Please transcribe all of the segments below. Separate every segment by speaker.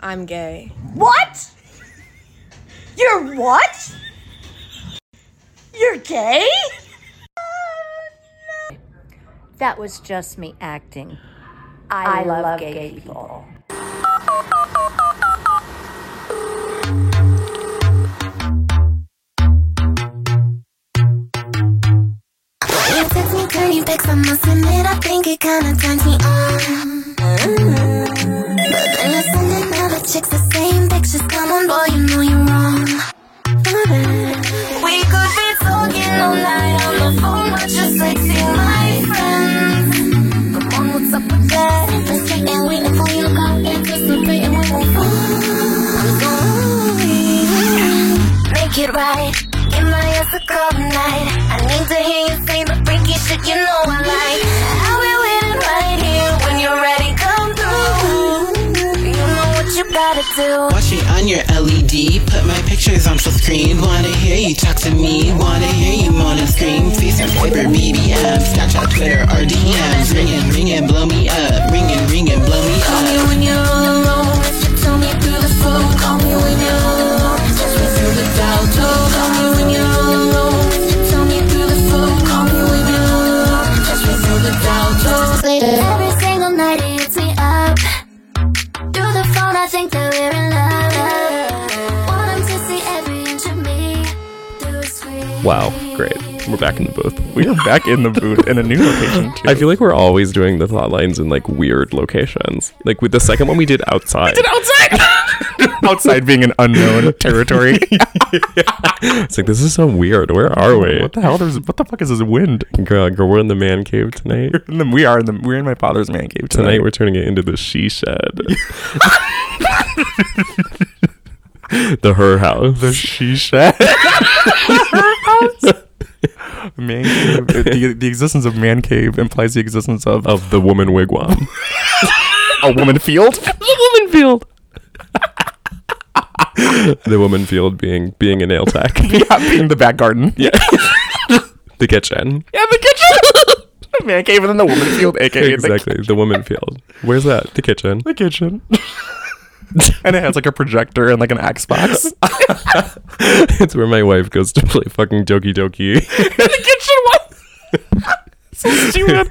Speaker 1: I'm gay.
Speaker 2: What? You're what? You're gay? That was just me acting. I, love, gay, people.
Speaker 3: It takes me turning pics, I must admit I think it kinda turns me on But then you're sending other chicks the same pictures Come on boy, you know you're wrong We could be talking all night on the phone But you're texting my friends Come on, what's up with that? Frustrating, waiting for you, call anticipating we won't fall I'm sorry Make it right Give my ass a cold night I need to hear you say the freaky shit you know I like I'll be waiting right here When you're ready, come through You know what you gotta do
Speaker 4: Watching on your LED, put my pictures on full screen. Wanna hear you talk to me, wanna hear you moan and scream. FaceTime, Viber, BBM, Snapchat, Twitter, or DMs. Ringin', ringin', blow me up. Ringin', ringin', blow me
Speaker 3: Call me
Speaker 4: up.
Speaker 3: when you're all alone. If you tell me through the phone, call me when you're all alone. Text me through the dial tone. Call me when you're all alone. If you tell me through the phone, call me when you're all alone. Text me through the dial tone. Every single night he hits me up. Through the phone, I think that we're in love. Want him to see every inch of me. Through a screen.
Speaker 5: Wow, great. We're back in the booth. We are back in the booth in a new location too.
Speaker 6: I feel like we're always doing the plot lines in like weird locations. Like with the second one we did outside.
Speaker 5: outside being an unknown territory.
Speaker 6: It's like this is so weird. Where are we?
Speaker 5: what the hell? There's what the fuck is this wind?
Speaker 6: Girl, girl, we're in the man cave tonight.
Speaker 5: And then we are in the we're in my father's man cave tonight.
Speaker 6: Tonight we're turning it into the she shed. the her house.
Speaker 5: the she shed. man cave. The, the existence of man cave implies the existence of
Speaker 6: of the woman wigwam.
Speaker 5: a woman field.
Speaker 6: woman field. the woman field being being a nail tech.
Speaker 5: yeah, being the back garden. Yeah,
Speaker 6: the kitchen.
Speaker 5: the kitchen. the man cave and then the woman field, aka the,
Speaker 6: exactly. The woman field. Where's that? The kitchen.
Speaker 5: the kitchen. and it has like a projector and like an Xbox.
Speaker 6: it's where my wife goes to play fucking Doki Doki.
Speaker 5: Stupid.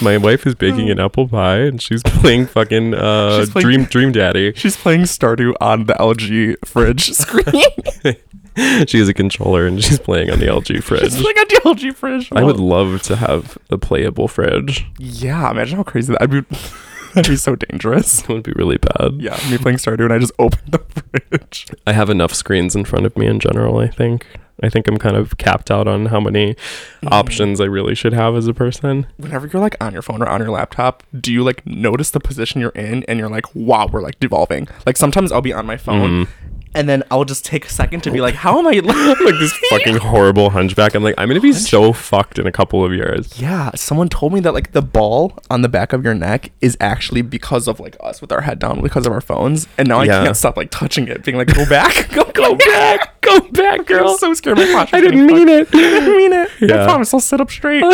Speaker 6: my wife is baking an apple pie and she's playing fucking uh,
Speaker 5: Oh. She's playing-
Speaker 6: Dream Dream Daddy.
Speaker 5: She's playing Stardew on the LG fridge screen.
Speaker 6: She has a controller and she's playing on the LG fridge.
Speaker 5: It's like a LG fridge.
Speaker 6: I would love to have a playable fridge.
Speaker 5: Yeah, imagine how crazy that. I'd be. That'd be so dangerous.
Speaker 6: That would be really bad.
Speaker 5: Yeah, me playing Stardew and I just open the fridge.
Speaker 6: I have enough screens in front of me in general, I think. I think I'm kind of capped out on how many
Speaker 5: Mm.
Speaker 6: options I really should have as a person.
Speaker 5: Whenever you're like on your phone or on your laptop, do you like notice the position you're in and you're like, wow, we're like devolving? Like sometimes I'll be on my phone and then I'll just take a second to be like, how am I
Speaker 6: Like this fucking horrible hunchback. I'm like, I'm gonna be so fucked in a couple of years.
Speaker 5: Yeah, someone told me that like the ball on the back of your neck is actually because of like us with our head down because of our phones, and now
Speaker 6: Yeah.
Speaker 5: I can't stop like touching it, being like, "Go back, go, go back,
Speaker 6: Go back, girl.
Speaker 5: I'm so scared. My posture's
Speaker 6: I didn't
Speaker 5: getting
Speaker 6: mean
Speaker 5: fucked.
Speaker 6: it.
Speaker 5: I didn't mean it.
Speaker 6: Yeah.
Speaker 5: I promise I'll sit up straight.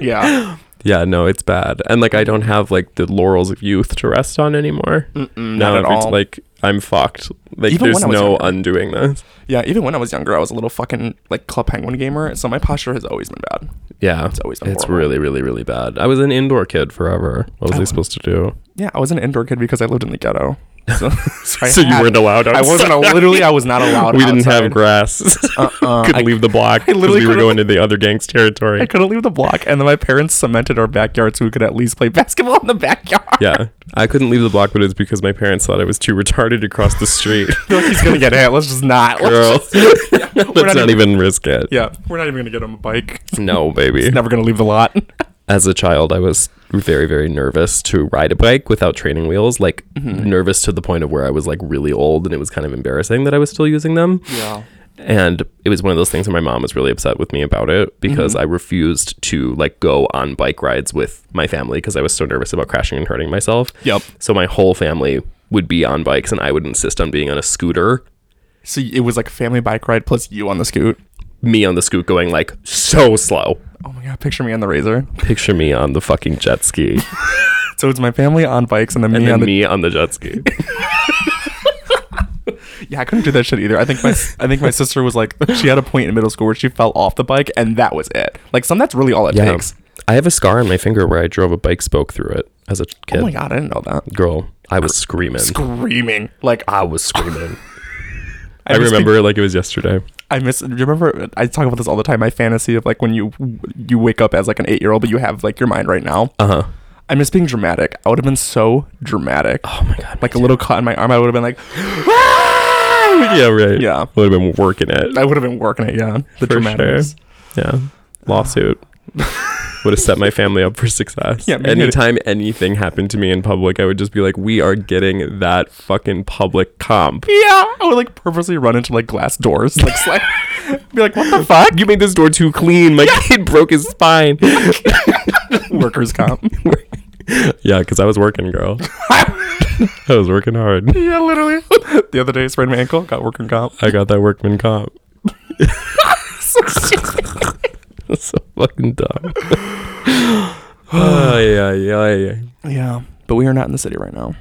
Speaker 5: yeah,
Speaker 6: Yeah, no, it's bad. And like I don't have like the laurels of youth to rest on anymore. now
Speaker 5: not at
Speaker 6: it's
Speaker 5: all.
Speaker 6: like I'm fucked. Like
Speaker 5: Even when
Speaker 6: there's
Speaker 5: I was
Speaker 6: no
Speaker 5: younger.
Speaker 6: undoing this.
Speaker 5: yeah. Even when I was younger, I was a little fucking like club penguin gamer, so my posture has always been bad.
Speaker 6: Yeah. It's
Speaker 5: always been
Speaker 6: It's
Speaker 5: horrible.
Speaker 6: really, really, really bad. I was an indoor kid forever. What was I supposed to do?
Speaker 5: Yeah, I was an indoor kid because I lived in the ghetto. So, so, I
Speaker 6: So you
Speaker 5: had-
Speaker 6: weren't allowed
Speaker 5: I wasn't.
Speaker 6: outside.
Speaker 5: literally, I was not allowed.
Speaker 6: we didn't
Speaker 5: outside.
Speaker 6: have grass. couldn't leave the block. 'cause
Speaker 5: literally
Speaker 6: we were
Speaker 5: couldn't-
Speaker 6: going to the other gang's territory.
Speaker 5: I couldn't leave the block, and then my parents cemented our backyard so we could at least play basketball in the backyard.
Speaker 6: yeah. I couldn't leave the block, but it's because my parents thought I was too retarded to cross the street.
Speaker 5: They're like, he's gonna get hit. Let's just not. Let's
Speaker 6: Girl.
Speaker 5: just-
Speaker 6: Let's not even risk it.
Speaker 5: yeah, we're not even gonna get him a bike.
Speaker 6: No, baby.
Speaker 5: Never gonna leave the lot.
Speaker 6: as a child, I was very, very nervous to ride a bike without training wheels, like
Speaker 5: Mm-hmm.
Speaker 6: nervous to the point of where I was like really old and it was kind of embarrassing that I was still using them.
Speaker 5: Yeah.
Speaker 6: And it was one of those things where my mom was really upset with me about it because
Speaker 5: Mm-hmm.
Speaker 6: I refused to like go on bike rides with my family because I was so nervous about crashing and hurting myself.
Speaker 5: Yep.
Speaker 6: So my whole family would be on bikes and I would insist on being on a scooter.
Speaker 5: So it was like a family bike ride plus you on the scoot.
Speaker 6: Me on the scoot going like so slow.
Speaker 5: Oh my god, picture me on the razor.
Speaker 6: Picture me on the fucking jet ski
Speaker 5: So it's my family on bikes and then me
Speaker 6: and
Speaker 5: on
Speaker 6: then
Speaker 5: the
Speaker 6: me on the jet ski.
Speaker 5: Yeah, I couldn't do that shit either. I think my I think my sister was like she had a point in middle school where she fell off the bike and that was it. Like some that's really all it
Speaker 7: Yeah.
Speaker 5: takes.
Speaker 7: I have a scar on my finger where I drove a bike spoke through it as a kid.
Speaker 5: Oh my god, I didn't know that.
Speaker 7: Girl, I was screaming.
Speaker 5: Screaming like I,
Speaker 7: I was screaming. I,
Speaker 5: I just
Speaker 7: remember it like it was yesterday.
Speaker 5: I miss. Do you remember? I talk about this all the time. My fantasy of like when you you wake up as like an eight year old, but you have like your mind right now.
Speaker 7: Uh huh.
Speaker 5: I miss being dramatic. I would have been so dramatic.
Speaker 7: Oh my god.
Speaker 5: like a little cut in my arm, I would have been like,
Speaker 7: yeah, right.
Speaker 5: Yeah.
Speaker 7: would have been working it.
Speaker 5: I would have been working it. Yeah, the
Speaker 7: for sure.
Speaker 5: dramatics.
Speaker 7: Yeah, lawsuit would have set my family up for success.
Speaker 5: Yeah, maybe it-
Speaker 7: anytime anything happened to me in public, I would just be like, "We are getting that fucking public comp."
Speaker 5: Yeah, I would like purposely run into like glass doors, like slap, be like, what the fuck?
Speaker 7: You made this door too clean. My kid broke his spine.
Speaker 5: Workers comp.
Speaker 7: yeah, because I was working, girl. I was working hard.
Speaker 5: yeah, literally. the other day, I sprained my ankle, got working comp.
Speaker 7: I got that workman comp. so fucking dumb. oh yeah, yeah, yeah.
Speaker 5: Yeah, but we are not in the city right now.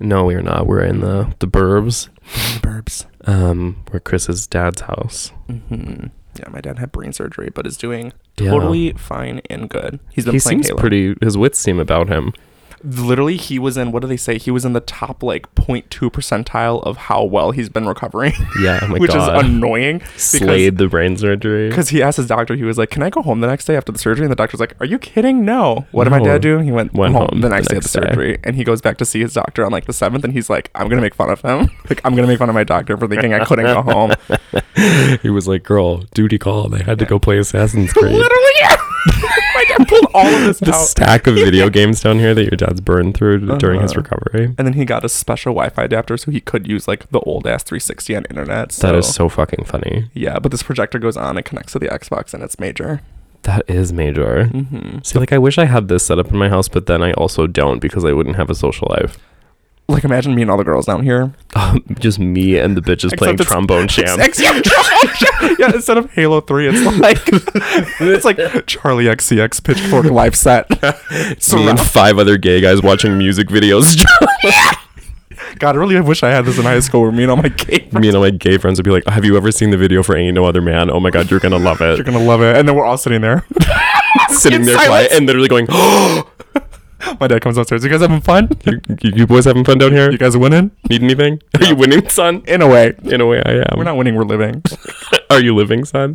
Speaker 7: No, we're not. We're in the the burbs.
Speaker 5: The burbs.
Speaker 7: um, where Chris's dad's house.
Speaker 5: Yeah, my dad had brain surgery, but is doing
Speaker 7: Yeah.
Speaker 5: totally fine and good. He's been
Speaker 7: He
Speaker 5: playing
Speaker 7: seems
Speaker 5: Halo.
Speaker 7: pretty. His wits seem about him.
Speaker 5: Literally, he was in what do they say? He was in the top like 0.2 percentile of how well he's been recovering.
Speaker 7: Yeah, oh my
Speaker 5: which
Speaker 7: God.
Speaker 5: is annoying.
Speaker 7: Slayed the brain surgery.
Speaker 5: Because 'cause he asked his doctor, he was like, "Can I go home the next day after the surgery?" And the doctor was like, "Are you kidding? No." What did my
Speaker 7: No.
Speaker 5: dad do? He went,
Speaker 7: Went
Speaker 5: home, the next day of the
Speaker 7: next day.
Speaker 5: surgery, and he goes back to see his doctor on like the seventh, and he's like, "I'm gonna make fun of him. like, I'm gonna make fun of my doctor for thinking I couldn't go home."
Speaker 7: He was like, "Girl, duty called. I had to go play Assassin's Creed."
Speaker 5: Literally, my dad pulled all of this
Speaker 7: the
Speaker 5: out.
Speaker 7: stack of video games down here that your dad's burned through d- during his
Speaker 5: Uh-huh.
Speaker 7: recovery.
Speaker 5: and then he got a special Wi-Fi adapter so he could use like the old ass 360 on internet. So.
Speaker 7: That is so fucking funny.
Speaker 5: yeah, but this projector goes on and connects to the Xbox, and it's major.
Speaker 7: That is major.
Speaker 5: Mm-hmm.
Speaker 7: See, like, I wish I had this set up in my house, but then I also don't because I wouldn't have a social life. Um,
Speaker 5: Like imagine me and all the girls down here
Speaker 7: Just me and the bitches playing
Speaker 5: Except it's-
Speaker 7: trombone jam.
Speaker 5: yeah, instead of Halo 3, it's like it's like Charlie XCX Pitchfork live set.
Speaker 7: me and
Speaker 5: Surround-
Speaker 7: five other gay guys watching music videos.
Speaker 5: God, I really wish I had this in high school where me and all my gay
Speaker 7: me and all my gay friends would be like, "Have you ever seen the video for Ain't No Other Man? Oh my god, you're gonna love
Speaker 5: are
Speaker 7: it."
Speaker 5: gonna love it. And then we're all sitting there.
Speaker 7: Sitting
Speaker 5: in
Speaker 7: there quiet
Speaker 5: silence.
Speaker 7: and literally going, "Oh,
Speaker 5: my dad comes upstairs. You guys having fun?
Speaker 7: you, you boys having fun down here?
Speaker 5: You guys winning?
Speaker 7: Need anything? Are you winning, son?
Speaker 5: In a way.
Speaker 7: In a way, I am.
Speaker 5: We're not winning, we're living.
Speaker 7: Are you living, son?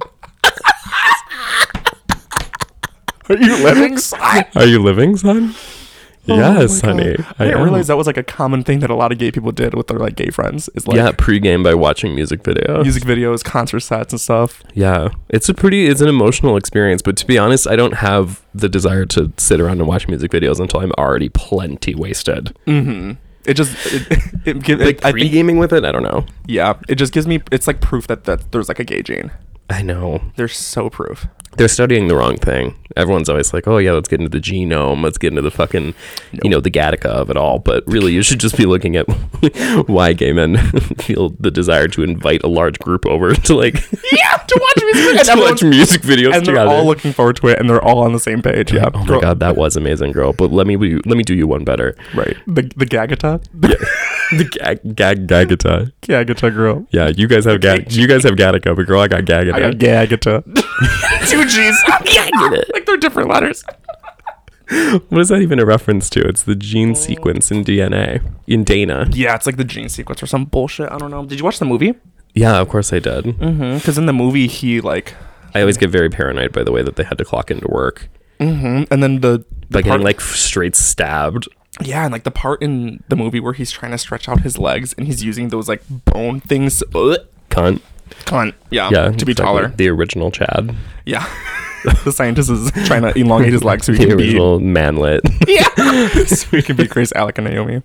Speaker 5: Are you living? I
Speaker 7: Are you living, son? yes, honey.
Speaker 5: Oh I didn't
Speaker 7: am.
Speaker 5: realize that was like a common thing that a lot of gay people did with their like gay friends. Is like
Speaker 7: yeah, pregame by watching music videos.
Speaker 5: music videos, concert sets and stuff.
Speaker 7: Yeah, it's a pretty, it's an emotional experience. But to be honest, I don't have the desire to sit around and watch music videos until I'm already plenty wasted.
Speaker 5: It just it, it, it,
Speaker 7: Like
Speaker 5: Mm, I think
Speaker 7: pre-gaming with it, I don't know.
Speaker 5: yeah, it just gives me it's like proof that, that there's like a gay gene.
Speaker 7: I know.
Speaker 5: They're so proof.
Speaker 7: they're studying the wrong thing. Everyone's always like, "Oh yeah, let's get into the genome, let's get into the fucking, you know, the Gattaca of it all." But really, you should just be looking at why gay men feel the desire to invite a large group over to like
Speaker 5: Yeah, to watch music videos.
Speaker 7: to watch music videos
Speaker 5: and they're
Speaker 7: together.
Speaker 5: all looking forward to it, and they're all on the same page. Yeah.
Speaker 7: oh my
Speaker 5: Girl-
Speaker 7: god, that was amazing, girl. But let me be- let me do you one better.
Speaker 5: Right. The the Gagata,
Speaker 7: Yeah. the gag gag Gattaca.
Speaker 5: Gagata girl.
Speaker 7: Yeah, you guys have gag you guys have Gattaca, but girl, I got Gattaca.
Speaker 5: I got Gagata. Two G's. like they're different letters.
Speaker 7: what is that even a reference to? It's the gene sequence in DNA in Dana.
Speaker 5: Yeah, it's like the gene sequence or some bullshit. I don't know. Did you watch the movie?
Speaker 7: Yeah, of course I did.
Speaker 5: Because in the movie he like,
Speaker 7: I always get very paranoid by the way that they had to clock into work.
Speaker 5: and then the, the
Speaker 7: Like
Speaker 5: part,
Speaker 7: getting like f- straight stabbed.
Speaker 5: yeah, and like the part in the movie where he's trying to stretch out his legs and he's using those like bone things. Ugh,
Speaker 7: Cunt.
Speaker 5: cunt. Yeah.
Speaker 7: Yeah.
Speaker 5: To be
Speaker 7: exactly.
Speaker 5: taller.
Speaker 7: The original Chad.
Speaker 5: Yeah. the scientist is trying to elongate his legs so he
Speaker 7: The
Speaker 5: can be
Speaker 7: original manlet.
Speaker 5: so we can be Grace, Alec, and Naomi.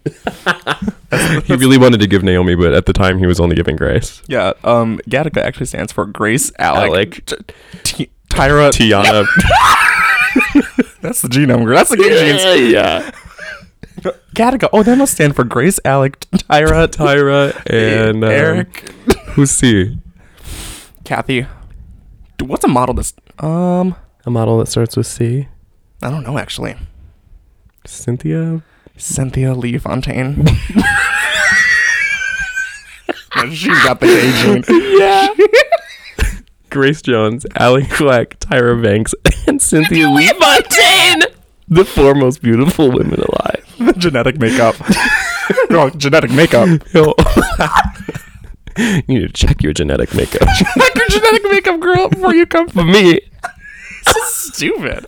Speaker 7: he really wanted to give Naomi, but at the time he was only giving Grace.
Speaker 5: Yeah, um, Gattaca actually stands for Grace, Alec,
Speaker 7: Alec.
Speaker 5: T- T- Tyra.
Speaker 7: Tiana.
Speaker 5: that's the genome girl. That's the gay genes.
Speaker 7: yeah.
Speaker 5: Gattaca. Oh, that must stand for Grace, Alec, T- Tyra, Tyra, uh,
Speaker 7: Tyra and um,
Speaker 5: Eric,
Speaker 7: Who's C?
Speaker 5: Kathy. Dude, What's a model that's um?
Speaker 7: A model that starts with C.
Speaker 5: I don't know actually.
Speaker 7: Cynthia.
Speaker 5: Cynthia Lee Fontaine. she got the gay gene.
Speaker 7: Yeah. Grace Jones, Allie Quack, Tyra Banks, and Cynthia Lee Fontaine. The four most beautiful women alive.
Speaker 5: The genetic makeup. no, genetic makeup.
Speaker 7: Yo. you need to check your genetic makeup.
Speaker 5: Like your genetic makeup, girl, before you come
Speaker 7: For me,
Speaker 5: stupid.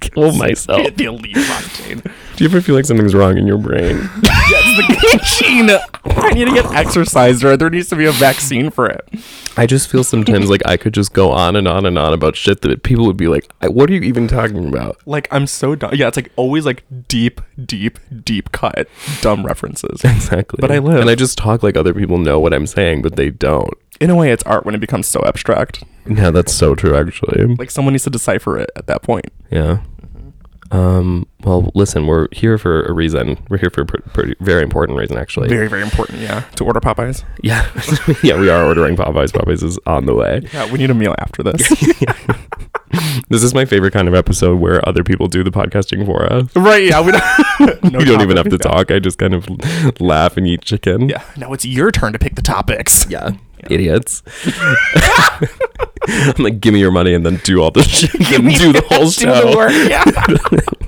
Speaker 7: kill myself.
Speaker 5: The elite Fontaine.
Speaker 7: Do you ever feel like something's wrong in your brain?
Speaker 5: Gina, I need to get exercised, or there needs to be a vaccine for it.
Speaker 7: I just feel sometimes like I could just go on and on and on about shit that people would be like, "I- "What are you even talking about?"
Speaker 5: Like I'm so dumb. Yeah, it's like always like deep, deep, deep cut dumb references.
Speaker 7: Exactly.
Speaker 5: But I live.
Speaker 7: and I just talk like other people know what I'm saying, but they don't.
Speaker 5: In a way, it's art when it becomes so abstract.
Speaker 7: Yeah, that's so true. Actually,
Speaker 5: Like someone needs to decipher it at that point.
Speaker 7: Yeah. Um, well, listen, we're here for a reason. We're here for a pr- pretty, very important reason, actually.
Speaker 5: Very, very important. Yeah, to order Popeyes.
Speaker 7: yeah. yeah, we are ordering Popeyes. Popeyes is on the way.
Speaker 5: Yeah, we need a meal after this.
Speaker 7: This is my favorite kind of episode where other people do the podcasting for us.
Speaker 5: right? Yeah, we don't. no
Speaker 7: we don't even
Speaker 5: topic.
Speaker 7: have to talk. I just kind of laugh and eat chicken.
Speaker 5: Yeah. Now it's your turn to pick the topics.
Speaker 7: Yeah. Idiots. I'm like, give me your money and then do all the chicken, do the whole
Speaker 5: Do the
Speaker 7: show.
Speaker 5: work.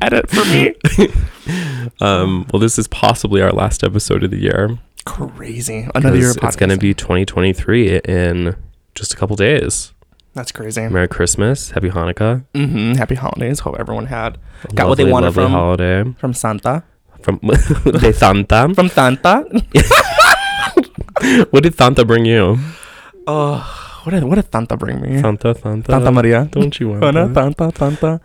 Speaker 5: Yeah. Edit for me.
Speaker 7: Um, well, this is possibly our last episode of the year.
Speaker 5: Crazy. Another year.
Speaker 7: It's- it's going to be 2023 in just a couple days.
Speaker 5: That's crazy.
Speaker 7: Merry Christmas, Happy Hanukkah,
Speaker 5: Mm-hmm. Happy holidays. Hope everyone had got what they
Speaker 7: Lovely,
Speaker 5: wanted
Speaker 7: lovely
Speaker 5: from
Speaker 7: holiday
Speaker 5: from Santa.
Speaker 7: from de Santa.
Speaker 5: From Santa.
Speaker 7: what did Santa bring you?
Speaker 5: what did what did Santa bring me?
Speaker 7: Santa, Santa,
Speaker 5: Santa Maria.
Speaker 7: Don't you want?
Speaker 5: Santa,
Speaker 7: that?
Speaker 5: Santa, Santa.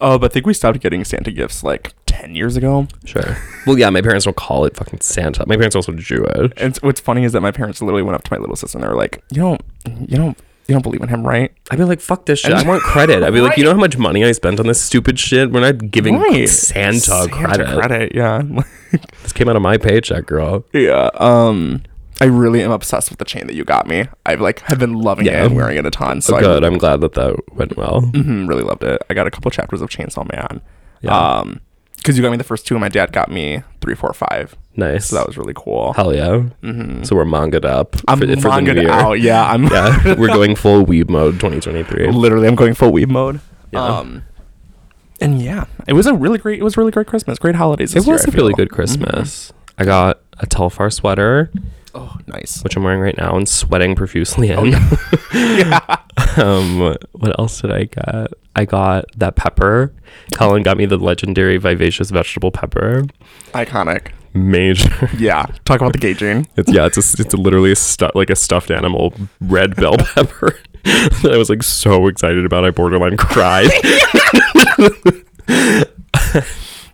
Speaker 5: Oh, but I think we stopped getting Santa gifts like ten years ago.
Speaker 7: Sure. Well, yeah, my parents don't call it fucking Santa. My parents are also Jewish.
Speaker 5: And s- what's funny is that my parents literally went up to my little sister and they were like, "You don't, you don't, you don't believe in him, right?"
Speaker 7: I'd be like, fuck this shit. I want credit. I'd be like, you know how much money I spent on this stupid shit? We're not giving
Speaker 5: Right.
Speaker 7: Santa, credit.
Speaker 5: credit, yeah,
Speaker 7: This came out of my paycheck, girl.
Speaker 5: yeah. Um, I really am obsessed with the chain that you got me. I've like have been loving
Speaker 7: Yeah.
Speaker 5: it and wearing it a ton. So I
Speaker 7: Good. I'm glad that that went well.
Speaker 5: Mhm, really loved it. I got a couple chapters of Chainsaw Man. Um, because you got me the first two, and my dad got me three, four, five.
Speaker 7: Nice.
Speaker 5: So that was really cool.
Speaker 7: Hell yeah. So we're manga'd up
Speaker 5: I'm manga'd out. Yeah, I'm
Speaker 7: Yeah, we're going full weeb mode 2023.
Speaker 5: literally I'm going full weeb mode. Um, and yeah, it was a really great. It was a really great Christmas. Great holidays.
Speaker 7: It
Speaker 5: this
Speaker 7: was
Speaker 5: year,
Speaker 7: a
Speaker 5: I
Speaker 7: really
Speaker 5: feel.
Speaker 7: good Christmas. I got a Telfar sweater,
Speaker 5: Oh, nice.
Speaker 7: which I'm wearing right now and sweating profusely in. um, what else did I get? I got that pepper. Colin got me the legendary vivacious vegetable pepper.
Speaker 5: Iconic.
Speaker 7: Major.
Speaker 5: Yeah. Talk about the gauging.
Speaker 7: It's, yeah, it's a, it's a literally a stu- like a stuffed animal red bell pepper that I was like so excited about. I borderline cried.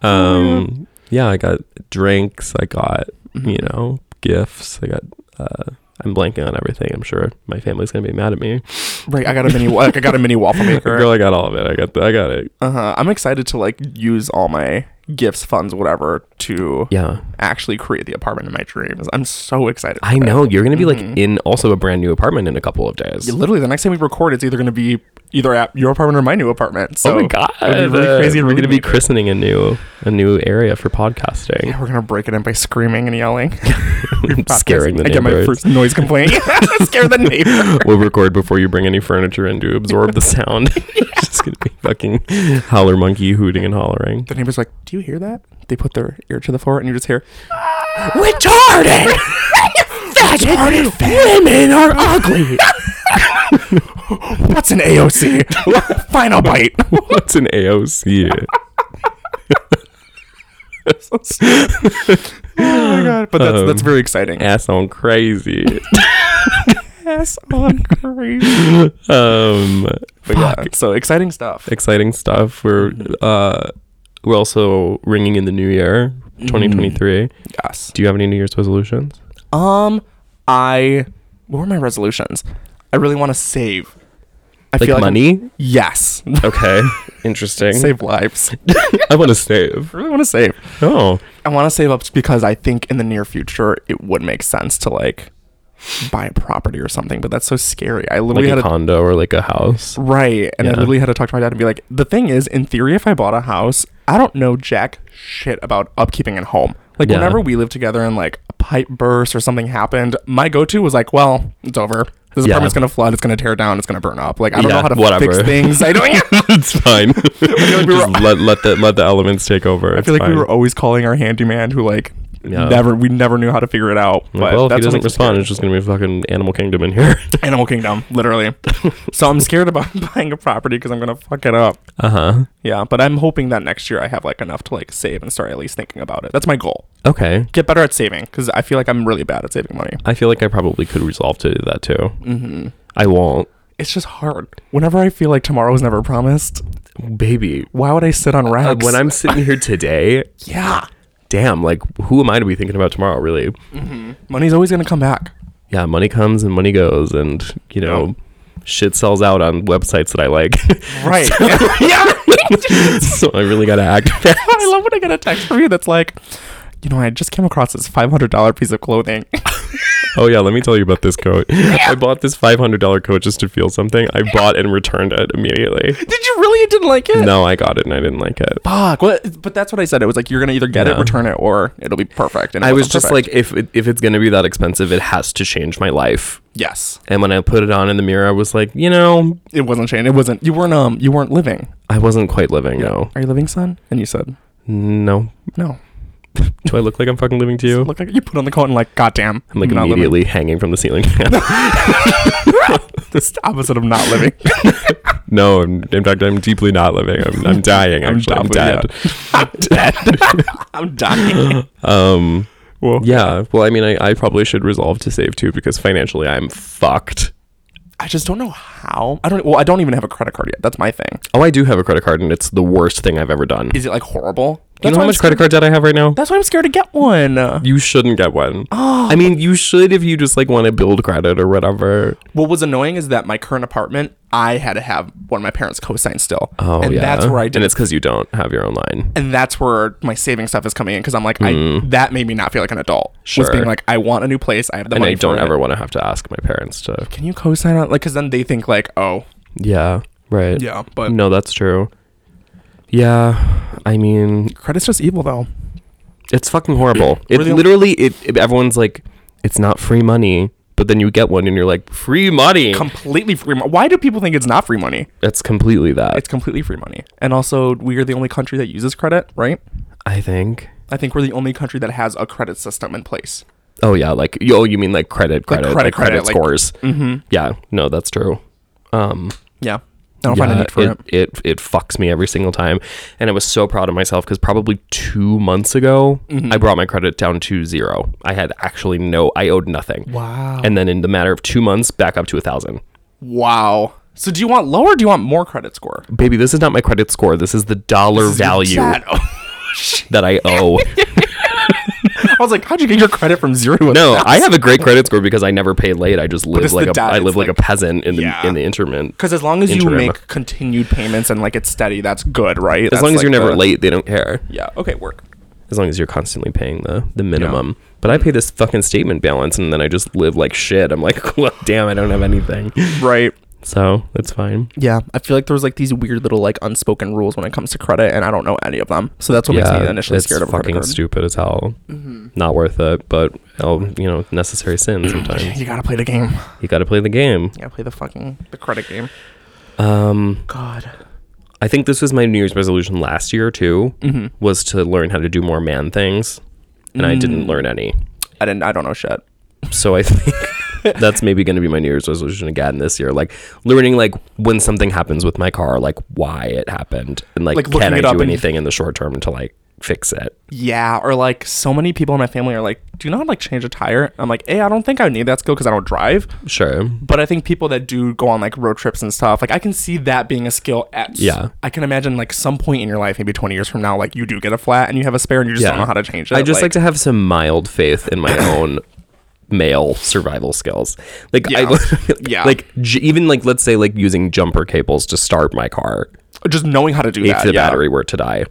Speaker 7: um, yeah, I got drinks. I got you know gifts. I got. Uh, I'm blanking on everything. I'm sure my family's gonna be mad at me.
Speaker 5: Right. I got a mini. wa- like, I got a mini waffle maker.
Speaker 7: Girl, I got all of it. I got. I got it.
Speaker 5: Uh huh. I'm excited to like use all my gifts, funds, whatever, to
Speaker 7: Yeah.
Speaker 5: actually create the apartment of my dreams. I'm so excited.
Speaker 7: I know you're gonna be like in also a brand new apartment in a couple of days.
Speaker 5: literally the next time we record it's either going to be either at your apartment or my new apartment so
Speaker 7: oh my god!
Speaker 5: it'll be really crazy and
Speaker 7: We're gonna be
Speaker 5: crazy
Speaker 7: christening a new a new area for podcasting.
Speaker 5: we're gonna break it in by screaming and yelling
Speaker 7: Scaring the
Speaker 5: i get my
Speaker 7: neighbors.
Speaker 5: first noise complaint scare the neighbor
Speaker 7: We'll record before you bring any furniture in to absorb the sound. it's just gonna be fucking howler monkey hooting and hollering.
Speaker 5: the neighbor's like do you hear that they put their ear to the floor and you just hear
Speaker 7: Retarded! Women are ugly.
Speaker 5: what's an aoc final bite
Speaker 7: What's an AOC?
Speaker 5: oh my god but that's that's
Speaker 7: Um,
Speaker 5: very exciting
Speaker 7: Ass on crazy.
Speaker 5: yes on crazy
Speaker 7: Um,
Speaker 5: but yeah so exciting stuff
Speaker 7: exciting stuff. We're uh, we're also ringing in the new year,
Speaker 5: Mm.
Speaker 7: 2023.
Speaker 5: yes
Speaker 7: Do you have any New Year's resolutions?
Speaker 5: Um, I what were my resolutions? I really want to save. I
Speaker 7: Like
Speaker 5: I'm-
Speaker 7: money?
Speaker 5: yes,
Speaker 7: Okay, interesting.
Speaker 5: save lives.
Speaker 7: I want to save.
Speaker 5: I really want to save.
Speaker 7: Oh,
Speaker 5: I want to save up because I think in the near future it would make sense to like buy a property or something. But that's so scary. I
Speaker 7: like
Speaker 5: literally
Speaker 7: a
Speaker 5: had a
Speaker 7: condo or like a house.
Speaker 5: right, and I
Speaker 7: Yeah.
Speaker 5: literally had to talk to my dad and be like, the thing is, in theory, if I bought a house, I don't know jack shit about upkeeping a home. Like
Speaker 7: Yeah.
Speaker 5: whenever we lived together and like a pipe burst or something happened, my go-to was like, well, it's over. This
Speaker 7: Yeah.
Speaker 5: apartment's gonna flood. It's gonna tear down. It's gonna burn up. Like I don't
Speaker 7: Yeah,
Speaker 5: know how to
Speaker 7: whatever.
Speaker 5: fix things. I don't.
Speaker 7: it's fine.
Speaker 5: we
Speaker 7: Just
Speaker 5: were-
Speaker 7: let let the let the elements take over.
Speaker 5: I feel like we were always calling our handyman, who like
Speaker 7: Yeah.
Speaker 5: never we never knew how to figure it out.
Speaker 7: well, if
Speaker 5: But
Speaker 7: he
Speaker 5: that's what
Speaker 7: doesn't
Speaker 5: makes me
Speaker 7: respond,
Speaker 5: scared.
Speaker 7: it's just gonna be fucking Animal Kingdom in here.
Speaker 5: Animal Kingdom, literally. so I'm scared about buying a property because I'm gonna fuck it up.
Speaker 7: uh huh.
Speaker 5: Yeah, but I'm hoping that next year I have like enough to like save and start at least thinking about it. That's my goal.
Speaker 7: Okay.
Speaker 5: Get better at saving because I feel like I'm really bad at saving money.
Speaker 7: I feel like I probably could resolve to do that too. Mm-hmm. I won't,
Speaker 5: It's just hard. Whenever I feel like tomorrow's never promised,
Speaker 7: baby.
Speaker 5: why would I sit on
Speaker 7: Uh,
Speaker 5: racks?
Speaker 7: when I'm sitting here today,
Speaker 5: yeah,
Speaker 7: damn, like who am I to be thinking about tomorrow? Really?
Speaker 5: money's always gonna come back.
Speaker 7: Yeah, money comes and money goes, and you know, shit sells out on websites that I like.
Speaker 5: Right. yeah.
Speaker 7: so I really gotta act fast.
Speaker 5: I love when I get a text from you that's like, you know, I just came across this five hundred dollar piece of clothing.
Speaker 7: Oh yeah, let me tell you about this coat. I bought this five hundred dollar coat just to feel something. I bought and returned it immediately.
Speaker 5: Did you really? You didn't like it?
Speaker 7: No, I got it and I didn't like it.
Speaker 5: Fuck. Well, but that's what I said. It was like you're gonna either get it,
Speaker 7: Yeah.
Speaker 5: return it, or it'll be perfect. And it
Speaker 7: I was
Speaker 5: wasn't
Speaker 7: just
Speaker 5: perfect.
Speaker 7: like, if it, if it's gonna be that expensive, it has to change my life.
Speaker 5: yes,
Speaker 7: And when I put it on in the mirror, I was like, you know,
Speaker 5: it wasn't Shane. It wasn't. You weren't um. You weren't living.
Speaker 7: I wasn't quite living. No,
Speaker 5: Are you living, son? And you said
Speaker 7: no.
Speaker 5: no.
Speaker 7: Do I look like I'm fucking living to you?
Speaker 5: Look like you put on the coat and like, goddamn.
Speaker 7: I'm like
Speaker 5: not living."
Speaker 7: immediately hanging from the ceiling.
Speaker 5: It's the opposite of not living.
Speaker 7: no, I'm, in fact, I'm deeply not living. I'm, I'm dying. Actually, I'm, dead.
Speaker 5: I'm dead. I'm dying.
Speaker 7: Um,
Speaker 5: Well,
Speaker 7: yeah. Well, I mean, I, I probably should resolve to save too because financially, I'm fucked.
Speaker 5: I just don't know how. I don't. Well, I don't even have a credit card yet. That's my thing.
Speaker 7: Oh, I do have a credit card, and it's the worst thing I've ever done.
Speaker 5: Is it like horrible?
Speaker 7: you know
Speaker 5: why
Speaker 7: how
Speaker 5: I'm
Speaker 7: much
Speaker 5: scared-
Speaker 7: credit card debt I have right now?
Speaker 5: That's why I'm scared to get one.
Speaker 7: you shouldn't get one.
Speaker 5: Oh.
Speaker 7: I mean, you should if you just like want to build credit or whatever.
Speaker 5: What was annoying is that my current apartment, I had to have one of my parents co-sign still.
Speaker 7: Oh,
Speaker 5: and
Speaker 7: yeah.
Speaker 5: that's where I did.
Speaker 7: And
Speaker 5: And,
Speaker 7: it's because you don't have your own line.
Speaker 5: that's where my saving stuff is coming in because I'm like, I that made me not feel like an adult. Was
Speaker 7: Mm. Sure.
Speaker 5: being like, I want a new place. I have the
Speaker 7: And
Speaker 5: money.
Speaker 7: I don't
Speaker 5: for
Speaker 7: ever
Speaker 5: It.
Speaker 7: want to have to ask my parents to.
Speaker 5: Can you co-sign on? Like, because then they think like, oh,
Speaker 7: Yeah. Right.
Speaker 5: Yeah, but-
Speaker 7: no, that's true. Yeah. I mean,
Speaker 5: credit's just evil though.
Speaker 7: It's fucking horrible. it
Speaker 5: the only-
Speaker 7: literally, it, it- everyone's like, it's not free money, but then you get one and you're like, free money.
Speaker 5: Completely free. Mo- Why do people think it's not free money?
Speaker 7: That's completely that.
Speaker 5: It's completely free money. And also, we are the only country that uses credit, right?
Speaker 7: I think.
Speaker 5: I think we're the only country that has a credit system in place.
Speaker 7: Oh yeah, like you- oh you mean like credit, credit, like
Speaker 5: credit,
Speaker 7: credit,
Speaker 5: credit, like-
Speaker 7: scores. mm-hmm. Yeah, no, that's true. Um,
Speaker 5: Yeah. I don't
Speaker 7: yeah,
Speaker 5: find a need for it.
Speaker 7: it, it it fucks me every single time, and I was so proud of myself because probably two months ago
Speaker 5: Mm-hmm.
Speaker 7: I brought my credit down to zero. I had actually no, I owed nothing.
Speaker 5: Wow.
Speaker 7: And then in the matter of two months, back up to a thousand.
Speaker 5: Wow. So do you want lower? Or do you want more credit score?
Speaker 7: baby, this is not my credit score. This is the dollar value
Speaker 5: That-
Speaker 7: that I owe.
Speaker 5: I was like, how'd you get your credit from zero to a
Speaker 7: No,
Speaker 5: thousand?
Speaker 7: I have a great credit score because I never pay late. I just live
Speaker 5: it's
Speaker 7: like
Speaker 5: the
Speaker 7: a,
Speaker 5: debt,
Speaker 7: I live
Speaker 5: it's
Speaker 7: like,
Speaker 5: like-
Speaker 7: a peasant in
Speaker 5: Yeah.
Speaker 7: the in the interment.
Speaker 5: Because as long as you
Speaker 7: Interim.
Speaker 5: make continued payments and like it's steady, that's good, right?
Speaker 7: as long as you're never late, they don't care.
Speaker 5: Yeah. Okay. Work.
Speaker 7: As long as you're constantly paying the the minimum. But I pay this fucking statement balance and then I just live like shit. I'm like, well, damn, I don't have anything.
Speaker 5: Right.
Speaker 7: So that's fine.
Speaker 5: Yeah. I feel like there was like these weird little like unspoken rules when it comes to credit, and I don't know any of them. So that's what makes me initially
Speaker 7: it's
Speaker 5: scared of a credit
Speaker 7: fucking
Speaker 5: card. Mm-hmm.
Speaker 7: stupid as hell. Not worth it, but oh, you know, necessary sin sometimes.
Speaker 5: You gotta play the game. You
Speaker 7: you got to play the game.
Speaker 5: gotta play the fucking the credit game.
Speaker 7: Um,
Speaker 5: God.
Speaker 7: I think this was my New Year's resolution last year too,
Speaker 5: Mm-hmm.
Speaker 7: was to learn how to do more man things, and I
Speaker 5: Mm.
Speaker 7: didn't learn any.
Speaker 5: I didn't. I don't know shit.
Speaker 7: So I think that's maybe going to be my New Year's resolution again this year, like learning like when something happens with my car, like why it happened, and like,
Speaker 5: Like, looking
Speaker 7: can I
Speaker 5: it up
Speaker 7: do
Speaker 5: and-
Speaker 7: anything in the short term to like fix it?
Speaker 5: Yeah, or like so many people in my family are like, "Do you know how to like change a tire?" I'm like, "Hey, I don't think I need that skill because I don't drive."
Speaker 7: Sure.
Speaker 5: But I think people that do go on like road trips and stuff, like I can see that being a skill. At
Speaker 7: Yeah.
Speaker 5: I can imagine like some point in your life, maybe 20 years from now, like you do get a flat and you have a spare and you just don't know how to change it.
Speaker 7: I just like, to have some mild faith in my own male survival skills. Like
Speaker 5: Yeah.
Speaker 7: I
Speaker 5: Yeah.
Speaker 7: like j- even like let's say like using jumper cables to start my car
Speaker 5: just knowing how to do
Speaker 7: if
Speaker 5: that.
Speaker 7: the
Speaker 5: yeah. Mm-hmm.
Speaker 7: battery were to die.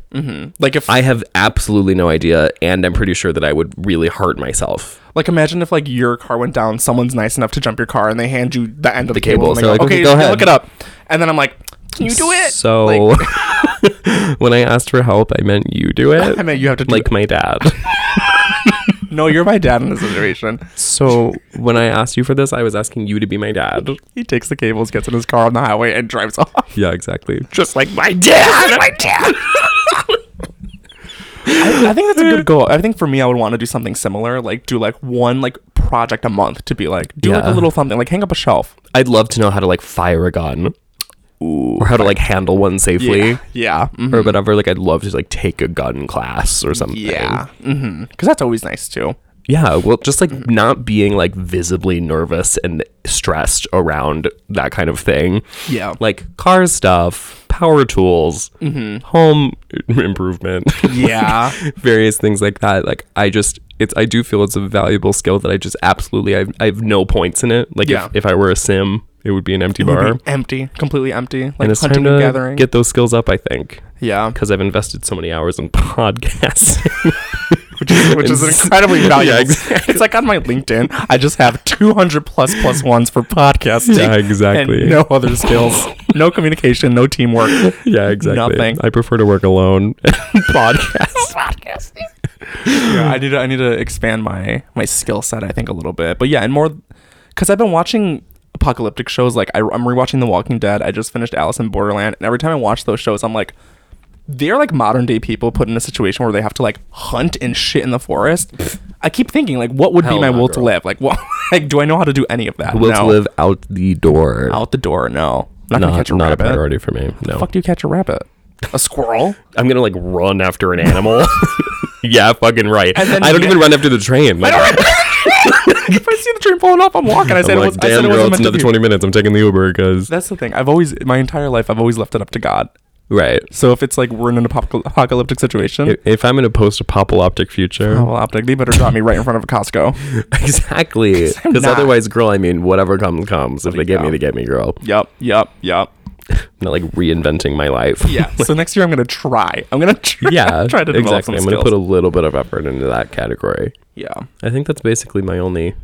Speaker 5: Like if
Speaker 7: I have absolutely no idea and I'm pretty sure that I would really hurt myself.
Speaker 5: like imagine if like your car went down, someone's nice enough to jump your car and they hand you the end of the, cable,
Speaker 7: cable,
Speaker 5: and they
Speaker 7: so,
Speaker 5: go,
Speaker 7: like,
Speaker 5: "Okay,
Speaker 7: okay, go
Speaker 5: yeah,
Speaker 7: ahead."
Speaker 5: look it up," and then I'm like, "Can you do it?"
Speaker 7: So
Speaker 5: Like,
Speaker 7: when I asked for help, I meant you do it.
Speaker 5: I mean, you have to do
Speaker 7: like
Speaker 5: it.
Speaker 7: my dad.
Speaker 5: No, you're my dad in this situation.
Speaker 7: so when I asked you for this, I was asking you to be my dad.
Speaker 5: He takes the cables, gets in his car on the highway, and drives off.
Speaker 7: Yeah, exactly.
Speaker 5: Just like my dad. my dad. I, I think that's a good goal. I think for me, I would want to do something similar, like do like one like project a month to be like do like a
Speaker 7: Yeah.
Speaker 5: little something, like hang up a shelf.
Speaker 7: I'd love to know how to like fire a gun. Or how to like handle one safely.
Speaker 5: Yeah, yeah, mhm.
Speaker 7: Or whatever. Like I'd love to like take a gun class or something.
Speaker 5: yeah, mm-hmm. because that's always nice too.
Speaker 7: Yeah, well, just like
Speaker 5: Mm-hmm.
Speaker 7: not being like visibly nervous and stressed around that kind of thing.
Speaker 5: Yeah.
Speaker 7: Like car stuff, power tools, home improvement.
Speaker 5: Mm-hmm. Yeah.
Speaker 7: various things like that. Like I just it's I do feel it's a valuable skill that I just absolutely I've, I have no points in it. Like
Speaker 5: Yeah.
Speaker 7: if, if I were a sim, it would be an empty bar.
Speaker 5: empty, completely empty, like
Speaker 7: and it's time
Speaker 5: hunting
Speaker 7: to
Speaker 5: and gathering.
Speaker 7: get those skills up, I think.
Speaker 5: yeah,
Speaker 7: Because I've invested so many hours in podcasting.
Speaker 5: which is, which is an incredibly
Speaker 7: Yeah,
Speaker 5: valuable.
Speaker 7: exactly.
Speaker 5: It's like on my LinkedIn, I just have 200 plus plus ones for podcasting.
Speaker 7: Yeah, exactly.
Speaker 5: and no other skills, no communication, no teamwork.
Speaker 7: yeah, exactly.
Speaker 5: Nothing.
Speaker 7: I prefer to work alone. Podcast.
Speaker 5: Yeah, I need to, I need to expand my my skill set, I think, a little bit. But yeah, and more because I've been watching apocalyptic shows. Like I, I'm rewatching The Walking Dead. I just finished Alice in Borderland, and every time I watch those shows, I'm like. They're like modern day people put in a situation where they have to like hunt and shit in the forest. I keep thinking like, what would be
Speaker 7: Hell
Speaker 5: my
Speaker 7: no,
Speaker 5: will to
Speaker 7: girl.
Speaker 5: live? Like, what? Like, do I know how to do any of that?
Speaker 7: Will
Speaker 5: no.
Speaker 7: to live out the door.
Speaker 5: out the door. No, I'm not, gonna
Speaker 7: not
Speaker 5: catch a
Speaker 7: not a
Speaker 5: rabbit.
Speaker 7: priority for me. No.
Speaker 5: Fuck, do you catch a rabbit? A squirrel?
Speaker 7: I'm gonna like run after an animal. yeah, fucking right.
Speaker 5: And then-
Speaker 7: I don't even run after the train. Like,
Speaker 5: if I see the train pulling up, I'm walking. I said
Speaker 7: I'm
Speaker 5: it
Speaker 7: like,
Speaker 5: was. I said
Speaker 7: damn,
Speaker 5: it was
Speaker 7: girl,
Speaker 5: meant
Speaker 7: it's
Speaker 5: to
Speaker 7: another
Speaker 5: be.
Speaker 7: 20 minutes. I'm taking the Uber because.
Speaker 5: That's the thing. I've always, my entire life, I've always left it up to God.
Speaker 7: Right.
Speaker 5: So if it's like we're in an apocal- apocalyptic situation,
Speaker 7: I- If I'm in a post apocalyptic future.
Speaker 5: Oh, well, optic, they better drop me right in front of a Costco.
Speaker 7: Exactly.
Speaker 5: I'm
Speaker 7: Because
Speaker 5: not.
Speaker 7: otherwise, girl, I mean, whatever comes, comes. If they get
Speaker 5: go.
Speaker 7: me, they get me, girl.
Speaker 5: Yep, yep, yep.
Speaker 7: I'm not like reinventing my life.
Speaker 5: Yeah. so next year I'm gonna try. I'm gonna try,
Speaker 7: yeah.
Speaker 5: try to develop
Speaker 7: exactly.
Speaker 5: some
Speaker 7: I'm
Speaker 5: skills.
Speaker 7: going to put a little bit of effort into that category.
Speaker 5: yeah.
Speaker 7: I think that's basically my only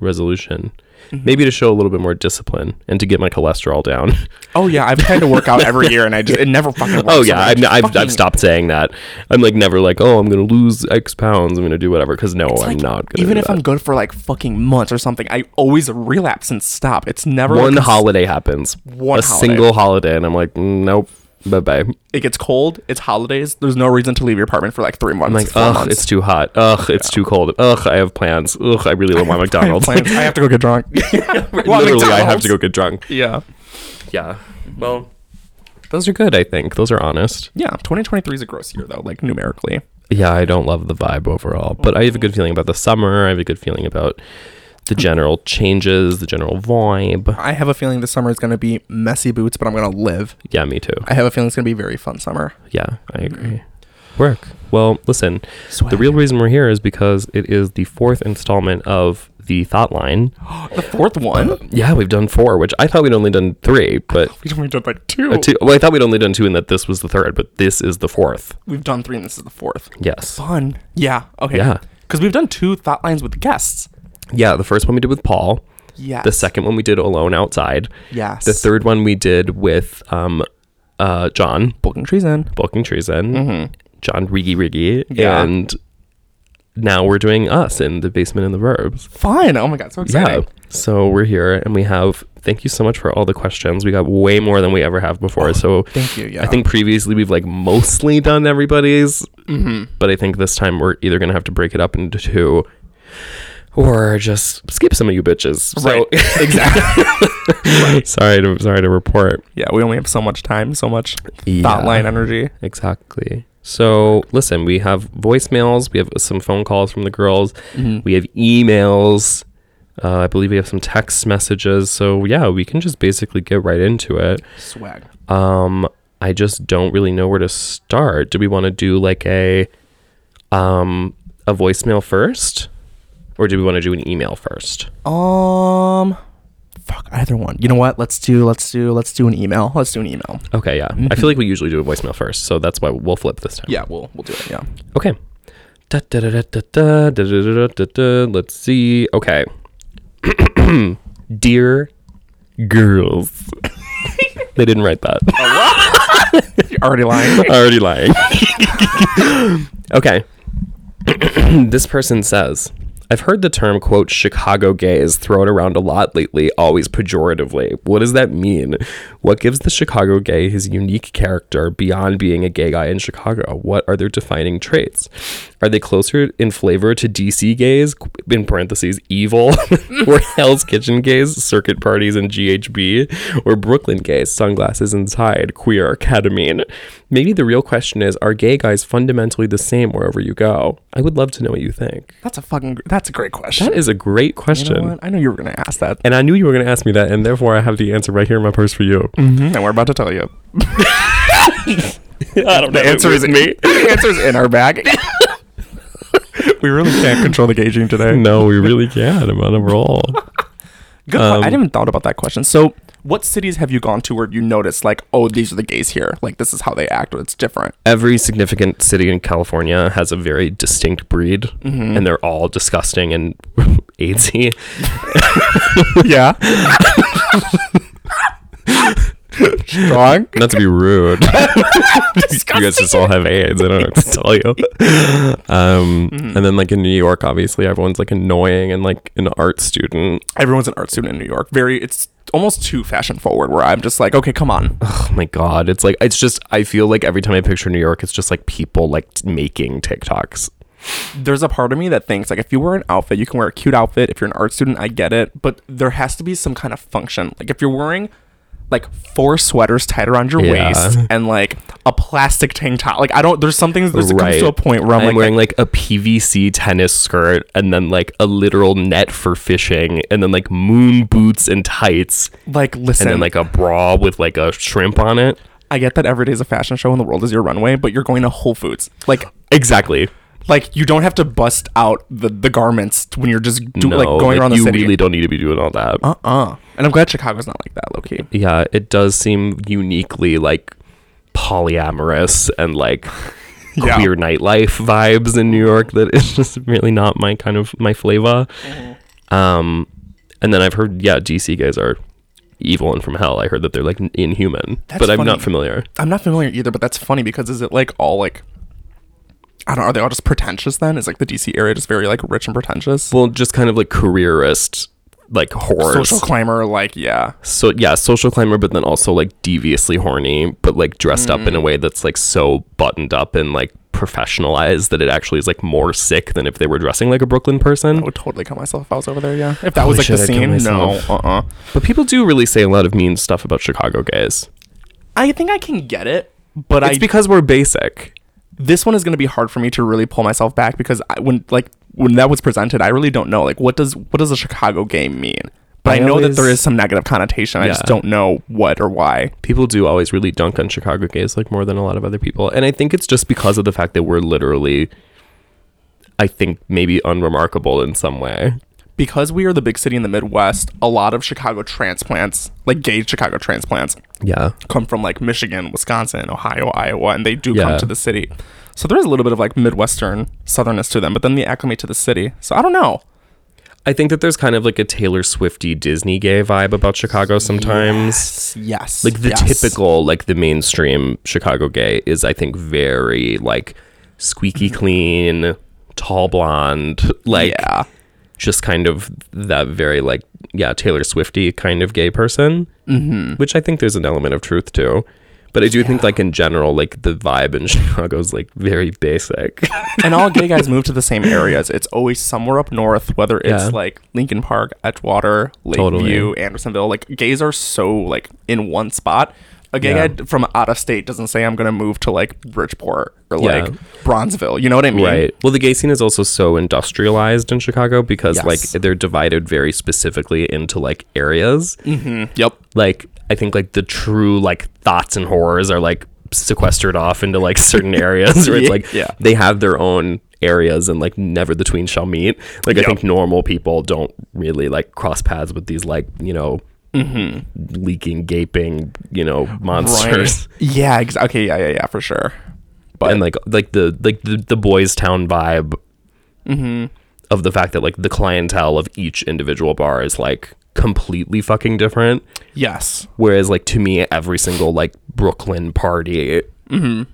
Speaker 7: resolution.
Speaker 5: Mm-hmm.
Speaker 7: Maybe to show a little bit more discipline and to get my cholesterol down.
Speaker 5: Oh yeah, I've tried to work out every year and I just it never fucking works.
Speaker 7: Oh yeah,
Speaker 5: So I
Speaker 7: I've,
Speaker 5: just
Speaker 7: I've,
Speaker 5: fucking-
Speaker 7: I've stopped saying that. I'm like never like, oh, I'm gonna lose X pounds. I'm gonna do whatever. Because no, I'm
Speaker 5: like,
Speaker 7: not gonna.
Speaker 5: Even
Speaker 7: do
Speaker 5: if
Speaker 7: that.
Speaker 5: I'm good for like fucking months or something, I always relapse and stop. It's never
Speaker 7: one
Speaker 5: like,
Speaker 7: holiday happens,
Speaker 5: One
Speaker 7: a
Speaker 5: holiday.
Speaker 7: single holiday, and I'm like, "Mm, nope, bye bye. I'm
Speaker 5: It gets cold. It's holidays. There's no reason to leave your apartment for like three months.
Speaker 7: like,
Speaker 5: four
Speaker 7: ugh,
Speaker 5: months.
Speaker 7: it's too hot. Ugh, it's too cold. Ugh, I have plans. Ugh, I really want my McDonald's.
Speaker 5: Plans. I have to go get drunk. Well,
Speaker 7: Literally, I have
Speaker 5: McDonald's.
Speaker 7: to go get drunk.
Speaker 5: Yeah.
Speaker 7: Yeah. Well, those are good. I think those are honest.
Speaker 5: Yeah, 2023 is a gross year though, like numerically.
Speaker 7: Yeah, I don't love the vibe overall, but I have a good feeling about the summer. I have a good feeling about the general changes, the general vibe.
Speaker 5: I have a feeling this summer is going to be messy boots, but I'm going to live.
Speaker 7: Yeah, me too.
Speaker 5: I have a feeling it's going to be a very fun summer.
Speaker 7: Yeah, I agree. Work. Well, listen, the real reason we're here is because it is the fourth installment of the Thought Line.
Speaker 5: The fourth one?
Speaker 7: Yeah, we've done four, which I thought we'd only done three, but
Speaker 5: We've only done like two.
Speaker 7: uh, two. Well, I thought we'd only done two, and that this was the third, but this is the fourth.
Speaker 5: We've done three, and this is the fourth.
Speaker 7: Yes.
Speaker 5: Fun. Yeah. Okay.
Speaker 7: Yeah.
Speaker 5: Because we've done two thought lines with guests.
Speaker 7: Yeah, the first one we did with Paul.
Speaker 5: Yes.
Speaker 7: The second one we did alone outside.
Speaker 5: Yes.
Speaker 7: The third one we did with um, uh, John
Speaker 5: Booking treason.
Speaker 7: Bulking Treason, John Riggy Riggy,
Speaker 5: Mm-hmm. Yeah.
Speaker 7: and now we're doing us in the basement in the verbs.
Speaker 5: Fun. Oh my god, so
Speaker 7: Yeah.
Speaker 5: exciting.
Speaker 7: So we're here and we have thank you so much for all the questions. We got way more than we ever have before. So
Speaker 5: Oh, thank you, yeah.
Speaker 7: I think previously we've like mostly done everybody's,
Speaker 5: Mm-hmm.
Speaker 7: but I think this time we're either going to have to break it up into two or just skip some of you bitches. So-
Speaker 5: exactly.
Speaker 7: sorry to sorry to report.
Speaker 5: yeah, we only have so much time, so much
Speaker 7: Yeah.
Speaker 5: thought line energy.
Speaker 7: Exactly. So listen, we have voicemails, we have some phone calls from the girls, we have emails. Uh, I believe we have some text messages. So yeah, we can just basically get right into it.
Speaker 5: Swag.
Speaker 7: Um, I just don't really know where to start. Do we want to do like a um a voicemail first, or do we want to do an email first?
Speaker 5: Um fuck, either one. You know what? Let's do let's do let's do an email. Let's do an email.
Speaker 7: Okay, yeah. I feel like we usually do a voicemail first, so that's why we'll flip this time.
Speaker 5: Yeah, we'll we'll do it. Yeah.
Speaker 7: Okay. Da, da, da, da, da, da, da, da, da, da, da, da. Let's see. Okay. Dear girls. they didn't write that.
Speaker 5: already lying.
Speaker 7: Already lying. okay. this person says, I've heard the term, quote, Chicago gays thrown around a lot lately, always pejoratively. What does that mean? What gives the Chicago gay his unique character beyond being a gay guy in Chicago? What are their defining traits? Are they closer in flavor to DC gays, in parentheses, evil, or Hell's Kitchen gays, circuit parties, and GHB, or Brooklyn gays, sunglasses inside, queer, ketamine? Maybe the real question is, are gay guys fundamentally the same wherever you go? I would love to know what you think.
Speaker 5: That's a fucking. gr- That's a great question.
Speaker 7: That is a great question.
Speaker 5: You know what? I knew you were gonna ask that,
Speaker 7: and I knew you were going to ask me that, and therefore I have the answer right here in my purse for you.
Speaker 5: Mm-hmm, and we're about to tell you.
Speaker 7: I don't know.
Speaker 5: The answer is me. the answer is in our bag. we really can't control the gauging today.
Speaker 7: No, we really can't. I'm on a roll.
Speaker 5: Good. point. I didn't even thought about that question. So, what cities have you gone to where you noticed like, oh, these are the gays here? Like, this is how they act. Or it's different.
Speaker 7: Every significant city in California has a very distinct breed, and they're all disgusting and AIDSy.
Speaker 5: yeah. Strong.
Speaker 7: Not to be rude. you guys just all have AIDS. I don't know what to tell you. Um, And then, like in New York, obviously, everyone's like annoying and like an art student.
Speaker 5: Everyone's an art student in New York. Very. It's almost too fashion forward. Where I'm just like, okay, come on.
Speaker 7: Oh my god, it's like it's just I feel like every time I picture New York, it's just like people like t- making TikToks.
Speaker 5: there's a part of me that thinks like if you wear an outfit, you can wear a cute outfit. If you're an art student, I get it, but there has to be some kind of function. Like if you're wearing like four sweaters tied around your
Speaker 7: Yeah.
Speaker 5: waist and like a plastic tank top. Like I don't. There's some things. There's it comes to a point where I'm, like,
Speaker 7: wearing like a PVC tennis skirt and then like a literal net for fishing and then like moon boots and tights
Speaker 5: like listen.
Speaker 7: and then like a bra with like a shrimp on it.
Speaker 5: I get that every day is a fashion show and the world is your runway, but you're going to Whole Foods. Like
Speaker 7: Exactly.
Speaker 5: like you don't have to bust out the the garments when you're just do,
Speaker 7: no,
Speaker 5: like going around the
Speaker 7: you
Speaker 5: city.
Speaker 7: really don't need to be doing all that.
Speaker 5: uh uh. And I'm glad Chicago's not like that, low key.
Speaker 7: yeah, it does seem uniquely like polyamorous and like
Speaker 5: Yeah.
Speaker 7: queer nightlife vibes in New York that is just really not my kind of my flavor.
Speaker 5: Mm-hmm.
Speaker 7: Um, and then I've heard, yeah, DC guys are evil and from hell. I heard that they're like inhuman,
Speaker 5: That's
Speaker 7: but I'm not
Speaker 5: funny.
Speaker 7: familiar.
Speaker 5: I'm not familiar either, but that's funny because is it like all like I don't know, are they all just pretentious then? Is like the DC area just very like rich and pretentious?
Speaker 7: Well, just kind of like careerist, like whores.
Speaker 5: Social climber, like yeah.
Speaker 7: so yeah, social climber, but then also like deviously horny, but like dressed up in
Speaker 5: Mm-hmm.
Speaker 7: a way that's like so buttoned up and like professionalized that it actually is like more sick than if they were dressing like a Brooklyn person.
Speaker 5: I would Oh, totally kill myself if I was over there, yeah. If that was like
Speaker 7: Holy
Speaker 5: the
Speaker 7: shit, I'd kill
Speaker 5: scene. No.
Speaker 7: myself.
Speaker 5: Uh uh
Speaker 7: But people do really say a lot of mean stuff about Chicago gays.
Speaker 5: I think I can get it, but
Speaker 7: It's
Speaker 5: I
Speaker 7: because we're basic.
Speaker 5: this one is gonna be hard for me to really pull myself back because I when like when that was presented, I really don't know. Like what does what does a Chicago game mean? But I,
Speaker 7: I
Speaker 5: know
Speaker 7: always-
Speaker 5: that there is some negative connotation. I just
Speaker 7: Yeah.
Speaker 5: don't know what or why.
Speaker 7: people do always really dunk on Chicago gays like more than a lot of other people. And I think it's just because of the fact that we're literally I think maybe unremarkable in some way.
Speaker 5: because we are the big city in the Midwest, a lot of Chicago transplants, like gay Chicago transplants,
Speaker 7: Yeah.
Speaker 5: come from like Michigan, Wisconsin, Ohio, Iowa, and they do
Speaker 7: Yeah.
Speaker 5: come to the city. So there is a little bit of like Midwestern southernness to them, but then they acclimate to the city. So I don't know.
Speaker 7: I think that there's kind of like a Taylor Swifty Disney gay vibe about Chicago sometimes.
Speaker 5: Yes.
Speaker 7: Like the typical, like the mainstream Chicago gay is I think very like
Speaker 5: Mm-hmm.
Speaker 7: squeaky clean, tall blonde, like
Speaker 5: yeah.
Speaker 7: just kind of that very like yeah Taylor Swifty kind of gay person, mm-hmm. which I think there's an element of truth to. But I do think like in general, like the vibe in Chicago is like very basic.
Speaker 5: and all gay guys move to the same areas. It's always somewhere up north, whether it's
Speaker 7: Yeah.
Speaker 5: like Lincoln Park, Edgewater,
Speaker 7: Totally.
Speaker 5: Lakeview, Andersonville. Like gays are so like in one spot. A gay
Speaker 7: Yeah.
Speaker 5: guy from out of state doesn't say I'm gonna move to like Bridgeport or
Speaker 7: Yeah.
Speaker 5: like Bronzeville. You know what I mean?
Speaker 7: right. Well, the gay scene is also so industrialized in Chicago because
Speaker 5: Yes.
Speaker 7: like they're divided very specifically into like areas.
Speaker 5: Mm. Yep.
Speaker 7: like I think like the true like thoughts and horrors are like sequestered off into like certain areas where it's like
Speaker 5: Yeah.
Speaker 7: they have their own areas and like never the tween shall meet. Like I
Speaker 5: Yeah.
Speaker 7: think normal people don't really like cross paths with these like, you know, leaking, gaping, you know, monsters.
Speaker 5: Mm-hmm. Right. Yeah. Ex- okay. Yeah. Yeah. Yeah. For sure. But
Speaker 7: And like like the like the, the boys town vibe Mm-hmm. of the fact that like the clientele of each individual bar is like completely fucking different.
Speaker 5: yes.
Speaker 7: Whereas, like to me, every single like Brooklyn party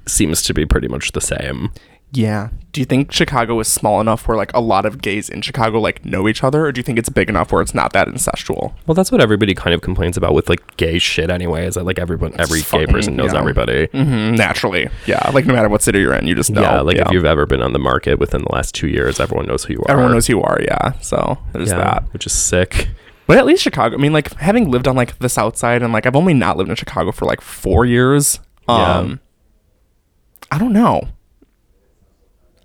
Speaker 7: seems to be pretty much the same.
Speaker 5: Yeah. Do you think Chicago is small enough where like a lot of gays in Chicago like know each other, or do you think it's big enough where it's not that incestual?
Speaker 7: Well, that's what everybody kind of complains about with like gay shit anyway, is that like everyone every gay
Speaker 5: fucking-
Speaker 7: person knows
Speaker 5: yeah.
Speaker 7: everybody.
Speaker 5: Mm, naturally, yeah. Like no matter what city you're in, you just know.
Speaker 7: Mm-hmm. Yeah, like if you've ever been on the market within the last two years, everyone knows who you are.
Speaker 5: everyone knows who you are. Yeah. So there's
Speaker 7: yeah,
Speaker 5: that.
Speaker 7: which is sick.
Speaker 5: But at least Chicago. I mean, like having lived on like the South Side, and like I've only not lived in Chicago for like four years.
Speaker 7: Yeah.
Speaker 5: Um, I don't know.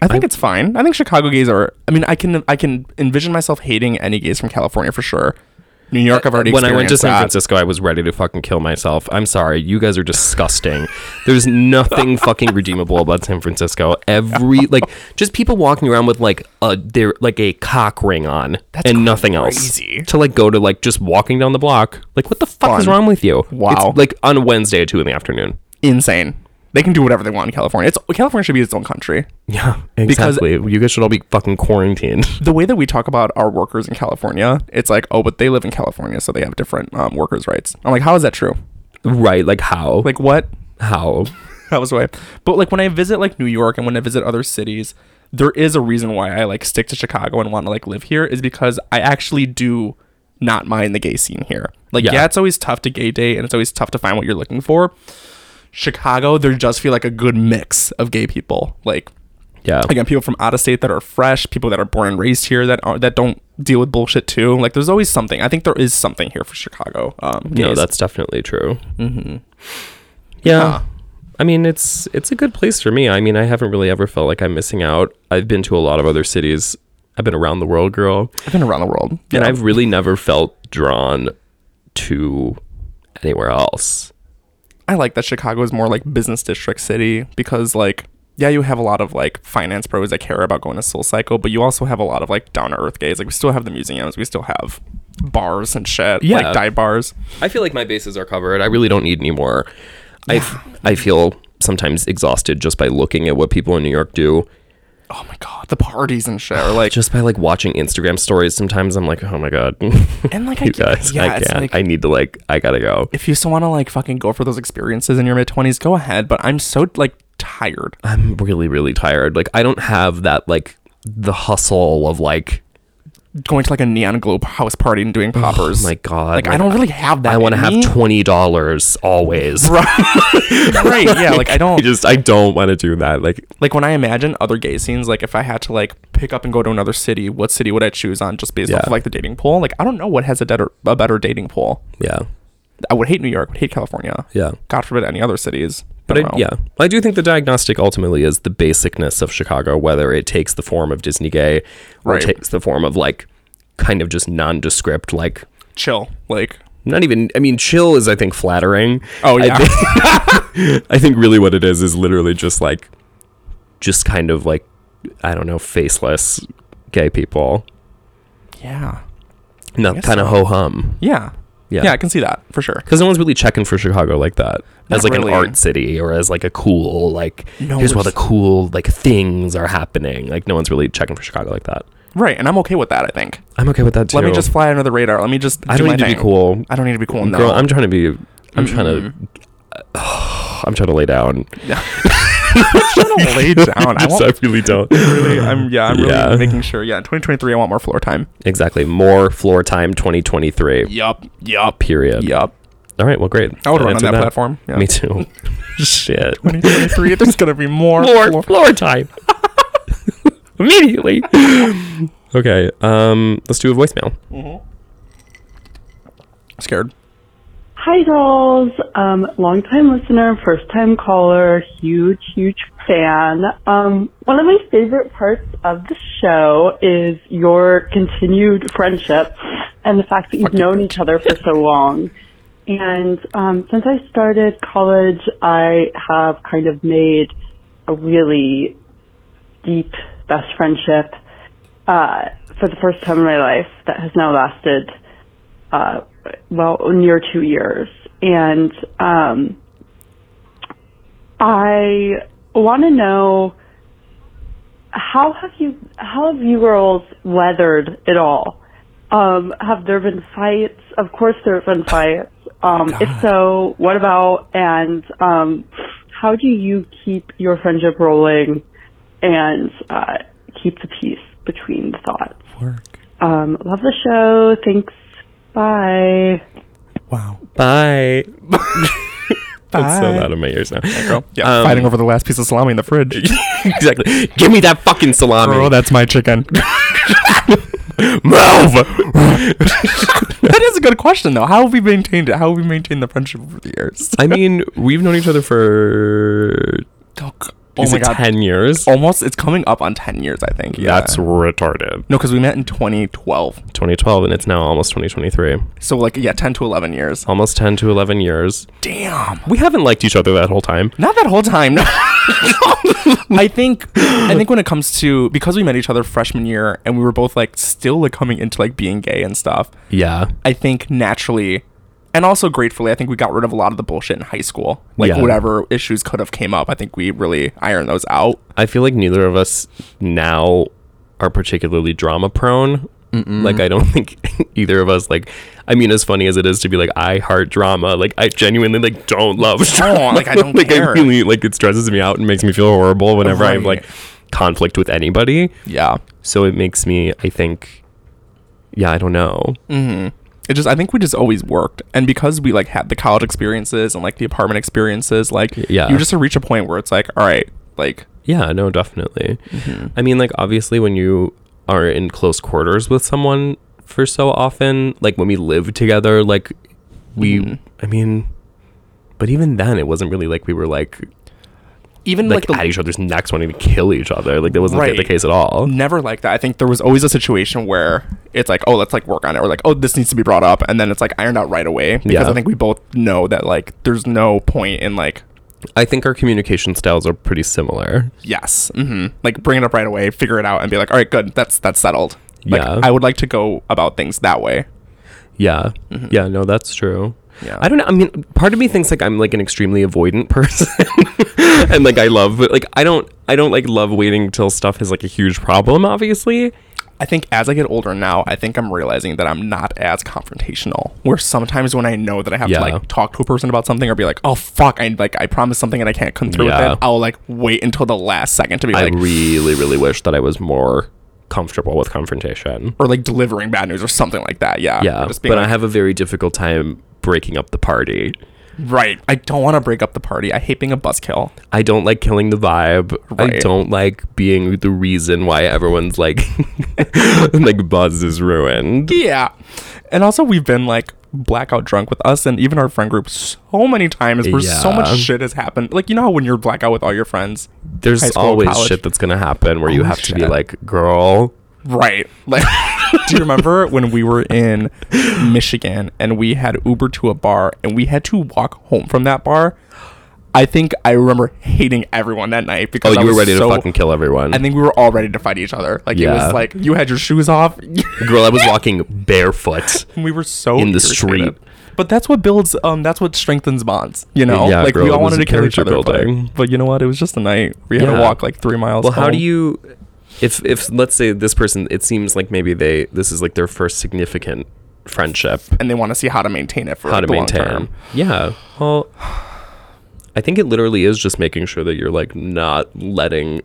Speaker 5: I think it's fine. I think Chicago gays are. I mean, I can I can envision myself hating any gays from California for sure. New York, I've already
Speaker 7: Uh, when I went to
Speaker 5: experienced
Speaker 7: San
Speaker 5: that.
Speaker 7: Francisco, I was ready to fucking kill myself. I'm sorry, you guys are disgusting. There's nothing fucking redeemable about San Francisco. Every like, just people walking around with like a their like a cock ring on
Speaker 5: That's
Speaker 7: and nothing
Speaker 5: crazy.
Speaker 7: else. To like go to like just walking down the block. Like, what the fuck is
Speaker 5: Fun.
Speaker 7: wrong with you?
Speaker 5: Wow.
Speaker 7: It's, like on a Wednesday at two in the afternoon.
Speaker 5: Insane. They can do whatever they want in California. It's California should be its own country.
Speaker 7: Yeah, exactly. you guys should all be fucking quarantined.
Speaker 5: The way that we talk about our workers in California, it's like, oh, but they live in California, so they have different um, workers' rights. I'm like, how is that true?
Speaker 7: right? Like how?
Speaker 5: Like, what?
Speaker 7: how?
Speaker 5: that was why. But like when I visit like New York and when I visit other cities, there is a reason why I like stick to Chicago and want to like live here is because I actually do not mind the gay scene here. Like yeah,
Speaker 7: Yeah.
Speaker 5: it's always tough to gay date and it's always tough to find what you're looking for. Chicago, there just feel like a good mix of gay people. Like
Speaker 7: Yeah.
Speaker 5: again, people from out of state that are fresh, people that are born and raised here that are that don't deal with bullshit too. Like there's always something. I think there is something here for Chicago. Um,
Speaker 7: No,
Speaker 5: gays.
Speaker 7: that's definitely true. Mm-hmm. Yeah.
Speaker 5: Huh.
Speaker 7: I mean, it's it's a good place for me. I mean, I haven't really ever felt like I'm missing out. I've been to a lot of other cities. I've been around the world, girl,
Speaker 5: I've been around the world.
Speaker 7: and I've really never felt drawn to anywhere else.
Speaker 5: I like that Chicago is more like business district city because like yeah, you have a lot of like finance pros that care about going to Soul Cycle, but you also have a lot of like down to earth gays. Like we still have the museums, we still have bars and shit,
Speaker 7: Yeah.
Speaker 5: like dive bars.
Speaker 7: I feel like my bases are covered. I really don't need any more. I f- I feel sometimes exhausted just by looking at what people in New York do.
Speaker 5: Oh my god, the parties and shit. Or like
Speaker 7: Just by like watching Instagram stories, sometimes I'm like, oh my god,
Speaker 5: and like
Speaker 7: you
Speaker 5: I,
Speaker 7: guys,
Speaker 5: yeah,
Speaker 7: I
Speaker 5: it's
Speaker 7: can't.
Speaker 5: like
Speaker 7: I need to like, I gotta go.
Speaker 5: if you still want to like fucking go for those experiences in your mid twenties, go ahead. But I'm so like tired.
Speaker 7: I'm really, really tired. Like I don't have that like the hustle of like
Speaker 5: Going to like a neon globe house party and doing poppers.
Speaker 7: Oh my God,
Speaker 5: Oh Like, I
Speaker 7: like,
Speaker 5: don't really have that.
Speaker 7: I want to
Speaker 5: in
Speaker 7: have
Speaker 5: me.
Speaker 7: twenty dollars always.
Speaker 5: right. Yeah. Like I
Speaker 7: I
Speaker 5: don't
Speaker 7: just I don't want to do that. Like
Speaker 5: like when I imagine other gay scenes, like if I had to like pick up and go to another city, what city would I choose on just based off
Speaker 7: Yeah.
Speaker 5: of like the dating pool? Like I don't know what has a better a better dating pool.
Speaker 7: yeah,
Speaker 5: I would hate New York, would hate California.
Speaker 7: Yeah.
Speaker 5: God forbid any other cities.
Speaker 7: but
Speaker 5: don't
Speaker 7: I,
Speaker 5: know.
Speaker 7: yeah, I do think the diagnostic ultimately is the basicness of Chicago, whether it takes the form of Disney gay or
Speaker 5: Right.
Speaker 7: takes the form of like kind of just nondescript like.
Speaker 5: chill. Like
Speaker 7: Not even. I mean, chill is I think flattering.
Speaker 5: oh
Speaker 7: I
Speaker 5: yeah,
Speaker 7: think- I think really what it is is literally just like, just kind of like, I don't know, faceless gay people.
Speaker 5: yeah,
Speaker 7: Not
Speaker 5: guess
Speaker 7: kind of ho
Speaker 5: so.
Speaker 7: hum.
Speaker 5: yeah,
Speaker 7: Yeah.
Speaker 5: yeah. I can see that for sure.
Speaker 7: Because no one's really checking for Chicago like that.
Speaker 5: Not
Speaker 7: as like
Speaker 5: really.
Speaker 7: an art city or as like a cool, like,
Speaker 5: No,
Speaker 7: here's where
Speaker 5: it's-
Speaker 7: the cool, like, things are happening. Like, no one's really checking for Chicago like that.
Speaker 5: Right, and I'm okay with that. I think.
Speaker 7: I'm okay with that too.
Speaker 5: Let me just fly under the radar. Let me just.
Speaker 7: I
Speaker 5: do
Speaker 7: don't
Speaker 5: my
Speaker 7: need to be
Speaker 5: thing.
Speaker 7: cool.
Speaker 5: I don't need to be cool. No.
Speaker 7: Girl, I'm trying to be. I'm trying to. I'm trying to lay down.
Speaker 5: gonna lay down. I
Speaker 7: Just,
Speaker 5: want
Speaker 7: I really don't.
Speaker 5: really. I'm yeah. I'm really
Speaker 7: Yeah.
Speaker 5: making sure. Yeah, in 2023, I want more floor time.
Speaker 7: exactly. More floor time 2023.
Speaker 5: Yup. Yup.
Speaker 7: Period.
Speaker 5: Yup.
Speaker 7: All right. Well, great.
Speaker 5: I would run on
Speaker 7: Answered
Speaker 5: that platform, yeah.
Speaker 7: Me too. Shit.
Speaker 5: 2023. There's gonna be more.
Speaker 7: Floor, floor time. Immediately. okay. Um. Let's do a voicemail.
Speaker 5: Scared.
Speaker 8: Hi, girls. Um, long time listener, first time caller, huge, huge fan. Um, one of my favorite parts of the show is your continued friendship and the fact that you've known each other for so long. And um, since I started college, I have kind of made a really deep best friendship uh, for the first time in my life that has now lasted uh, well, near two years. And um, I want to know how have you how have you girls weathered it all? Um, have there been fights? Of course, there have been fights. Um, if so, what about? And um, how do you keep your friendship rolling and uh, keep the peace between the thoughts?
Speaker 5: Work.
Speaker 8: Um, love the show. Thanks. Bye.
Speaker 5: Wow.
Speaker 7: Bye. It's so
Speaker 5: Bye.
Speaker 7: loud in my ears now.
Speaker 5: Girl, yeah,
Speaker 7: Um,
Speaker 5: fighting over the last piece of salami in the fridge.
Speaker 7: exactly. Give me that fucking salami.
Speaker 5: Bro, that's my chicken.
Speaker 7: Move.
Speaker 5: that is a good question, though. How have we maintained it? How have we maintained the friendship over the years?
Speaker 7: I mean, we've known each other for
Speaker 5: Oh, g-
Speaker 7: is
Speaker 5: oh my
Speaker 7: it
Speaker 5: god.
Speaker 7: ten years.
Speaker 5: Almost, it's coming up on 10 years, I think. Yeah.
Speaker 7: That's retarded.
Speaker 5: No, because we met in 2012.
Speaker 7: 2012, and it's now almost 2023.
Speaker 5: So, like, yeah, 10 to 11 years.
Speaker 7: Almost 10 to 11 years.
Speaker 5: Damn.
Speaker 7: We haven't liked each other that whole time.
Speaker 5: Not that whole time. No. I think I think when it comes to because we met each other freshman year and we were both like still like coming into like being gay and stuff.
Speaker 7: Yeah.
Speaker 5: I think naturally and also gratefully, I think we got rid of a lot of the bullshit in high school. Like
Speaker 7: Yeah.
Speaker 5: whatever issues could have came up, I think we really ironed those out.
Speaker 7: I feel like neither of us now are particularly drama prone. Like I don't think either of us like. I mean, as funny as it is to be like, I heart drama. Like I genuinely like don't love drama.
Speaker 5: like, I don't
Speaker 7: like
Speaker 5: care.
Speaker 7: I really like it stresses me out and makes me feel horrible whenever I have
Speaker 5: Right.
Speaker 7: like conflict with anybody.
Speaker 5: Yeah.
Speaker 7: So it makes me, I think, yeah, I don't know.
Speaker 5: It just I think we just always worked. And because we like had the college experiences and like the apartment experiences, like
Speaker 7: yeah.
Speaker 5: you just reach a point where it's like, all right, like
Speaker 7: Yeah, no, definitely.
Speaker 5: Mm-hmm.
Speaker 7: I mean, like, obviously, when you are in close quarters with someone for so often, like when we lived together, like, we,
Speaker 5: Mm-hmm.
Speaker 7: I mean, but even then, it wasn't really like we were like,
Speaker 5: even
Speaker 7: like,
Speaker 5: like,
Speaker 7: at
Speaker 5: the
Speaker 7: each other's necks wanting to kill each other. Like, that wasn't the
Speaker 5: Right. Mm-hmm.
Speaker 7: case at all.
Speaker 5: never like that. I think there was always a situation where it's like, oh, let's like work on it, or like, oh, this needs to be brought up, and then it's like ironed out right away because
Speaker 7: Yeah.
Speaker 5: I think we both know that like there's no point in like
Speaker 7: I think our communication styles are pretty similar.
Speaker 5: yes, hmm like bring it up right away, figure it out, and be like, all right, good, that's that's settled. Like,
Speaker 7: Yeah.
Speaker 5: I would like to go about things that way.
Speaker 7: Yeah. Yeah, no, that's true.
Speaker 5: Yeah.
Speaker 7: I don't know. I mean, part of me thinks like I'm like an extremely avoidant person. and like I love but like I don't I don't like love waiting till stuff is like a huge problem, obviously.
Speaker 5: I think as I get older now, I think I'm realizing that I'm not as confrontational. Where sometimes when I know that I have
Speaker 7: Yeah.
Speaker 5: to like talk to a person about something or be like, oh fuck, I like I promised something and I can't come through
Speaker 7: Yeah.
Speaker 5: with it, I'll like wait until the last second to be
Speaker 7: I
Speaker 5: like,
Speaker 7: really, really wish that I was more comfortable with confrontation.
Speaker 5: or like delivering bad news or something like that. Yeah.
Speaker 7: Yeah.
Speaker 5: Or Just being
Speaker 7: But I
Speaker 5: like,
Speaker 7: have a very difficult time breaking up the party.
Speaker 5: right. I don't want to break up the party. I hate being a buzzkill.
Speaker 7: I don't like killing the vibe. I
Speaker 5: Right.
Speaker 7: don't like being the reason why everyone's like like buzz is ruined.
Speaker 5: Yeah. And also, we've been like blackout drunk with us and even our friend group so many times where so
Speaker 7: Yeah.
Speaker 5: much shit has happened. Like, you know how when you're blackout with all your friends?
Speaker 7: There's
Speaker 5: High school,
Speaker 7: always
Speaker 5: college.
Speaker 7: shit that's gonna happen where you
Speaker 5: Oh,
Speaker 7: have to be
Speaker 5: shit.
Speaker 7: like, girl,
Speaker 5: Right. Like, do you remember when we were in Michigan and we had Uber to a bar and we had to walk home from that bar? I think I remember hating everyone that night because
Speaker 7: Oh,
Speaker 5: I
Speaker 7: you were
Speaker 5: was
Speaker 7: ready
Speaker 5: so-
Speaker 7: to fucking kill everyone.
Speaker 5: I think we were all ready to fight each other. Like it
Speaker 7: Yeah.
Speaker 5: was like you had your shoes off.
Speaker 7: girl, I was walking barefoot.
Speaker 5: and we were so
Speaker 7: In the
Speaker 5: irritated.
Speaker 7: street.
Speaker 5: But that's what builds. Um, that's what strengthens bonds. You know,
Speaker 7: Yeah,
Speaker 5: like
Speaker 7: girl,
Speaker 5: we
Speaker 7: it
Speaker 5: all
Speaker 7: was
Speaker 5: wanted to kill each
Speaker 7: character
Speaker 5: other, but,
Speaker 7: building.
Speaker 5: but you know what? It was just a night. We had
Speaker 7: Yeah.
Speaker 5: to walk like three miles.
Speaker 7: Well, how do
Speaker 5: home.
Speaker 7: you, if if let's say this person, it seems like maybe they this is like their first significant friendship.
Speaker 5: And they want to see how to maintain it for
Speaker 7: How to
Speaker 5: the
Speaker 7: maintain?
Speaker 5: Long term.
Speaker 7: Yeah. Well, I think it literally is just making sure that you're like not letting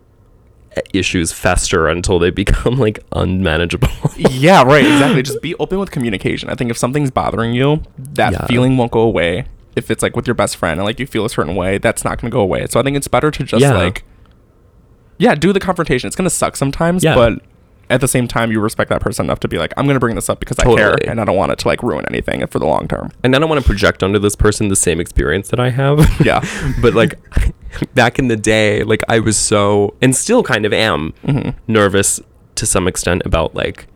Speaker 7: issues fester until they become like unmanageable.
Speaker 5: Yeah, right. Exactly. just be open with communication. I think if something's bothering you, that
Speaker 7: Yeah.
Speaker 5: feeling won't go away. If it's like with your best friend and like you feel a certain way, that's not going to go away. So I think it's better to just
Speaker 7: Yeah.
Speaker 5: like, yeah, do the confrontation. It's going to suck sometimes,
Speaker 7: Yeah.
Speaker 5: but at the same time, you respect that person enough to be like, I'm going to bring this up because I
Speaker 7: Totally.
Speaker 5: care and I don't want it to like ruin anything for the long term.
Speaker 7: and I don't want to project onto this person the same experience that I have.
Speaker 5: Yeah.
Speaker 7: but like back in the day, like I was so and still kind of am nervous to some extent about like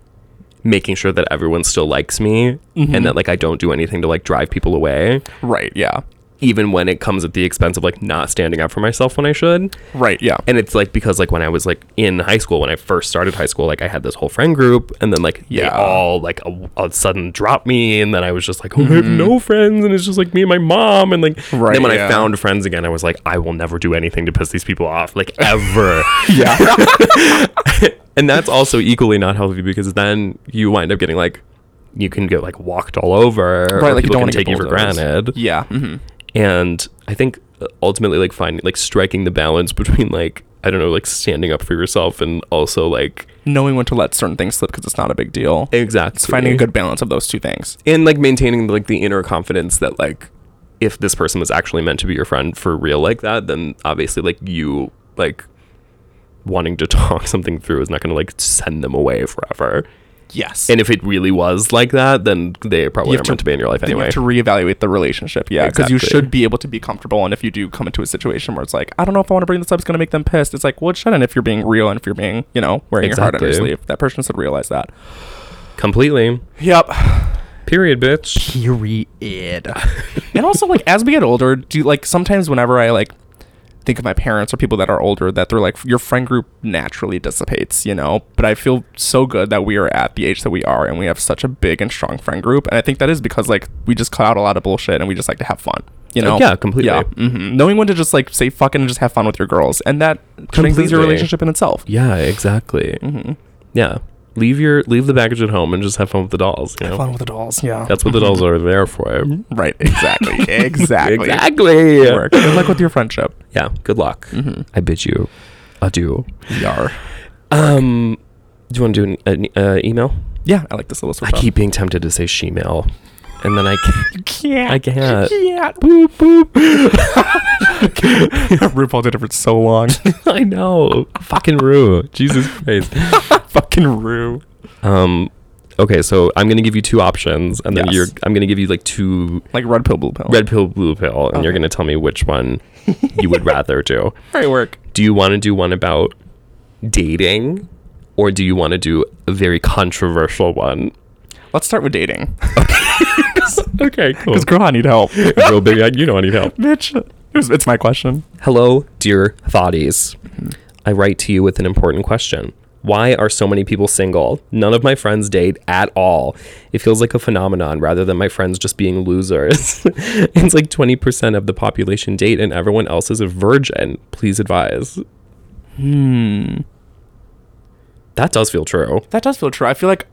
Speaker 7: making sure that everyone still likes me and that like I don't do anything to like drive people away,
Speaker 5: Right. Yeah.
Speaker 7: even when it comes at the expense of like not standing up for myself when I should.
Speaker 5: Right. Yeah.
Speaker 7: And it's like because like when I was like in high school, when I first started high school, like I had this whole friend group, and then like they
Speaker 5: Yeah.
Speaker 7: all like a, a sudden dropped me, and then I was just like, oh, I have no friends, and it's just like me and my mom, and like
Speaker 5: Mm-hmm. Right,
Speaker 7: then when I
Speaker 5: yeah.
Speaker 7: found friends again, I was like, I will never do anything to piss these people off, like ever.
Speaker 5: yeah.
Speaker 7: and that's also equally not healthy because then you wind up getting like you can get like walked all over, or
Speaker 5: right. Like you
Speaker 7: people can
Speaker 5: don't want to
Speaker 7: take you for granted,
Speaker 5: Yeah. mhm.
Speaker 7: and I think uh, ultimately like finding like striking the balance between like I don't know like standing up for yourself and also like
Speaker 5: knowing when to let certain things slip because it's not a big deal.
Speaker 7: exactly
Speaker 5: It's finding a good balance of those two things.
Speaker 7: and like maintaining like the inner confidence that like if this person was actually meant to be your friend for real like that then obviously like you like wanting to talk something through is not going to like send them away forever
Speaker 5: Yes.
Speaker 7: and if it really was like that then they probably
Speaker 5: You have
Speaker 7: aren't meant to be in your life
Speaker 5: then you
Speaker 7: anyway
Speaker 5: have to reevaluate the relationship. Yeah, because you
Speaker 7: Exactly.
Speaker 5: should be able to be comfortable. And if you do come into a situation where it's like, I don't know if I want to bring this up, it's going to make them pissed. It's like, well, shut in if you're being real and if you're being, you know, wearing your heart on your
Speaker 7: Exactly.
Speaker 5: sleeve. That person should realize that.
Speaker 7: completely
Speaker 5: Yep.
Speaker 7: period bitch
Speaker 5: Period. and also, like, as we get older, do like sometimes whenever I like think of my parents or people that are older, that they're like, your friend group naturally dissipates, you know? But I feel so good that we are at the age that we are and we have such a big and strong friend group. And I think that is because, like, we just cut out a lot of bullshit and we just like to have fun, you know?
Speaker 7: yeah, completely.
Speaker 5: hmm Knowing when to just like say fucking and just have fun with your girls. And that strengthens
Speaker 7: Completely.
Speaker 5: your relationship in itself.
Speaker 7: yeah exactly mm-hmm. yeah leave your leave the baggage at home and just have fun with the dolls you know
Speaker 5: Fun Mm-hmm. with the dolls, yeah.
Speaker 7: that's what the dolls are there for
Speaker 5: right. Exactly. exactly.
Speaker 7: exactly Mm-hmm.
Speaker 5: Work. Good luck with your friendship.
Speaker 7: yeah good luck i bid you adieu
Speaker 5: Yar.
Speaker 7: Um, do you want to do an, an uh, email?
Speaker 5: Yeah, I like this little switch.
Speaker 7: I keep being tempted to say shemale, and then I can't.
Speaker 5: can't.
Speaker 7: I can't.
Speaker 5: Yeah. Boop boop. RuPaul did it for so long.
Speaker 7: I know. Fucking Rue. Jesus Christ.
Speaker 5: Fucking Rue.
Speaker 7: Um. Okay, so I'm gonna give you two options, and then
Speaker 5: Yes.
Speaker 7: you're. I'm gonna give you like two
Speaker 5: Like red pill, blue pill.
Speaker 7: red pill, blue pill, and you're
Speaker 5: Okay.
Speaker 7: gonna tell me which one you would rather do.
Speaker 5: Great work.
Speaker 7: Do you want to do one about dating, or do you want to do a very controversial one?
Speaker 5: Let's start with dating.
Speaker 7: Okay, cool.
Speaker 5: Because girl, I need help.
Speaker 7: Girl, baby, I- you know I need help.
Speaker 5: Bitch, it was- it's my question.
Speaker 7: Hello, dear thoughties. I write to you with an important question. Why are so many people single? None of my friends date at all. It feels like a phenomenon rather than my friends just being losers. it's like 20% of the population date and everyone else is a virgin. Please advise. Hmm.
Speaker 5: Hmm.
Speaker 7: That does feel true.
Speaker 5: That does feel true. I feel like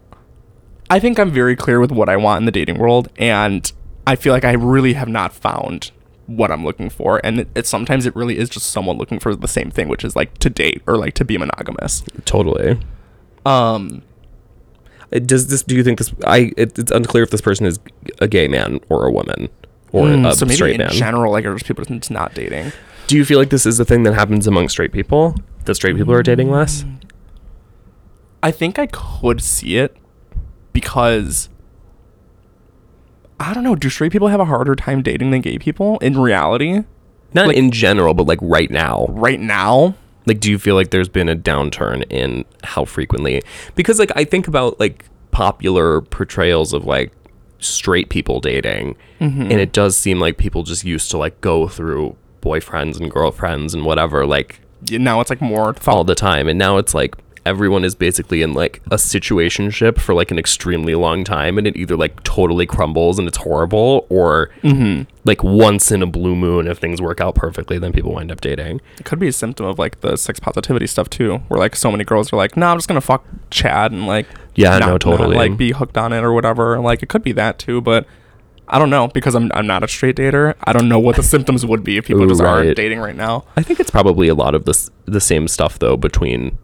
Speaker 5: I think I'm very clear with what I want in the dating world, and I feel like I really have not found what I'm looking for. And it, it sometimes it really is just someone looking for the same thing, which is like to date or like to be monogamous.
Speaker 7: Totally.
Speaker 5: Um,
Speaker 7: Uh, Does this? Do you think this? I. It, it's unclear if this person is a gay man or a woman or a
Speaker 5: Hmm, so maybe
Speaker 7: straight
Speaker 5: in
Speaker 7: man.
Speaker 5: general, like, there's people that's not dating.
Speaker 7: Do you feel like this is the thing that happens among straight people? That straight people are dating less?
Speaker 5: I think I could see it because I don't know. Do straight people have a harder time dating than gay people in reality
Speaker 7: Not in general, but like right now.
Speaker 5: right now?
Speaker 7: Like, do you feel like there's been a downturn in how frequently? Because, like, I think about like popular portrayals of like straight people dating, and it does seem like people just used to like go through boyfriends and girlfriends and whatever, like
Speaker 5: Yeah, Now it's like more
Speaker 7: all
Speaker 5: thought.
Speaker 7: the time. And now it's like everyone is basically in like a situationship for like an extremely long time and it either like totally crumbles and it's horrible or like once in a blue moon if things work out perfectly then people wind up dating.
Speaker 5: It could be a symptom of like the sex positivity stuff too, where like so many girls are like, "No, nah, I'm just gonna fuck Chad and like,
Speaker 7: Yeah,
Speaker 5: not-
Speaker 7: no,
Speaker 5: not,
Speaker 7: totally.
Speaker 5: like be hooked on it or whatever." Like it could be that too, but. I don't know because I'm, I'm not a straight dater. I don't know what the symptoms would be if people
Speaker 7: Ooh,
Speaker 5: just
Speaker 7: right.
Speaker 5: aren't dating right now.
Speaker 7: I think it's probably a lot of this the same stuff though between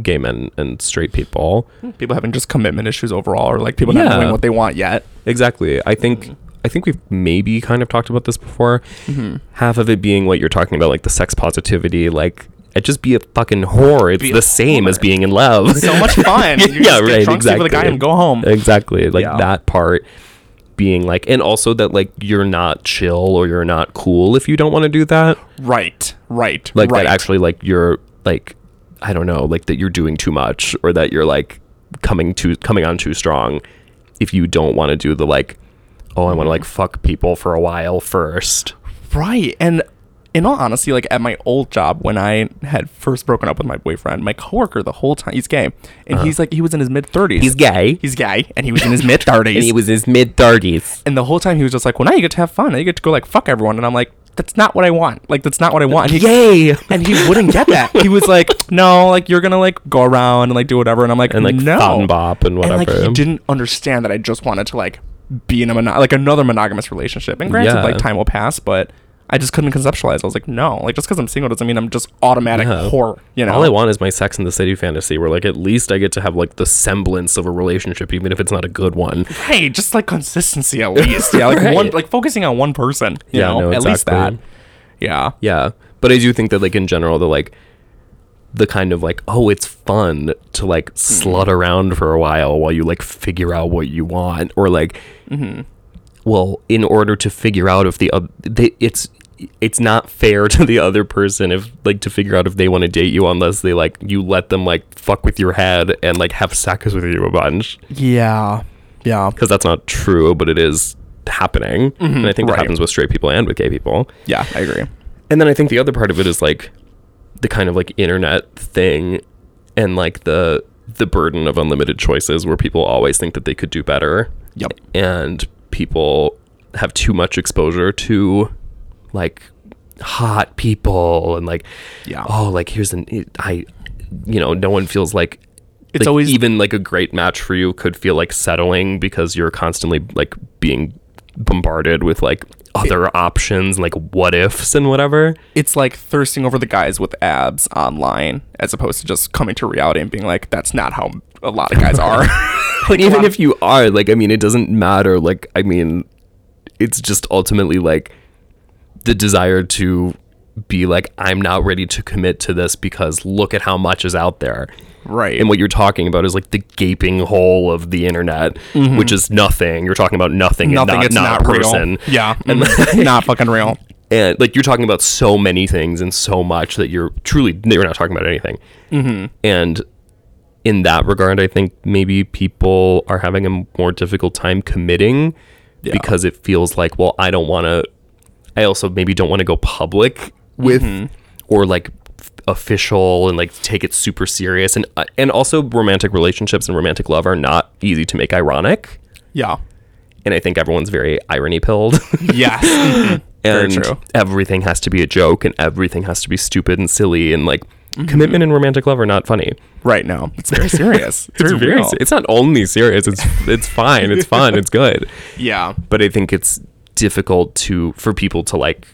Speaker 7: gay men and straight people.
Speaker 5: People having just commitment issues overall, or like people
Speaker 7: Yeah.
Speaker 5: not knowing what they want yet.
Speaker 7: Exactly. I think I think we've maybe kind of talked about this before.
Speaker 5: Mm-hmm.
Speaker 7: Half of it being what you're talking about, like the sex positivity, like it just be a fucking whore. It's the same as being in love.
Speaker 5: so much fun. You
Speaker 7: yeah,
Speaker 5: just get
Speaker 7: right.
Speaker 5: drunk,
Speaker 7: Exactly.
Speaker 5: sleep with a guy, and go home.
Speaker 7: Exactly. Like
Speaker 5: Yeah.
Speaker 7: that part being like, and also that like you're not chill or you're not cool if you don't want to do that.
Speaker 5: Right, right,
Speaker 7: Like
Speaker 5: right.
Speaker 7: that actually, like you're like, I don't know, like that you're doing too much or that you're like coming too coming on too strong if you don't want to do the like. Oh, I want to like fuck people for a while first.
Speaker 5: right. And in all honesty, like at my old job when I had first broken up with my boyfriend, my coworker the whole time he's gay, and he's like he was in his mid thirties.
Speaker 7: Uh-huh. He's gay.
Speaker 5: He's gay, and he was in his mid thirties.
Speaker 7: and he was in his mid thirties.
Speaker 5: and the whole time he was just like, "Well, now you get to have fun. Now you get to go like fuck everyone." And I'm like, "That's not what I want. Like, that's not what I want." And he,
Speaker 7: Yay!
Speaker 5: And he wouldn't get that. He was like, "No, like you're gonna like go around and like do whatever." And I'm like,
Speaker 7: And like
Speaker 5: no.
Speaker 7: fountain bop and whatever.
Speaker 5: And like he didn't understand that I just wanted to like be in a mono- like another monogamous relationship. And granted,
Speaker 7: Yeah.
Speaker 5: like time will pass, but I just couldn't conceptualize. I was like, no, like just because I'm single doesn't mean I'm just automatic
Speaker 7: Yeah.
Speaker 5: whore. You know,
Speaker 7: All I want is my Sex in the City fantasy, where like at least I get to have like the semblance of a relationship, even if it's not a good one.
Speaker 5: hey, just like consistency at least. Yeah, like one,
Speaker 7: Right.
Speaker 5: like focusing on one person. You
Speaker 7: Yeah,
Speaker 5: know,
Speaker 7: no,
Speaker 5: at least that.
Speaker 7: exactly.
Speaker 5: Yeah,
Speaker 7: Yeah, but I do think that like in general, the like the kind of like oh, it's fun to like slut around for a while while you like figure out what you want, or like well, in order to figure out if the oth- they, it's it's not fair to the other person if like to figure out if they want to date you unless they like you let them like fuck with your head and like have sex with you a bunch
Speaker 5: yeah, yeah,
Speaker 7: because that's not true, but it is happening, and I think that
Speaker 5: right.
Speaker 7: happens with straight people and with gay people.
Speaker 5: yeah. I agree.
Speaker 7: And then I think the other part of it is like the kind of like internet thing and like the the burden of unlimited choices where people always think that they could do better.
Speaker 5: Yep.
Speaker 7: And people have too much exposure to like hot people and like
Speaker 5: Yeah.
Speaker 7: oh like here's an I you know no one feels like
Speaker 5: It's
Speaker 7: like,
Speaker 5: always
Speaker 7: even like a great match for you could feel like settling because you're constantly like being bombarded with like other options like what ifs and whatever
Speaker 5: it's like thirsting over the guys with abs online as opposed to just coming to reality and being like, that's not how a lot of guys are.
Speaker 7: like even if you are like i mean it doesn't matter like i mean it's just ultimately like the desire to be like i'm not ready to commit to this because look at how much is out there
Speaker 5: right.
Speaker 7: and what you're talking about is like the gaping hole of the internet which is nothing you're talking about nothing,
Speaker 5: Mm-hmm. nothing,
Speaker 7: and
Speaker 5: it's
Speaker 7: not,
Speaker 5: not,
Speaker 7: not a
Speaker 5: real.
Speaker 7: person
Speaker 5: Yeah. not fucking real.
Speaker 7: and like you're talking about so many things and so much that you're truly that you're not talking about anything mm-hmm. and in that regard i think maybe people are having a more difficult time committing because it feels like well i don't want to i also maybe don't want to go public with or like f- official and like take it super serious and uh, and also romantic relationships and romantic love are not easy to make ironic
Speaker 5: Yeah.
Speaker 7: and i think everyone's very irony pilled
Speaker 5: Yes. Mhm.
Speaker 7: and
Speaker 5: Very true.
Speaker 7: everything has to be a joke and everything has to be stupid and silly and like
Speaker 5: Mm-hmm.
Speaker 7: commitment and romantic love are not funny.
Speaker 5: Right now. It's very serious. It's, very, real.
Speaker 7: se- It's not only serious. It's it's fine. It's fun. It's good.
Speaker 5: yeah.
Speaker 7: But I think it's difficult to for people to like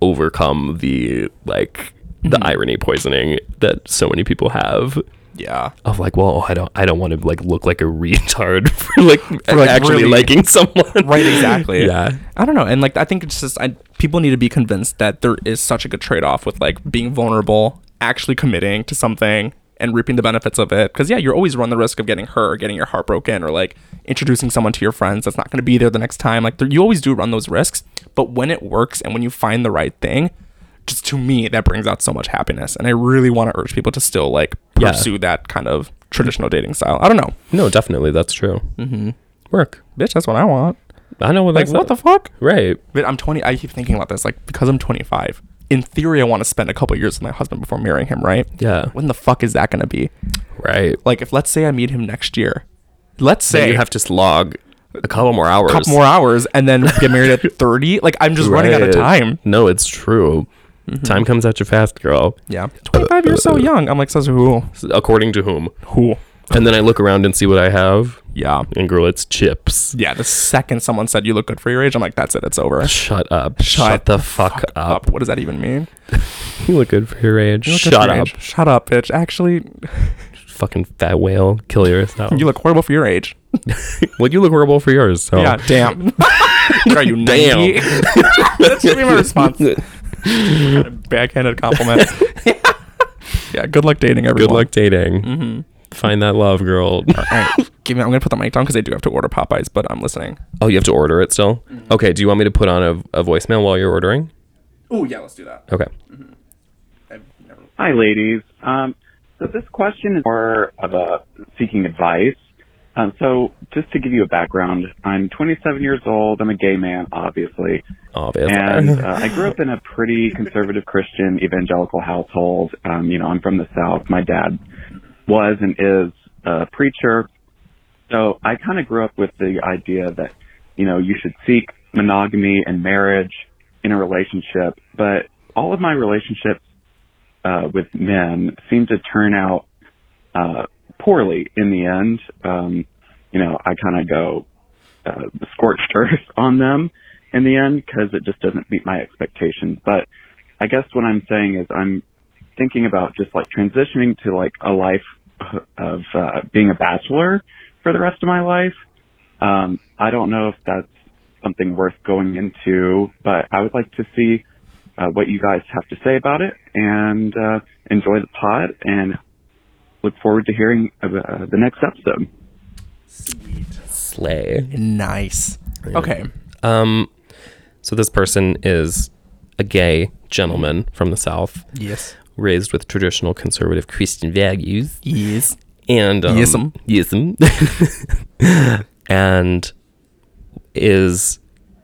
Speaker 7: overcome the like
Speaker 5: Mm-hmm.
Speaker 7: the irony poisoning that so many people have
Speaker 5: Yeah.
Speaker 7: of like, well, I don't I don't want to like look like a retard for like,
Speaker 5: like,
Speaker 7: actually
Speaker 5: really-
Speaker 7: liking someone.
Speaker 5: Right, exactly.
Speaker 7: Yeah.
Speaker 5: I don't know. And like I think it's just I people need to be convinced that there is such a good trade-off with like being vulnerable, actually committing to something and reaping the benefits of it. Cuz yeah, you're always run the risk of getting hurt or getting your heart broken or like introducing someone to your friends that's not going to be there the next time. Like there, you always do run those risks, but when it works and when you find the right thing, just to me that brings out so much happiness. And I really want to urge people to still like
Speaker 7: Yeah.
Speaker 5: pursue that kind of traditional dating style. I don't know.
Speaker 7: No, definitely that's true. Mm-hmm. Work.
Speaker 5: Bitch, that's what I want.
Speaker 7: I know.
Speaker 5: Like what the fuck?
Speaker 7: right.
Speaker 5: But I'm 20. I keep thinking about this, like because I'm 25. In theory, I want to spend a couple years with my husband before marrying him, right?
Speaker 7: Yeah.
Speaker 5: When the fuck is that going to be?
Speaker 7: Right.
Speaker 5: Like, if let's say I meet him next year, let's
Speaker 7: then
Speaker 5: say
Speaker 7: you have to slog a couple more hours.
Speaker 5: a couple more hours and then get married at 30. Like, I'm just running out of
Speaker 7: Right.
Speaker 5: time. Mm-hmm.
Speaker 7: No, it's true. Time comes at you fast, girl.
Speaker 5: Yeah, 25 years
Speaker 7: Uh,
Speaker 5: so young. I'm like, says who?
Speaker 7: According to whom?
Speaker 5: Who?
Speaker 7: And then I look around and see what I have,
Speaker 5: Yeah.
Speaker 7: and girl, it's chips.
Speaker 5: Yeah. The second someone said you look good for your age, I'm like, that's it. It's over.
Speaker 7: Shut up. Shut, the fuck, up.
Speaker 5: Up. What does that even mean?
Speaker 7: You look good for your age.
Speaker 5: Look at
Speaker 7: Shut
Speaker 5: your
Speaker 7: up.
Speaker 5: age. Shut up, bitch. Actually,
Speaker 7: Fucking fat whale. Kill yourself.
Speaker 5: you look horrible for your age.
Speaker 7: well, you look horrible for yours. So.
Speaker 5: Yeah, Oh, damn. What Are you
Speaker 7: Damn.
Speaker 5: ninety? That should be my response. Backhanded compliment. yeah, good luck dating
Speaker 7: Good
Speaker 5: everyone.
Speaker 7: luck dating. Find that love, girl.
Speaker 5: Mm-hmm. All right, give me. I'm gonna put the mic down because I do have to order Popeyes, but I'm listening.
Speaker 7: oh, you have to order it still?
Speaker 5: Mm-hmm.
Speaker 7: Okay, do you want me to put on a, a voicemail while you're ordering?
Speaker 5: Oh yeah, let's do that.
Speaker 7: Okay.
Speaker 9: Hi, ladies. Um, so this question is more of a seeking advice. Um, so just to give you a background, I'm 27 years old. I'm a gay man, obviously,
Speaker 7: Obviously.
Speaker 9: and uh, I grew up in a pretty conservative Christian evangelical household. Um, you know, I'm from the South. My dad was and is a preacher, so I kind of grew up with the idea that you know you should seek monogamy and marriage in a relationship. But all of my relationships uh, with men seem to turn out uh, poorly in the end. Um, you know, I kind of go uh, scorched earth on them, in the end because it just doesn't meet my expectations. But I guess what I'm saying is I'm thinking about just like transitioning to like a life of uh, being a bachelor for the rest of my life. Um, I don't know if that's something worth going into, but I would like to see uh, what you guys have to say about it and uh, enjoy the pod and look forward to hearing uh, the next episode.
Speaker 7: Slay.
Speaker 5: Nice. Okay.
Speaker 7: Um, so this person is a gay gentleman from the South,
Speaker 5: Yes.
Speaker 7: raised with traditional conservative Christian values,
Speaker 5: Yes.
Speaker 7: and um,
Speaker 5: Yes'm.
Speaker 7: yes'm. and is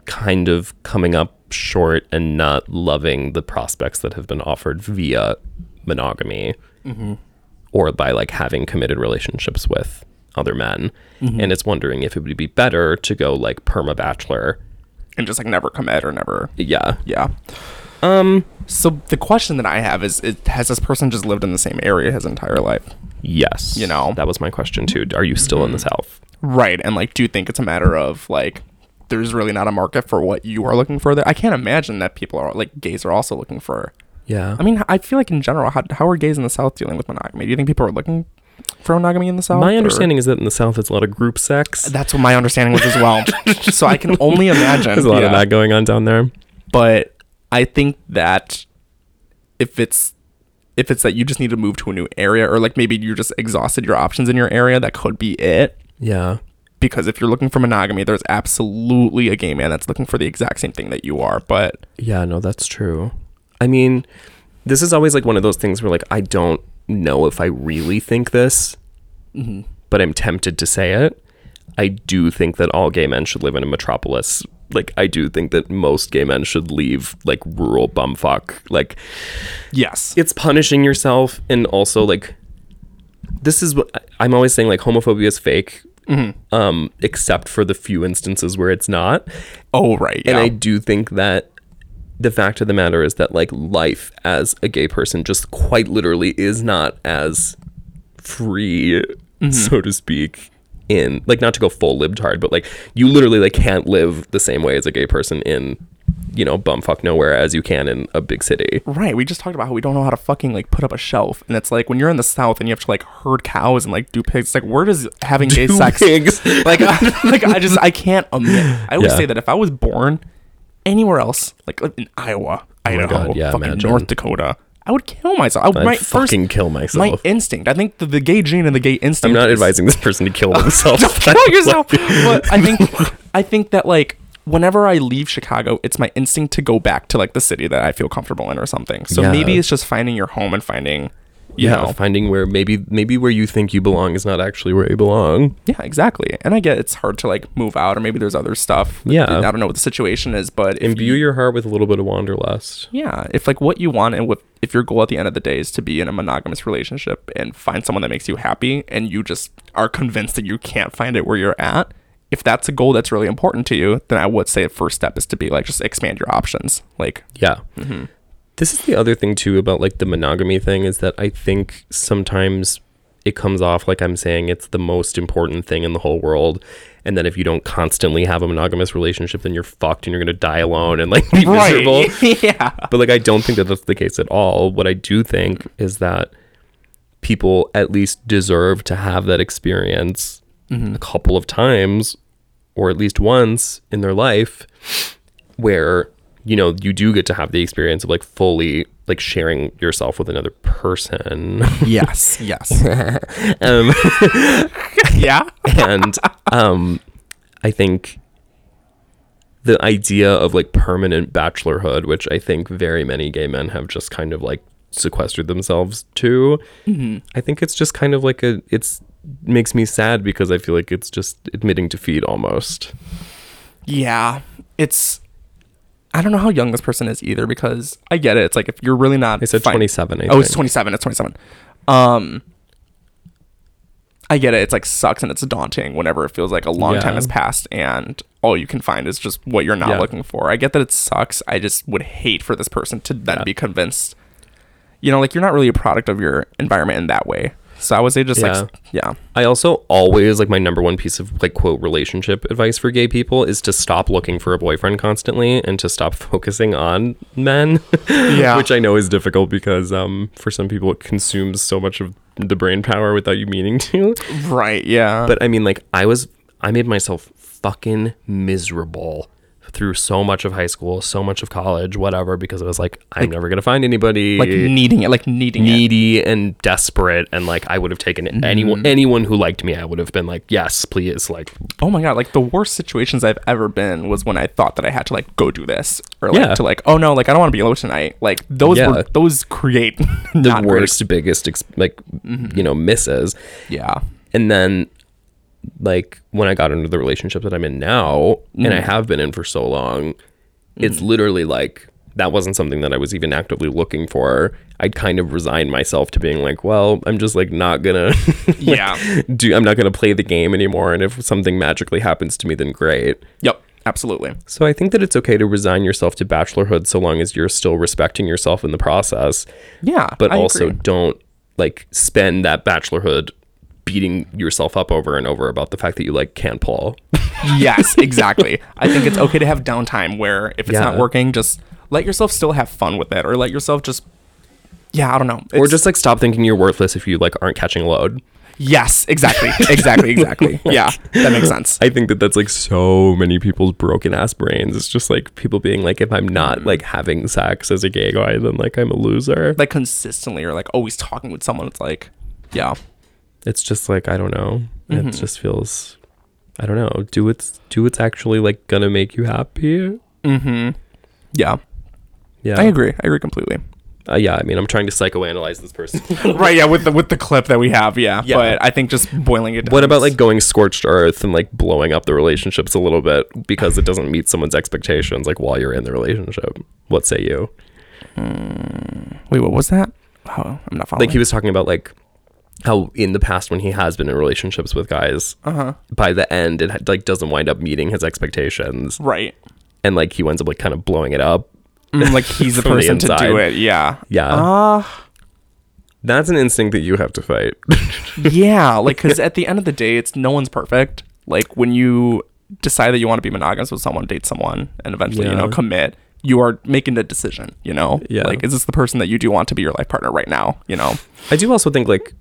Speaker 7: kind of coming up short and not loving the prospects that have been offered via monogamy or by like having committed relationships with other men and is wondering if it would be better to go like perma bachelor
Speaker 5: And just like never commit or never.
Speaker 7: yeah
Speaker 5: Yeah. Um. So the question that I have is, it, has this person just lived in the same area his entire life?
Speaker 7: yes
Speaker 5: You know. Mm-hmm.
Speaker 7: that was my question too are you still in the south
Speaker 5: Right. And like, do you think it's a matter of like, there's really not a market for what you are looking for there? I can't imagine that people are like gays are also looking for.
Speaker 7: yeah
Speaker 5: I mean, I feel like in general, how, how are gays in the South dealing with monogamy? Do you think people are looking for monogamy in the South?
Speaker 7: my
Speaker 5: or-
Speaker 7: understanding is that in the south it's a lot of group sex
Speaker 5: That's what my understanding was as well. so I can only imagine.
Speaker 7: there's a lot of
Speaker 5: Yeah.
Speaker 7: that going on down there
Speaker 5: but I think that if it's if it's that you just need to move to a new area or like maybe you just exhausted your options in your area, that could be it.
Speaker 7: yeah
Speaker 5: Because if you're looking for monogamy, there's absolutely a gay man that's looking for the exact same thing that you are. But
Speaker 7: Yeah, no, that's true. I mean, this is always like one of those things where like I don't know if I really think this,
Speaker 5: Mm-hmm.
Speaker 7: but I'm tempted to say it. I do think that all gay men should live in a metropolis. Like I do think that most gay men should leave like rural bumfuck. Like
Speaker 5: yes,
Speaker 7: it's punishing yourself and also like this is what I- I'm always saying like homophobia is fake.
Speaker 5: Mm-hmm.
Speaker 7: Um, except for the few instances where it's not.
Speaker 5: oh right, yeah,
Speaker 7: And I do think that the fact of the matter is that like life as a gay person just quite literally is not as free,
Speaker 5: Mm-hmm.
Speaker 7: so to speak, in like not to go full libtard, but like you literally like can't live the same way as a gay person in you know bumfuck nowhere as you can in a big city.
Speaker 5: right. We just talked about how we don't know how to fucking like put up a shelf, and it's like when you're in the South and you have to like herd cows and like do pigs. It's like where does having gay sex
Speaker 7: Pigs.
Speaker 5: like I, like I just I can't admit. I always
Speaker 7: Yeah.
Speaker 5: say that if I was born anywhere else, like in Iowa, Idaho,
Speaker 7: Oh God, yeah,
Speaker 5: fucking
Speaker 7: imagine.
Speaker 5: North Dakota, I would kill myself. I would
Speaker 7: I'd
Speaker 5: my
Speaker 7: fucking
Speaker 5: first,
Speaker 7: kill
Speaker 5: My
Speaker 7: myself.
Speaker 5: instinct. I think the, the gay gene and the gay instinct.
Speaker 7: I'm not
Speaker 5: is-
Speaker 7: advising this person to kill themselves.
Speaker 5: Kill yourself. but I think I think that like whenever I leave Chicago, it's my instinct to go back to like the city that I feel comfortable in or something. So
Speaker 7: Yeah.
Speaker 5: maybe it's just finding your home and finding you
Speaker 7: yeah,
Speaker 5: know
Speaker 7: finding where maybe maybe where you think you belong is not actually where you belong.
Speaker 5: Yeah, exactly. And I get it's hard to like move out, or maybe there's other stuff.
Speaker 7: Yeah.
Speaker 5: I don't know what the situation is, but if
Speaker 7: Imbue your heart with a little bit of wanderlust.
Speaker 5: yeah, if like what you want and what if your goal at the end of the day is to be in a monogamous relationship and find someone that makes you happy, and you just are convinced that you can't find it where you're at. If that's a goal that's really important to you, then I would say the first step is to be like just expand your options. Like
Speaker 7: Yeah. This is the other thing too about like the monogamy thing is that I think sometimes it comes off like I'm saying it's the most important thing in the whole world and then if you don't constantly have a monogamous relationship then you're fucked and you're going to die alone and like be miserable.
Speaker 5: yeah,
Speaker 7: But like I don't think that that's the case at all. What I do think is that people at least deserve to have that experience a couple of times or at least once in their life where you know you do get to have the experience of like fully like sharing yourself with another person
Speaker 5: yes, yes,
Speaker 7: um,
Speaker 5: yeah.
Speaker 7: and um i think the idea of like permanent bachelorhood which i think very many gay men have just kind of like sequestered themselves to i think it's just kind of like a it's makes me sad because i feel like it's just admitting defeat almost
Speaker 5: Yeah, it's. I don't know how young this person is either because I get it. It's like if you're really not.
Speaker 7: I said
Speaker 5: fin-
Speaker 7: 27, I
Speaker 5: oh, it's
Speaker 7: think.
Speaker 5: 27. It's 27. Um, I get it. It's like sucks and it's daunting whenever it feels like a long time
Speaker 7: Yeah.
Speaker 5: has passed and all you can find is just what you're not
Speaker 7: Yeah.
Speaker 5: looking for. I get that it sucks. I just would hate for this person to then be convinced. You know, like you're not really a product of your environment in that way. So I was just
Speaker 7: Yeah.
Speaker 5: like, yeah,
Speaker 7: I also always like my number one piece of like quote relationship advice for gay people is to stop looking for a boyfriend constantly and to stop focusing on men.
Speaker 5: Yeah.
Speaker 7: Which I know is difficult because um for some people it consumes so much of the brain power without you meaning to.
Speaker 5: Uh-huh. right, yeah,
Speaker 7: But I mean like I was I made myself fucking miserable through so much of high school, so much of college, whatever, because I was like, I'm never gonna find anybody
Speaker 5: like needing it, like needing it.
Speaker 7: needy and desperate and like I would have taken anyone anyone who liked me I would have been like yes please like
Speaker 5: Oh my god, like the worst situations I've ever been was when I thought that I had to like go do this or like
Speaker 7: Yeah.
Speaker 5: to like oh no, like I don't want to be alone tonight. Like those
Speaker 7: Yeah.
Speaker 5: were those create
Speaker 7: the
Speaker 5: not great-
Speaker 7: worst biggest ex- like you know misses
Speaker 5: Yeah.
Speaker 7: and then like when I got into the relationship that I'm in now and I have been in for so long it's literally like that wasn't something that I was even actively looking for I'd kind of resigned myself to being like well I'm just like not gonna like,
Speaker 5: Yeah.
Speaker 7: do I'm not gonna play the game anymore and if something magically happens to me then great
Speaker 5: Yep. Absolutely.
Speaker 7: So I think that it's okay to resign yourself to bachelorhood so long as you're still respecting yourself in the process,
Speaker 5: Yeah.
Speaker 7: but
Speaker 5: I
Speaker 7: also
Speaker 5: agree.
Speaker 7: don't like spend that bachelorhood beating yourself up over and over about the fact that you like can't pull.
Speaker 5: yes, exactly. I think it's okay to have downtime where if it's not
Speaker 7: Yeah.
Speaker 5: working, just let yourself still have fun with it or let yourself just yeah, I don't know.
Speaker 7: or
Speaker 5: It's-
Speaker 7: just like stop thinking you're worthless if you like aren't catching a load.
Speaker 5: yes, exactly, exactly, exactly. yeah, that makes sense.
Speaker 7: I think that that's like so many people's broken ass brains. It's just like people being like if I'm
Speaker 5: Mm.
Speaker 7: not like having sex as a gay guy then like I'm a loser.
Speaker 5: like consistently or like always talking with someone, it's like, yeah,
Speaker 7: it's just like I don't know.
Speaker 5: Mm-hmm.
Speaker 7: It just feels I don't know. Do what's do what's actually like gonna make you happy.
Speaker 5: yeah.
Speaker 7: Yeah,
Speaker 5: I agree. I agree completely.
Speaker 7: Uh, yeah, I mean, I'm trying to psychoanalyze this person.
Speaker 5: right yeah with the with the clip that we have yeah,
Speaker 7: Yeah.
Speaker 5: but i think just boiling it down
Speaker 7: what about
Speaker 5: is-
Speaker 7: like going scorched earth and like blowing up the relationships a little bit because it doesn't meet someone's expectations? Like while you're in the relationship, what say you?
Speaker 5: wait what was that oh i'm not following
Speaker 7: Like he was talking about like how in the past when he has been in relationships with guys, uh-huh. by the end it ha- like doesn't wind up meeting his expectations,
Speaker 5: right
Speaker 7: and like he winds up like kind of blowing it up.
Speaker 5: Mm, like he's the
Speaker 7: From the
Speaker 5: person to do
Speaker 7: inside.
Speaker 5: it yeah
Speaker 7: Yeah,
Speaker 5: Ah.
Speaker 7: that's an instinct that you have to fight.
Speaker 5: yeah like because at the end of the day it's no one's perfect like when you decide that you want to be monogamous with someone date someone and eventually you know
Speaker 7: Yeah.
Speaker 5: commit you are making the decision you know
Speaker 7: Yeah.
Speaker 5: like is this the person that you do want to be your life partner right now you know
Speaker 7: I do also think like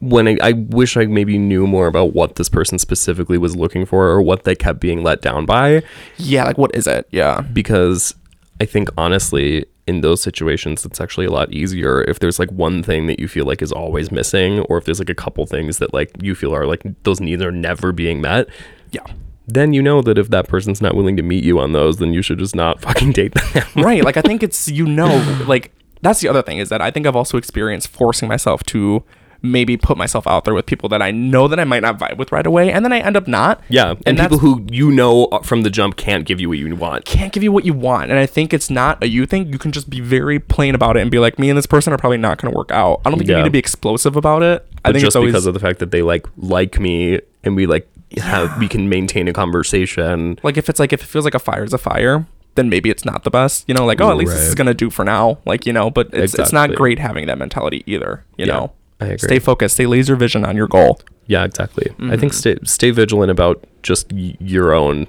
Speaker 7: when I, I wish I maybe knew more about what this person specifically was looking for or what they kept being let down by
Speaker 5: yeah like what is it yeah
Speaker 7: because I think honestly in those situations it's actually a lot easier if there's like one thing that you feel like is always missing or if there's like a couple things that like you feel are like those needs are never being met
Speaker 5: yeah
Speaker 7: then you know that if that person's not willing to meet you on those then you should just not fucking date them
Speaker 5: right like i think it's you know like that's the other thing is that i think i've also experienced forcing myself to maybe put myself out there with people that i know that i might not vibe with right away and then i end up not
Speaker 7: yeah and,
Speaker 5: and,
Speaker 7: people
Speaker 5: people who
Speaker 7: who you know uh, from the jump can't give you what you want
Speaker 5: can't give you what you want and i think it's not a you thing you can just be very plain about it and be like me and this person are probably not going to work out i don't think you
Speaker 7: Yeah.
Speaker 5: need to be explosive about it i
Speaker 7: but
Speaker 5: think
Speaker 7: just
Speaker 5: it's always
Speaker 7: because of the fact that they like like me and we like have we can maintain a conversation.
Speaker 5: like if it's like if it feels like a fire is a fire then maybe it's not the best you know like oh at least this is
Speaker 7: Right.
Speaker 5: gonna do for now like you know but it's, it's not
Speaker 7: Exactly.
Speaker 5: great having that mentality either you
Speaker 7: Yeah,
Speaker 5: know
Speaker 7: I agree.
Speaker 5: stay focused stay laser vision on your goal
Speaker 7: Yeah, exactly. I think
Speaker 5: Mm-hmm.
Speaker 7: stay stay vigilant about just y- your own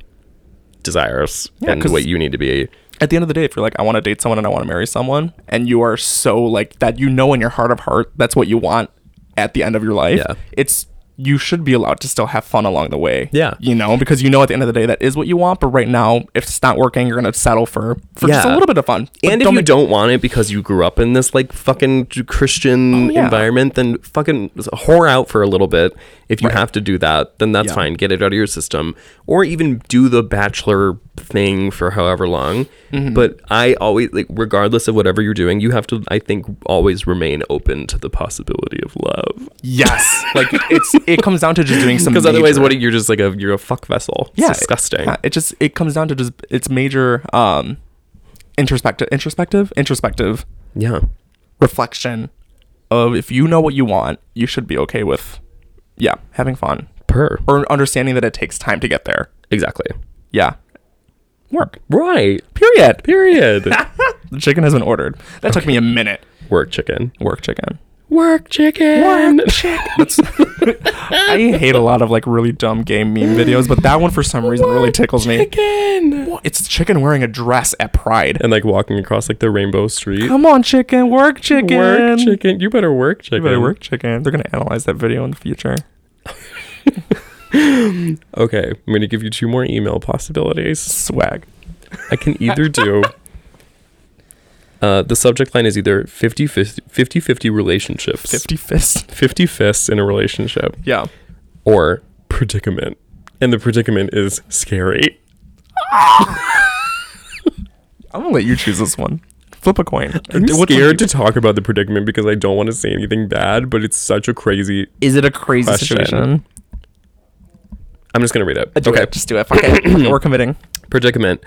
Speaker 7: desires
Speaker 5: Yeah,
Speaker 7: and
Speaker 5: 'cause-
Speaker 7: what you need to be.
Speaker 5: at the end of the day, if you're like, I want to date someone and I want to marry someone, and you are so like that, you know, in your heart of heart, that's what you want at the end of your life.
Speaker 7: Yeah.
Speaker 5: It's you should be allowed to still have fun along the way.
Speaker 7: Yeah.
Speaker 5: You know, because you know at the end of the day that is what you want. But right now, if it's not working, you're gonna settle for for just a
Speaker 7: Yeah.
Speaker 5: little bit of fun. But
Speaker 7: and if you
Speaker 5: make-
Speaker 7: don't want it because you grew up in this like fucking j- Christian
Speaker 5: Oh, yeah.
Speaker 7: environment, then fucking s- whore out for a little bit. If you have to do that, then that's
Speaker 5: Yeah.
Speaker 7: fine. Get it out of your system, or even do the bachelor thing for however long.
Speaker 5: Mm-hmm.
Speaker 7: But I always like, regardless of whatever you're doing, you have to, I think, always remain open to the possibility of love.
Speaker 5: yes, like it's it comes down to just doing some
Speaker 7: Because otherwise,
Speaker 5: major-
Speaker 7: what are- you're just like a you're a fuck vessel. It's
Speaker 5: yeah, it-
Speaker 7: disgusting.
Speaker 5: yeah, It, just it comes down to just it's major um introspective introspective introspective
Speaker 7: yeah.
Speaker 5: reflection of if you know what you want, you should be okay with, yeah, having fun
Speaker 7: Per.
Speaker 5: or understanding that it takes time to get there.
Speaker 7: Exactly.
Speaker 5: Yeah. Work.
Speaker 7: Right.
Speaker 5: Period.
Speaker 7: Period.
Speaker 5: The chicken has been ordered. That took me a minute.
Speaker 7: Work chicken.
Speaker 5: Work chicken.
Speaker 7: Work chicken.
Speaker 5: That's, I hate a lot of like really dumb game meme videos, but that one for some reason really tickles me.
Speaker 7: Chicken.
Speaker 5: It's chicken wearing a dress at Pride.
Speaker 7: And like walking across like the rainbow street.
Speaker 5: Come on, chicken, work chicken.
Speaker 7: Work chicken. You better work chicken.
Speaker 5: You better work chicken. They're gonna analyze that video in the future.
Speaker 7: Okay, I'm gonna give you two more email possibilities.
Speaker 5: Swag.
Speaker 7: I can either do. Uh, the subject line is either 50 50, 50 relationships, 50.
Speaker 5: 50 fist.
Speaker 7: fists in a relationship,
Speaker 5: Yeah.
Speaker 7: or predicament. And the predicament is scary.
Speaker 5: I'm gonna let you choose this one. Flip a coin.
Speaker 7: I'm
Speaker 5: Which one do
Speaker 7: scared
Speaker 5: you-
Speaker 7: to talk about the predicament because I don't want to say anything bad, but it's such a crazy.
Speaker 5: Is it a crazy
Speaker 7: Question.
Speaker 5: situation?
Speaker 7: I'm just gonna read it.
Speaker 5: Do
Speaker 7: okay,
Speaker 5: it. Just do it. Fuck it. We're committing.
Speaker 7: predicament.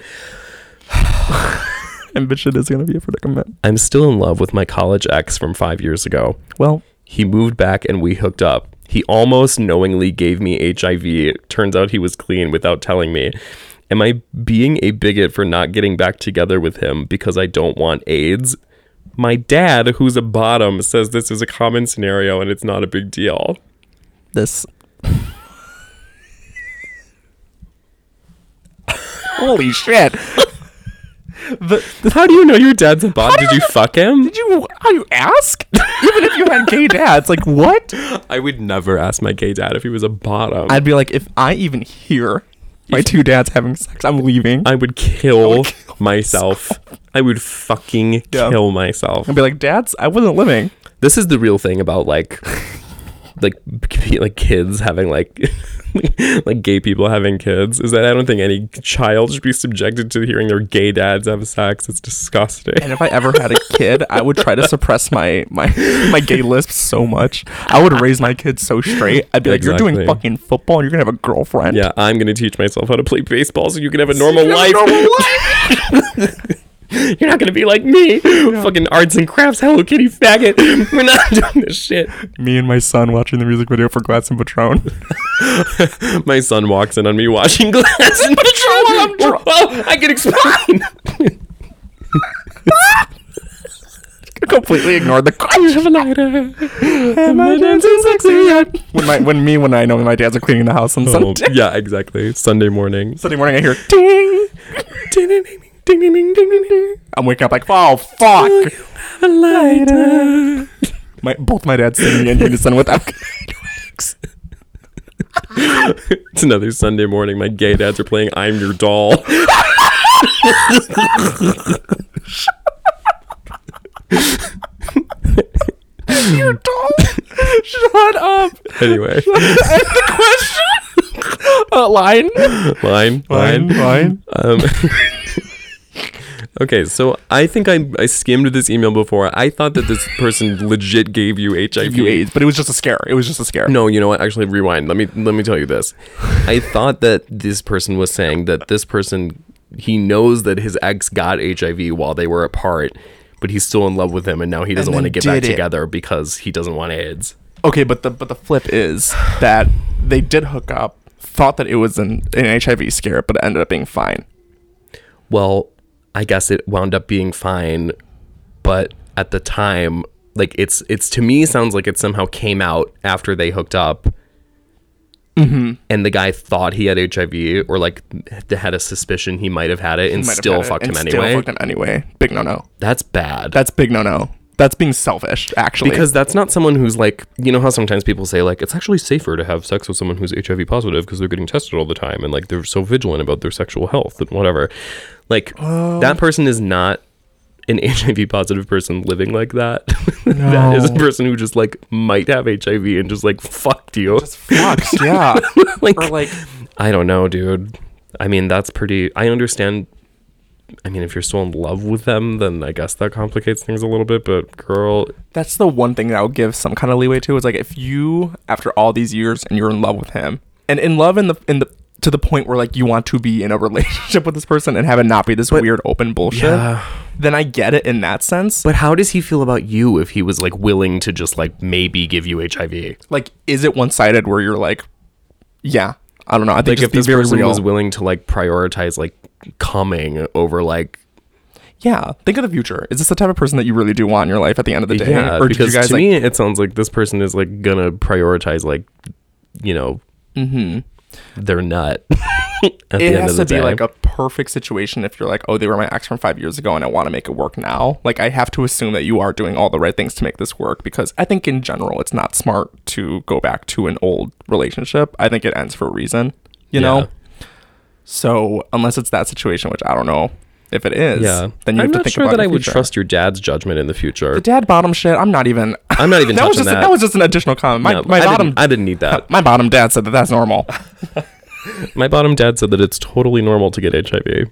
Speaker 5: Ambition is gonna be a predicament.
Speaker 7: I'm still in love with my college ex from five years ago.
Speaker 5: Well,
Speaker 7: He moved back and we hooked up. He almost knowingly gave me HIV. Turns out he was clean without telling me. Am I being a bigot for not getting back together with him because I don't want AIDS? My dad, who's a bottom, says this is a common scenario and it's not a big deal.
Speaker 5: this. Holy shit! the,
Speaker 7: How do you know your dad's a bottom? Did you fuck him?
Speaker 5: did you? How you ask? Even if you had gay dads, like what?
Speaker 7: I would never ask my gay dad if he was a bottom. I,
Speaker 5: I'd be like, if I even hear my two dads having sex, I'm leaving. I'd
Speaker 7: would kill, myself. I would fucking
Speaker 5: Yeah.
Speaker 7: kill myself.
Speaker 5: be like, dads, I wasn't living.
Speaker 7: this is the real thing about like like p- like kids having like like gay people having kids is that I don't think any child should be subjected to hearing their gay dads have sex. It's disgusting.
Speaker 5: And if I ever had a kid, I would try to suppress my my my gay lisp so much. I would raise my kids so straight. I'd be like, you're
Speaker 7: Exactly.
Speaker 5: doing fucking football, and you're gonna have a girlfriend.
Speaker 7: Yeah, I'm gonna teach myself how to play baseball so you can have a normal
Speaker 5: You
Speaker 7: life.
Speaker 5: have a normal life.
Speaker 7: You're not gonna be like me, fucking arts and crafts, Hello Kitty faggot. We're not doing this shit.
Speaker 5: Me and my son watching the music video for Glass and Patron.
Speaker 7: My son walks in on me washing glass. and
Speaker 5: I'm drunk.
Speaker 7: Oh, I can explain.
Speaker 5: completely ignored the
Speaker 7: I
Speaker 5: question.
Speaker 7: have an idea.
Speaker 5: Am I dancing sexy yet? When my when me when I know my dad's are cleaning the house on
Speaker 7: Oh,
Speaker 5: Sunday.
Speaker 7: yeah, exactly. Sunday morning.
Speaker 5: Sunday morning I hear ding, ding, ding, ding, ding, ding, ding, ding, ding, ding. I'm waking up like, oh fuck. My both my dads singing in unison without.
Speaker 7: It's another Sunday morning. My gay dads are playing I'm Your Doll.
Speaker 5: Shut up.
Speaker 7: Anyway,
Speaker 5: Uh, line.
Speaker 7: line, line.
Speaker 5: line.
Speaker 7: Um, okay, so I think I, I skimmed this email before. I thought that this person legit gave you HIV.
Speaker 5: You AIDS, but it was just a scare. It was just a scare.
Speaker 7: No, you know what? Actually, rewind. Let me let me tell you this. I thought that this person was saying that this person he knows that his ex got HIV while they were apart, but he's still in love with him, and now he doesn't
Speaker 5: And
Speaker 7: want to
Speaker 5: then
Speaker 7: get back
Speaker 5: did it.
Speaker 7: together because he doesn't want AIDS.
Speaker 5: Okay, but the but the flip is that they did hook up, thought that it was an, an HIV scare, but it ended up being fine.
Speaker 7: well, I guess it wound up being fine, but at the time, like it's it's to me sounds like it somehow came out after they hooked up.
Speaker 5: Mm-hmm.
Speaker 7: And the guy thought he had HIV, or like th- had a suspicion he might have had it, and
Speaker 5: Might have
Speaker 7: still
Speaker 5: had it
Speaker 7: fucked him
Speaker 5: and
Speaker 7: anyway.
Speaker 5: still fucked him anyway. Big no no.
Speaker 7: That's bad.
Speaker 5: That's big no no. That's being selfish, actually.
Speaker 7: because that's not someone who's like you know how sometimes people say like it's actually safer to have sex with someone who's HIV positive because they're getting tested all the time and like they're so vigilant about their sexual health and whatever. Like that person is not an HIV positive person living like that. that is a person who just like might have HIV and just like fucked you.
Speaker 5: fucks, yeah.
Speaker 7: like,
Speaker 5: or like
Speaker 7: I don't know, dude. I mean, that's pretty. I understand. I mean, if you're still in love with them, then I guess that complicates things a little bit. But girl,
Speaker 5: that's the one thing that I'll give some kind of leeway to is like if you after all these years and you're in love with him and in love in the in the to the point where like you want to be in a relationship with this person and have it not be this weird open bullshit, then I get it in that sense.
Speaker 7: But how does he feel about you if he was like willing to just like maybe give you HIV?
Speaker 5: like is it one sided where you're like, yeah, I don't know. I think
Speaker 7: Like
Speaker 5: just
Speaker 7: if
Speaker 5: be
Speaker 7: this
Speaker 5: very
Speaker 7: person
Speaker 5: real.
Speaker 7: was willing to like prioritize like coming over like
Speaker 5: yeah, think of the future. Is this the type of person that you really do want in your life at the end of the day?
Speaker 7: Yeah,
Speaker 5: or did
Speaker 7: because
Speaker 5: you guys
Speaker 7: to
Speaker 5: like,
Speaker 7: me it sounds like this person is like gonna prioritize like you know their nut. at the
Speaker 5: Mm-hmm. it
Speaker 7: end
Speaker 5: has
Speaker 7: of
Speaker 5: to
Speaker 7: the
Speaker 5: be
Speaker 7: day.
Speaker 5: like a perfect situation if you're like, oh, they were my ex from five years ago and I want to make it work now. Like, I have to assume that you are doing all the right things to make this work because I think in general, it's not smart to go back to an old relationship. I think it ends for a reason, you
Speaker 7: Yeah.
Speaker 5: know? So, unless it's that situation, which I don't know if it is,
Speaker 7: yeah.
Speaker 5: then you
Speaker 7: I'm
Speaker 5: have
Speaker 7: not
Speaker 5: to think
Speaker 7: sure
Speaker 5: about
Speaker 7: that
Speaker 5: your
Speaker 7: I would
Speaker 5: future.
Speaker 7: trust your dad's jgment in the future.
Speaker 5: the dad bottom shit. I'm not even.
Speaker 7: I'm not even
Speaker 5: that was
Speaker 7: touching
Speaker 5: just
Speaker 7: that.
Speaker 5: that was just an additional comment. My,
Speaker 7: No,
Speaker 5: my
Speaker 7: I
Speaker 5: bottom.
Speaker 7: Didn't, I didn't need that.
Speaker 5: my bottom dad said that that's normal.
Speaker 7: My bottom dad said that it's totally normal to get HIV.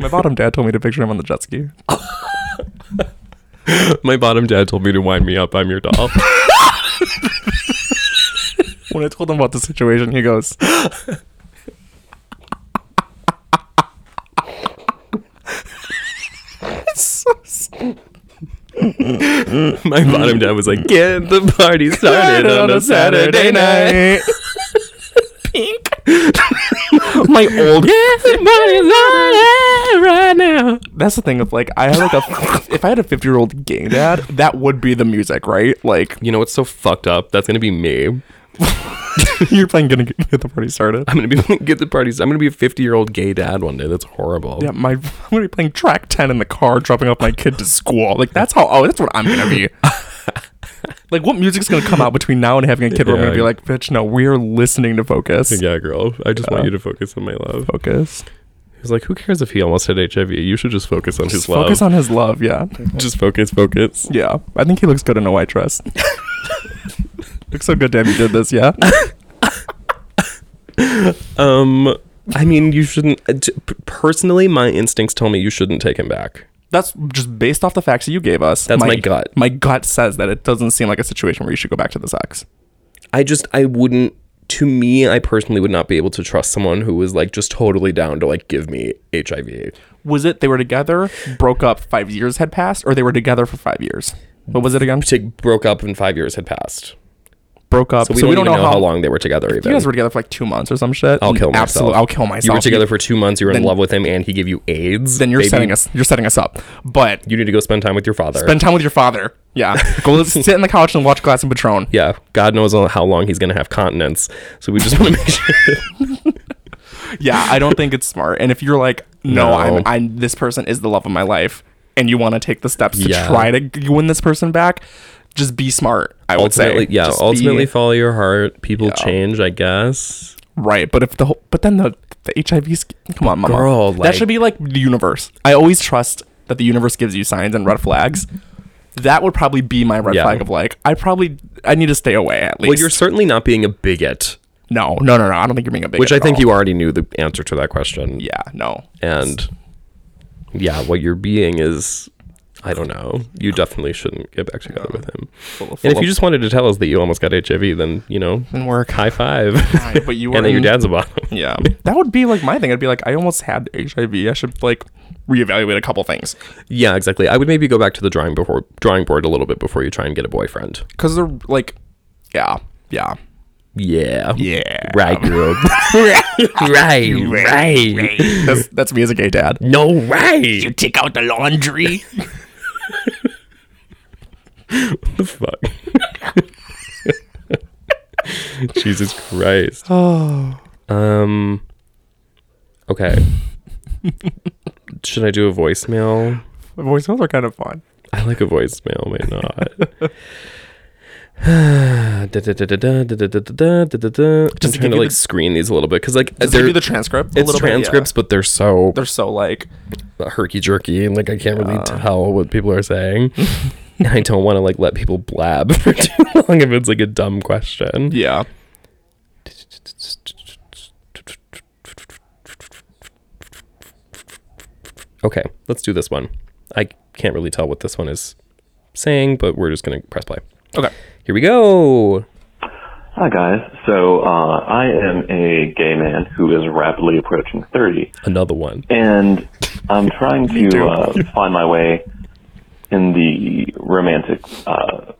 Speaker 5: My bottom dad told me to picture him on the jet ski.
Speaker 7: My bottom dad told me to wind me up. I'm your doll.
Speaker 5: When I told him about the situation, he goes,
Speaker 7: My bottom dad was like, "Get the party started on a Saturday night."
Speaker 5: Pink. My old. right now. That's the thing of like, I had like a. if I had a 50 year old gay dad, that would be the music, right? Like,
Speaker 7: You know what's so fucked up? That's gonna be me. I'm
Speaker 5: you're playing gonna get get the party started.
Speaker 7: gonna be get the parties. I'm gonna be a 50 year old gay dad one day. That's horrible.
Speaker 5: Yeah, my I'm gonna be playing track ten in the car, dropping off my kid to school. Like that's how. Oh, that's what I'm gonna be. like, what music's gonna come out between now and having a kid? where I'm gonna
Speaker 7: Yeah.
Speaker 5: be like, bitch, no, we're listening to Focus.
Speaker 7: Yeah, girl. I just
Speaker 5: Yeah.
Speaker 7: want you to focus on my love.
Speaker 5: Focus.
Speaker 7: He was like, "Who cares if he almost had HIV? You should just focus on his
Speaker 5: Just
Speaker 7: love.
Speaker 5: focus on his love. Yeah,
Speaker 7: just focus, focus."
Speaker 5: yeah. I think he looks good in a white dress. looks so good, damn. You did this, yeah.
Speaker 7: Um, I mean, you shouldn't. uh, t- p- Personally, my instincts tell me you shouldn't take him back.
Speaker 5: That's just based off the facts that you gave us.
Speaker 7: That's my gut.
Speaker 5: My gut says that it doesn't seem like a situation where you should go back to the sex.
Speaker 7: I just I wouldn't to me I personally would not be able to trust someone who was like just totally down to like give me HIV.
Speaker 5: Was it they were together, broke up, five years had passed, or they were together for five years? What was it again?
Speaker 7: To broke up and 5 years had passed.
Speaker 5: broke up.
Speaker 7: So we, don't, even know how, long they were together even.
Speaker 5: You guys were together for like two months or some shit.
Speaker 7: I'll kill myself.
Speaker 5: Absolutely, I'll kill myself.
Speaker 7: You were together for 2 months, you were in
Speaker 5: Then-
Speaker 7: love with him and he gave you AIDS.
Speaker 5: Then you're
Speaker 7: baby.
Speaker 5: setting us. You're setting us up. But
Speaker 7: You need to go spend time with your father.
Speaker 5: spend time with your father. Yeah. Go sit on the couch and watch Glass and Patron.
Speaker 7: yeah, God knows how long he's going to have continence. So we just want to make sure.
Speaker 5: Yeah. I don't think it's smart. And if you're like, no,
Speaker 7: No.
Speaker 5: I'm, I'm this person is the love of my life, and you want to take the steps to
Speaker 7: Yeah.
Speaker 5: try to g- win this person back, just be smart. I would
Speaker 7: ultimately,
Speaker 5: say.
Speaker 7: yeah,
Speaker 5: Just be-
Speaker 7: ultimately follow your heart. People change, I guess.
Speaker 5: Right, but if the whole, but then the the HIV sc- come on, mama.
Speaker 7: Girl,
Speaker 5: that
Speaker 7: like-
Speaker 5: should be like the universe. I always trust that the universe gives you signs and red flags. That would probably be my red
Speaker 7: Yeah.
Speaker 5: flag of like I probably I need to stay away at least.
Speaker 7: Well, you're certainly not being a bigot,
Speaker 5: no, no, no, no. I don't think you're being a big.
Speaker 7: which I think you already knew the answer to that question.
Speaker 5: Yeah, no.
Speaker 7: and yeah, what you're being is I don't know. You definitely shouldn't get back together with him. and if you just wanted to tell us that you almost got HIV, then you know,
Speaker 5: Didn't work.
Speaker 7: high five.
Speaker 5: Right, but you were
Speaker 7: and then your
Speaker 5: in-
Speaker 7: dad's a bottom.
Speaker 5: Yeah, that would be like my thing. I'd be like, I almost had HIV. I should like reevaluate a couple things
Speaker 7: yeah, exactly. I would maybe go back to the drawing before drawing board a little bit before you try and get a boyfriend.
Speaker 5: because they're like, yeah, yeah,
Speaker 7: Yeah,
Speaker 5: yeah.
Speaker 7: right, girl. right, right.
Speaker 5: that's that's me as a gay dad.
Speaker 7: No, right.
Speaker 5: Take out the laundry.
Speaker 7: the fuck? Jesus Christ. Um. Okay. Should I do a voicemail?
Speaker 5: Voicemails are kind of fun.
Speaker 7: I like a voicemail, may not.
Speaker 5: Just
Speaker 7: Just
Speaker 5: to
Speaker 7: trying
Speaker 5: give
Speaker 7: to
Speaker 5: you
Speaker 7: like
Speaker 5: the-
Speaker 7: screen these a little bit because like
Speaker 5: Does it give
Speaker 7: they're
Speaker 5: you the transcript? a
Speaker 7: it's
Speaker 5: little bit?
Speaker 7: transcripts,
Speaker 5: Yeah.
Speaker 7: but they're so
Speaker 5: They're so like
Speaker 7: herky jerky and like I can't really tell what people are saying. and I don't want to like let people blab for too long if it's like a dumb question.
Speaker 5: yeah.
Speaker 7: Okay, let's do this one. I can't really tell what this one is saying, but we're just gonna press play.
Speaker 5: Okay.
Speaker 7: Here we go.
Speaker 10: Hi guys. So uh, I am a gay man who is rapidly approaching thirty,
Speaker 7: Another one.
Speaker 10: and I'm trying to uh, find my way in the romantic uh,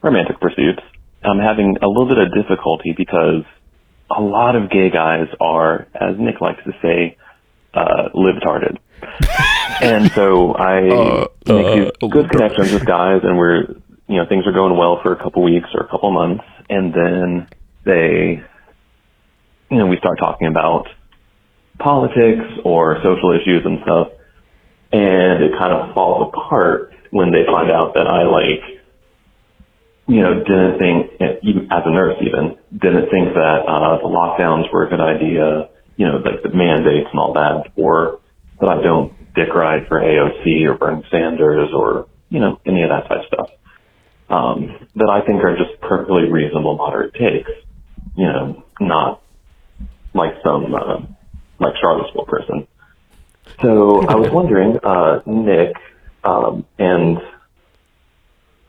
Speaker 10: romantic pursuits. I'm having a little bit of difficulty because a lot of gay guys are, as Nick likes to say, uh, libtarded. and so I make
Speaker 7: uh,
Speaker 10: these good connections with guys, and we're you know things are going well for a couple weeks or a couple months, and then they, you know, we start talking about politics or social issues and stuff, and it kind of falls apart when they find out that I like you know, didn't think, even as a nurse even, didn't think that uh, the lockdowns were a good idea, you know, like the mandates and all that, or that I don't dick ride for AOC or Bernie Sanders or, you know, any of that type of stuff. Um, that I think are just perfectly reasonable, moderate takes, you know, not like some, uh, like Charlottesville person. So I was wondering, uh, Nick, um, and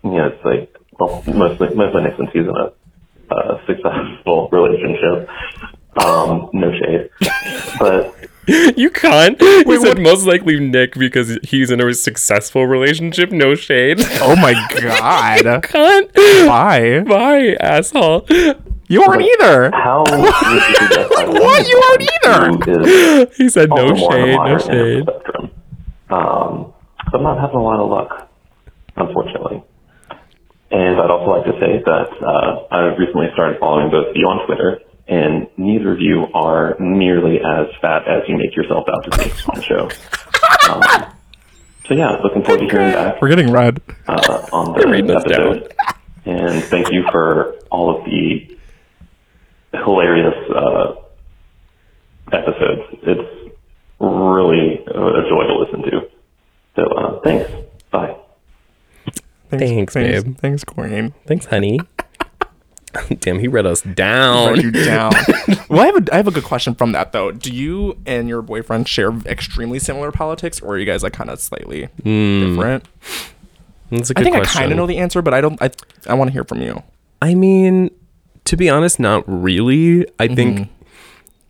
Speaker 10: you know, it's like well, mostly mostly Nixon season a uh, successful relationship. Um, no shade, but
Speaker 7: You can't. He said most likely Nick because he's in a successful relationship. No shade.
Speaker 5: Oh my god.
Speaker 7: Cunt.
Speaker 5: Why?
Speaker 7: Bye, asshole.
Speaker 5: You aren't either.
Speaker 10: how would you suggest I
Speaker 5: What? You aren't
Speaker 10: find someone who is
Speaker 7: He said
Speaker 5: Oh,
Speaker 7: no
Speaker 10: also more on the moderate end of
Speaker 7: shade. No
Speaker 10: the
Speaker 7: shade.
Speaker 10: Spectrum. Um, so I'm not having a lot of luck, unfortunately. And I'd also like to say that uh, I've recently started following both of you on Twitter, and neither of you are nearly as fat as you make yourself out to be on the show. Um, so yeah, looking forward to hearing back
Speaker 5: We're getting red.
Speaker 10: uh, on
Speaker 7: reading
Speaker 10: the
Speaker 7: this
Speaker 10: episode. And thank you for all of the hilarious uh, episodes. It's really uh, a joy to listen to. So uh, thanks. Bye.
Speaker 7: Thanks,
Speaker 5: Thanks, thanks
Speaker 7: babe.
Speaker 5: Thanks, Queen.
Speaker 7: Thanks, honey. Damn, he read us down.
Speaker 5: you down. well, I have a I have a good question from that though. Do you and your boyfriend share extremely similar politics, or are you guys like kind of slightly different?
Speaker 7: That's a Hmm. good
Speaker 5: I think
Speaker 7: question.
Speaker 5: I kind of know the answer, but I don't. I I want to hear from you.
Speaker 7: I mean, to be honest, not really. I
Speaker 5: Mm-hmm.
Speaker 7: think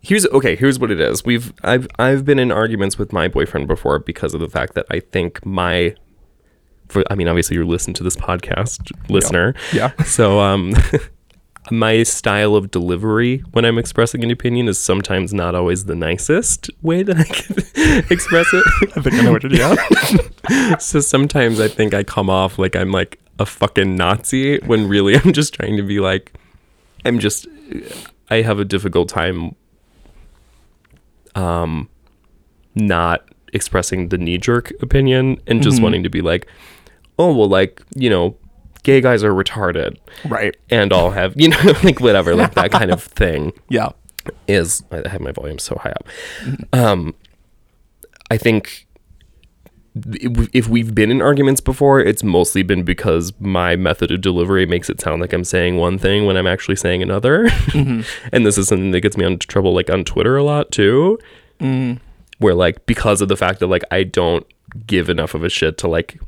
Speaker 7: here's okay. Here's what it is. We've I've I've been in arguments with my boyfriend before because of the fact that I think my for I mean, obviously you're listening to this podcast, listener.
Speaker 5: Yeah.
Speaker 7: So um. My style of delivery when I'm expressing an opinion is sometimes not always the nicest way that I can express it.
Speaker 5: I think I know what to do.
Speaker 7: So sometimes I think I come off like I'm like a fucking Nazi when really I'm just trying to be like, I'm just, I have a difficult time, um, not expressing the knee jerk opinion and just wanting to be like, oh, well, like, you know, gay guys are retarded
Speaker 5: right.
Speaker 7: and all have, you know, like whatever, like that kind of thing
Speaker 5: Yeah.
Speaker 7: is I have my volume so high up. Um, I think th- if we've been in arguments before, it's mostly been because my method of delivery makes it sound like I'm saying one thing when I'm actually saying another. and this is something that gets me into trouble, like on Twitter a lot too, where like because of the fact that like I don't give enough of a shit to like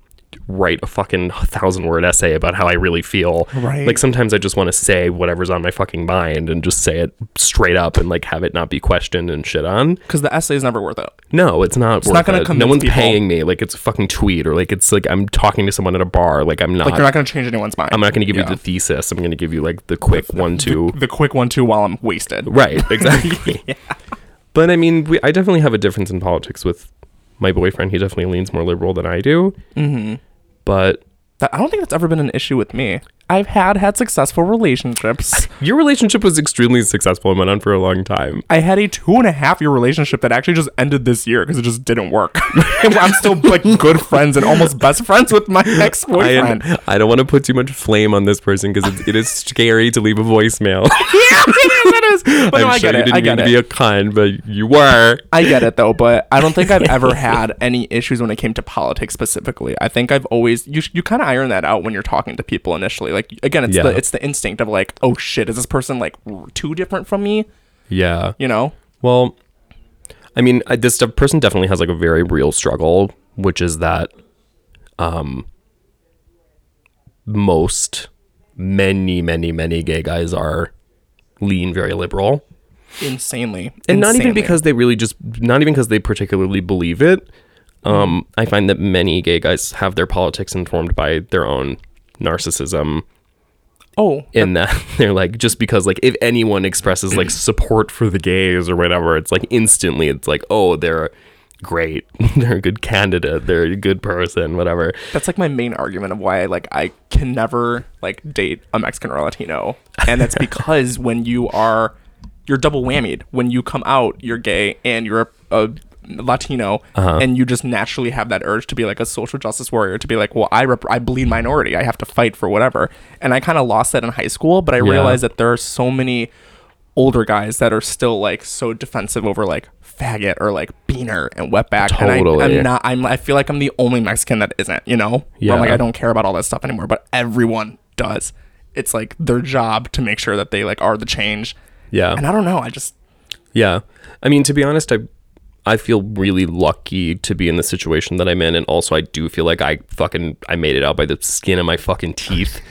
Speaker 7: write a fucking thousand word essay about how I really feel.
Speaker 5: Right.
Speaker 7: Like sometimes I just want to say whatever's on my fucking mind and just say it straight up and like have it not be questioned and shit on.
Speaker 5: Because the essay is never worth it.
Speaker 7: No, it's not. It's worth
Speaker 5: not gonna
Speaker 7: it. No
Speaker 5: convince
Speaker 7: one's
Speaker 5: people.
Speaker 7: paying me. Like it's a fucking tweet or like it's like I'm talking to someone at a bar. Like I'm not.
Speaker 5: Like you're not going to change anyone's mind.
Speaker 7: I'm not going to give
Speaker 5: Yeah.
Speaker 7: you the thesis. I'm going to give you like the quick one two.
Speaker 5: the quick one too while I'm wasted.
Speaker 7: Right. Exactly. But I mean, we, I definitely have a difference in politics with my boyfriend. He definitely leans more liberal than I do. Mm-hmm. But
Speaker 5: That, I don't think that's ever been an issue with me. I've had had successful relationships.
Speaker 7: your relationship was extremely successful and went on for a long time.
Speaker 5: I had a two and a half year relationship that actually just ended this year because it just didn't work. And I'm still like good friends and almost best friends with my ex boyfriend.
Speaker 7: I, I don't want to put too much flame on this person because it is scary to leave a voicemail.
Speaker 5: yes, it is. But no,
Speaker 7: I'm
Speaker 5: I
Speaker 7: sure
Speaker 5: get
Speaker 7: you
Speaker 5: it.
Speaker 7: didn't
Speaker 5: I
Speaker 7: mean
Speaker 5: get
Speaker 7: to be
Speaker 5: it.
Speaker 7: a con, but you were.
Speaker 5: I get it though, but I don't think I've ever had any issues when it came to politics specifically. I think I've always you sh- you kind of iron that out when you're talking to people initially. Like again, it's
Speaker 7: Yeah.
Speaker 5: the it's the instinct of like, oh shit, is this person like r- too different from me?
Speaker 7: Yeah.
Speaker 5: You know?
Speaker 7: Well, I mean, I, this de- person definitely has like a very real struggle, which is that um, most, many, many, many gay guys are lean very liberal.
Speaker 5: Insanely.
Speaker 7: and not even
Speaker 5: Insanely.
Speaker 7: because they really just not even because they particularly believe it um i find that many gay guys have their politics informed by their own narcissism
Speaker 5: Oh,
Speaker 7: in that they're like just because like if anyone expresses like support for the gays or whatever it's like instantly it's like oh they're great they're a good candidate they're a good person whatever
Speaker 5: that's like my main argument of why like I can never like date a Mexican or Latino, and that's because when you are you're double whammied when you come out you're gay and you're a, a Latino and you just naturally have that urge to be like a social justice warrior to be like well I rep- I bleed minority I have to fight for whatever and I kind of lost that in high school but I realized that there are so many older guys that are still like so defensive over like faggot or like beaner and wetback and I,
Speaker 7: Totally.
Speaker 5: I'm not I'm I feel like I'm the only Mexican that isn't, you know? Where I'm like
Speaker 7: Yeah.
Speaker 5: I don't care about all that stuff anymore, but everyone does. It's like their job to make sure that they like are the change.
Speaker 7: Yeah.
Speaker 5: And I don't know, I just
Speaker 7: Yeah. I mean, to be honest, I I feel really lucky to be in the situation that I'm in and also I do feel like I fucking I made it out by the skin of my fucking teeth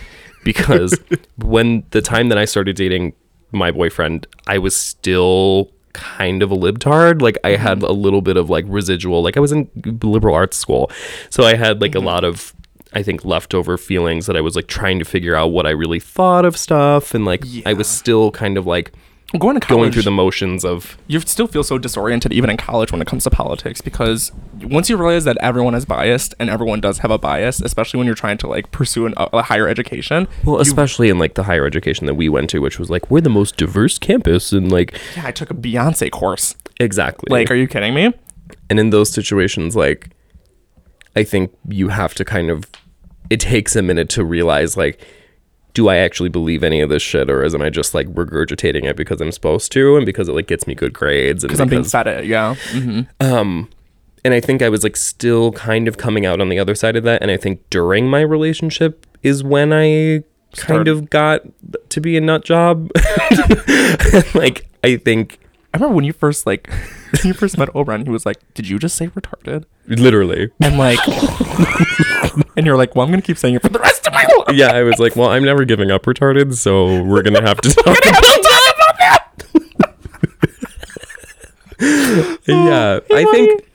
Speaker 7: because when the time that I started dating my boyfriend, I was still kind of a libtard. Like I had a little bit of like residual like I was in liberal arts school. So I had like a lot of I think leftover feelings that I was like trying to figure out what I really thought of stuff and like I was still kind of like
Speaker 5: going to college
Speaker 7: going through the motions of
Speaker 5: you still feel so disoriented even in college when it comes to politics because once you realize that everyone is biased and everyone does have a bias, especially when you're trying to like pursue an, a higher education.
Speaker 7: Well, especially in like the higher education that we went to, which was like we're the most diverse campus, and like
Speaker 5: Yeah, I took a Beyonce course.
Speaker 7: exactly,
Speaker 5: Like, are you kidding me?
Speaker 7: and in those situations, like I think you have to kind of it takes a minute to realize like, do I actually believe any of this shit, or is am I just like regurgitating it because I'm supposed to, and because it like gets me good grades, and
Speaker 5: Because I'm being fed it. Yeah. Mm-hmm.
Speaker 7: and I think I was like still kind of coming out on the other side of that. And I think during my relationship is when I kind
Speaker 5: Started.
Speaker 7: of got to be a nut job. like I think
Speaker 5: I remember when you first like when you first met Oberon, he was like, "Did you just say retarded?"
Speaker 7: literally.
Speaker 5: And like, and you're like, "Well, I'm gonna keep saying it for the rest of my life."
Speaker 7: Yeah, I was like, well, I'm never giving up retarded, so we're gonna have to talk about yeah, I think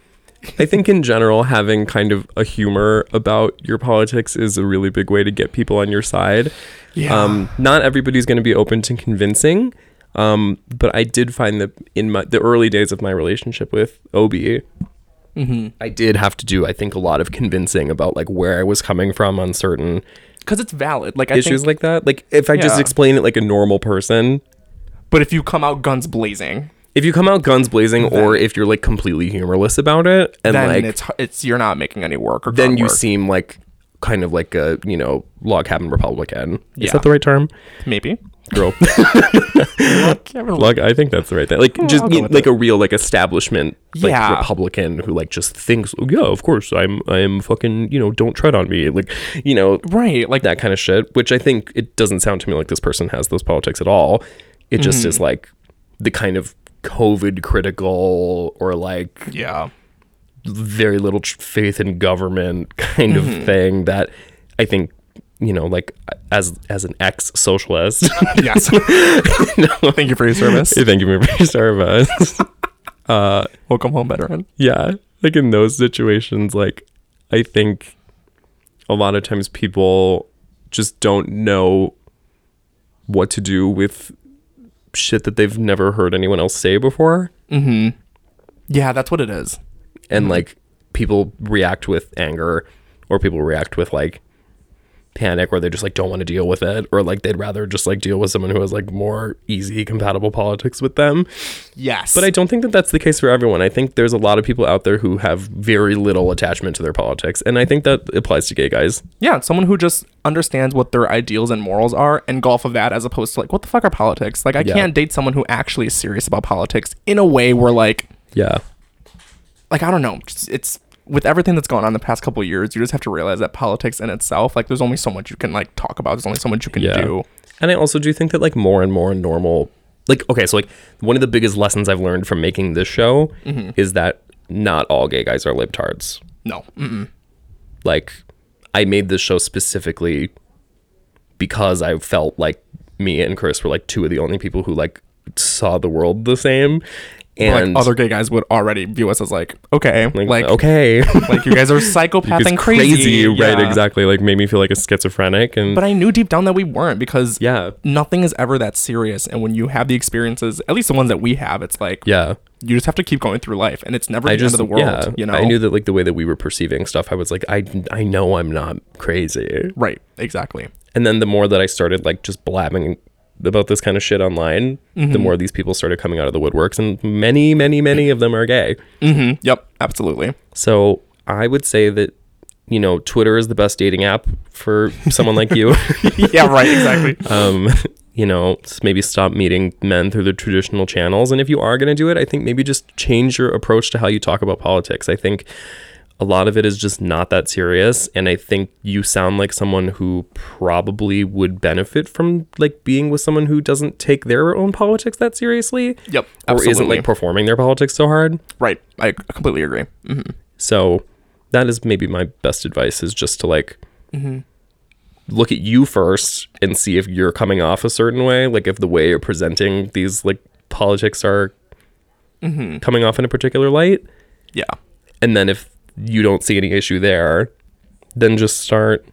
Speaker 7: I think in general having kind of a humor about your politics is a really big way to get people on your side.
Speaker 5: Yeah.
Speaker 7: Um, not everybody's going to be open to convincing. Um, but I did find that in my the early days of my relationship with Obi, I did have to do I think a lot of convincing about like where I was coming from on certain
Speaker 5: Because it's valid. Like I
Speaker 7: issues
Speaker 5: think,
Speaker 7: like that. Like if I just
Speaker 5: Yeah.
Speaker 7: explain it like a normal person,
Speaker 5: but if you come out guns blazing,
Speaker 7: if you come out guns blazing, or if you're like completely humorless about it, and
Speaker 5: then
Speaker 7: like
Speaker 5: it's it's you're not making any work. Or
Speaker 7: then
Speaker 5: grunt
Speaker 7: you
Speaker 5: work,
Speaker 7: seem like kind of like a you know log cabin Republican.
Speaker 5: Yeah.
Speaker 7: Is that the right term,
Speaker 5: maybe.
Speaker 7: girl?
Speaker 5: Can't really-
Speaker 7: log. I think that's the right thing. Like just
Speaker 5: I'll go
Speaker 7: you-
Speaker 5: with
Speaker 7: like a real like establishment like
Speaker 5: Yeah.
Speaker 7: Republican who like just thinks, oh, yeah, of course I'm I'm fucking you know don't tread on me like you know
Speaker 5: right. Like
Speaker 7: that kind of shit, which I think it doesn't sound to me like this person has those politics at all. It just is like the kind of COVID critical or like
Speaker 5: Yeah.
Speaker 7: very little tr- faith in government kind of thing that I think you know like as as an ex socialist.
Speaker 5: Yes. Thank you for your service.
Speaker 7: Thank you for your service.
Speaker 5: Welcome home, veteran.
Speaker 7: yeah like in those situations like i think a lot of times people just don't know what to do with shit that they've never heard anyone else say before
Speaker 5: Yeah, that's what it is.
Speaker 7: and like people react with anger or people react with like panic or they just like don't want to deal with it or like they'd rather just like deal with someone who has like more easy compatible politics with them
Speaker 5: Yes.
Speaker 7: But I don't think that that's the case for everyone. I think there's a lot of people out there who have very little attachment to their politics, and I think that applies to gay guys.
Speaker 5: Yeah, someone who just understands what their ideals and morals are and golf of that as opposed to like, what the fuck are politics? Like, I
Speaker 7: Yeah.
Speaker 5: can't date someone who actually is serious about politics in a way where, like,
Speaker 7: Yeah,
Speaker 5: like I don't know. It's, it's with everything that's gone on the past couple of years, you just have to realize that politics in itself, like, there's only so much you can, like, talk about. There's only so much you can
Speaker 7: yeah.
Speaker 5: do.
Speaker 7: And I also do think that like more and more normal, like okay, so like one of the biggest lessons I've learned from making this show
Speaker 5: Mm-hmm.
Speaker 7: is that not all gay guys are libtards.
Speaker 5: No. Mm-mm.
Speaker 7: like I made this show specifically because I felt like me and Chris were like two of the only people who like saw the world the same
Speaker 5: But,
Speaker 7: and
Speaker 5: like other gay guys would already view us as like okay, like,
Speaker 7: like, okay,
Speaker 5: like you guys are psychopath
Speaker 7: It's
Speaker 5: and crazy,
Speaker 7: right?
Speaker 5: Yeah.
Speaker 7: Exactly. Like made me feel like a schizophrenic, and
Speaker 5: But I knew deep down that we weren't because
Speaker 7: yeah,
Speaker 5: nothing is ever that serious. And when you have the experiences, at least the ones that we have, it's like
Speaker 7: yeah.
Speaker 5: you just have to keep going through life, and it's never
Speaker 7: I
Speaker 5: the
Speaker 7: just
Speaker 5: end of the world.
Speaker 7: yeah,
Speaker 5: you know,
Speaker 7: I knew that like the way that we were perceiving stuff, I was like, I I know I'm not crazy.
Speaker 5: right? Exactly.
Speaker 7: And then the more that I started like just blabbing about this kind of shit online, the
Speaker 5: Mm-hmm.
Speaker 7: more these people started coming out of the woodworks, and many, many, many of them are gay.
Speaker 5: Yep, absolutely.
Speaker 7: So I would say that you know Twitter is the best dating app for someone like you.
Speaker 5: yeah, right. Exactly.
Speaker 7: um, you know, s- maybe stop meeting men through the traditional channels. And if you are going to do it, I think maybe just change your approach to how you talk about politics. I think a lot of it is just not that serious. And I think you sound like someone who probably would benefit from like being with someone who doesn't take their own politics that seriously.
Speaker 5: Yep,
Speaker 7: Or isn't
Speaker 5: absolutely.
Speaker 7: like performing their politics so hard.
Speaker 5: right. I completely agree.
Speaker 7: So that is maybe my best advice is just to like
Speaker 5: Mm-hmm.
Speaker 7: look at you first and see if you're coming off a certain way, like if the way you're presenting these like politics are
Speaker 5: Mm-hmm.
Speaker 7: coming off in a particular light,
Speaker 5: Yeah.
Speaker 7: and then if you don't see any issue there, then just start,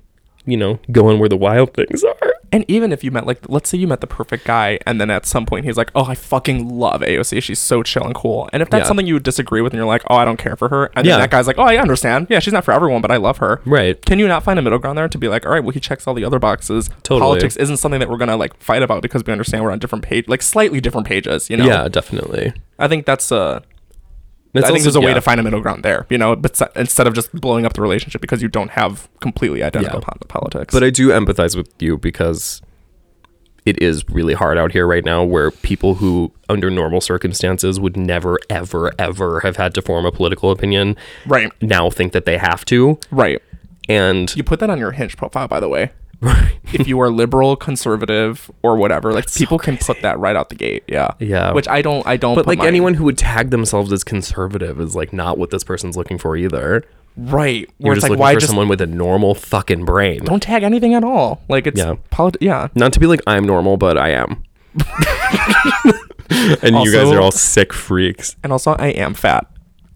Speaker 7: you know, going where the wild things are.
Speaker 5: And even if you met like, let's say you met the perfect guy, and then at some point he's like, "Oh, I fucking love AOC. She's so chill and cool." And if that's
Speaker 7: Yeah.
Speaker 5: something you disagree with, and you're like, "Oh, I don't care for her," and then
Speaker 7: Yeah.
Speaker 5: that guy's like, "Oh, I understand. Yeah, she's not for everyone, but I love her."
Speaker 7: Right.
Speaker 5: Can you not find a middle ground there to be like, "All right, well, he checks all the other boxes.
Speaker 7: Totally.
Speaker 5: Politics isn't something that we're gonna like fight about because we understand we're on different page, like slightly different pages." You know.
Speaker 7: Yeah, definitely.
Speaker 5: I think that's uh
Speaker 7: That's
Speaker 5: I think
Speaker 7: also-
Speaker 5: there's a way
Speaker 7: yeah.
Speaker 5: to find a middle ground there, you know, but s- instead of just blowing up the relationship because you don't have completely identical
Speaker 7: Yeah.
Speaker 5: po- politics.
Speaker 7: But I do empathize with you because it is really hard out here right now where people who, under normal circumstances, would never, ever, ever have had to form a political opinion
Speaker 5: right,
Speaker 7: now think that they have to.
Speaker 5: right.
Speaker 7: And
Speaker 5: You put that on your Hinge profile, by the way. if you are liberal, conservative, or whatever, like people can put that right out the gate. Yeah,
Speaker 7: Yeah.
Speaker 5: Which I don't, I don't.
Speaker 7: but
Speaker 5: put
Speaker 7: like
Speaker 5: mine-
Speaker 7: anyone who would tag themselves as conservative is like not what this person's looking for either.
Speaker 5: right?
Speaker 7: You're
Speaker 5: Where it's
Speaker 7: just
Speaker 5: like,
Speaker 7: looking
Speaker 5: why
Speaker 7: for
Speaker 5: just
Speaker 7: someone with a normal fucking brain.
Speaker 5: don't tag anything at all? Like it's
Speaker 7: Yeah.
Speaker 5: polit- yeah.
Speaker 7: Not to be like I'm normal, but I am. and you guys
Speaker 5: Also-
Speaker 7: are all sick freaks.
Speaker 5: And also, I am fat.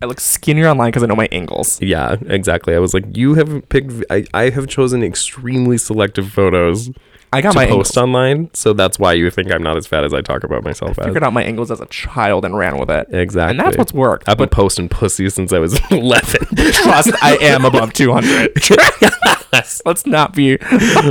Speaker 5: I look skinnier online because I know my angles.
Speaker 7: Yeah, exactly. I was like, you have picked. I, I have chosen extremely selective photos
Speaker 5: I got
Speaker 7: to
Speaker 5: my
Speaker 7: post
Speaker 5: angles.
Speaker 7: online, so that's why you think I'm not as fat as I talk about myself as.
Speaker 5: Figured out my angles as a child and ran with it.
Speaker 7: Exactly,
Speaker 5: And that's what's worked.
Speaker 7: I've been
Speaker 5: but
Speaker 7: posting pussy since I was 11.
Speaker 5: trust, I am above 200. Let's not be.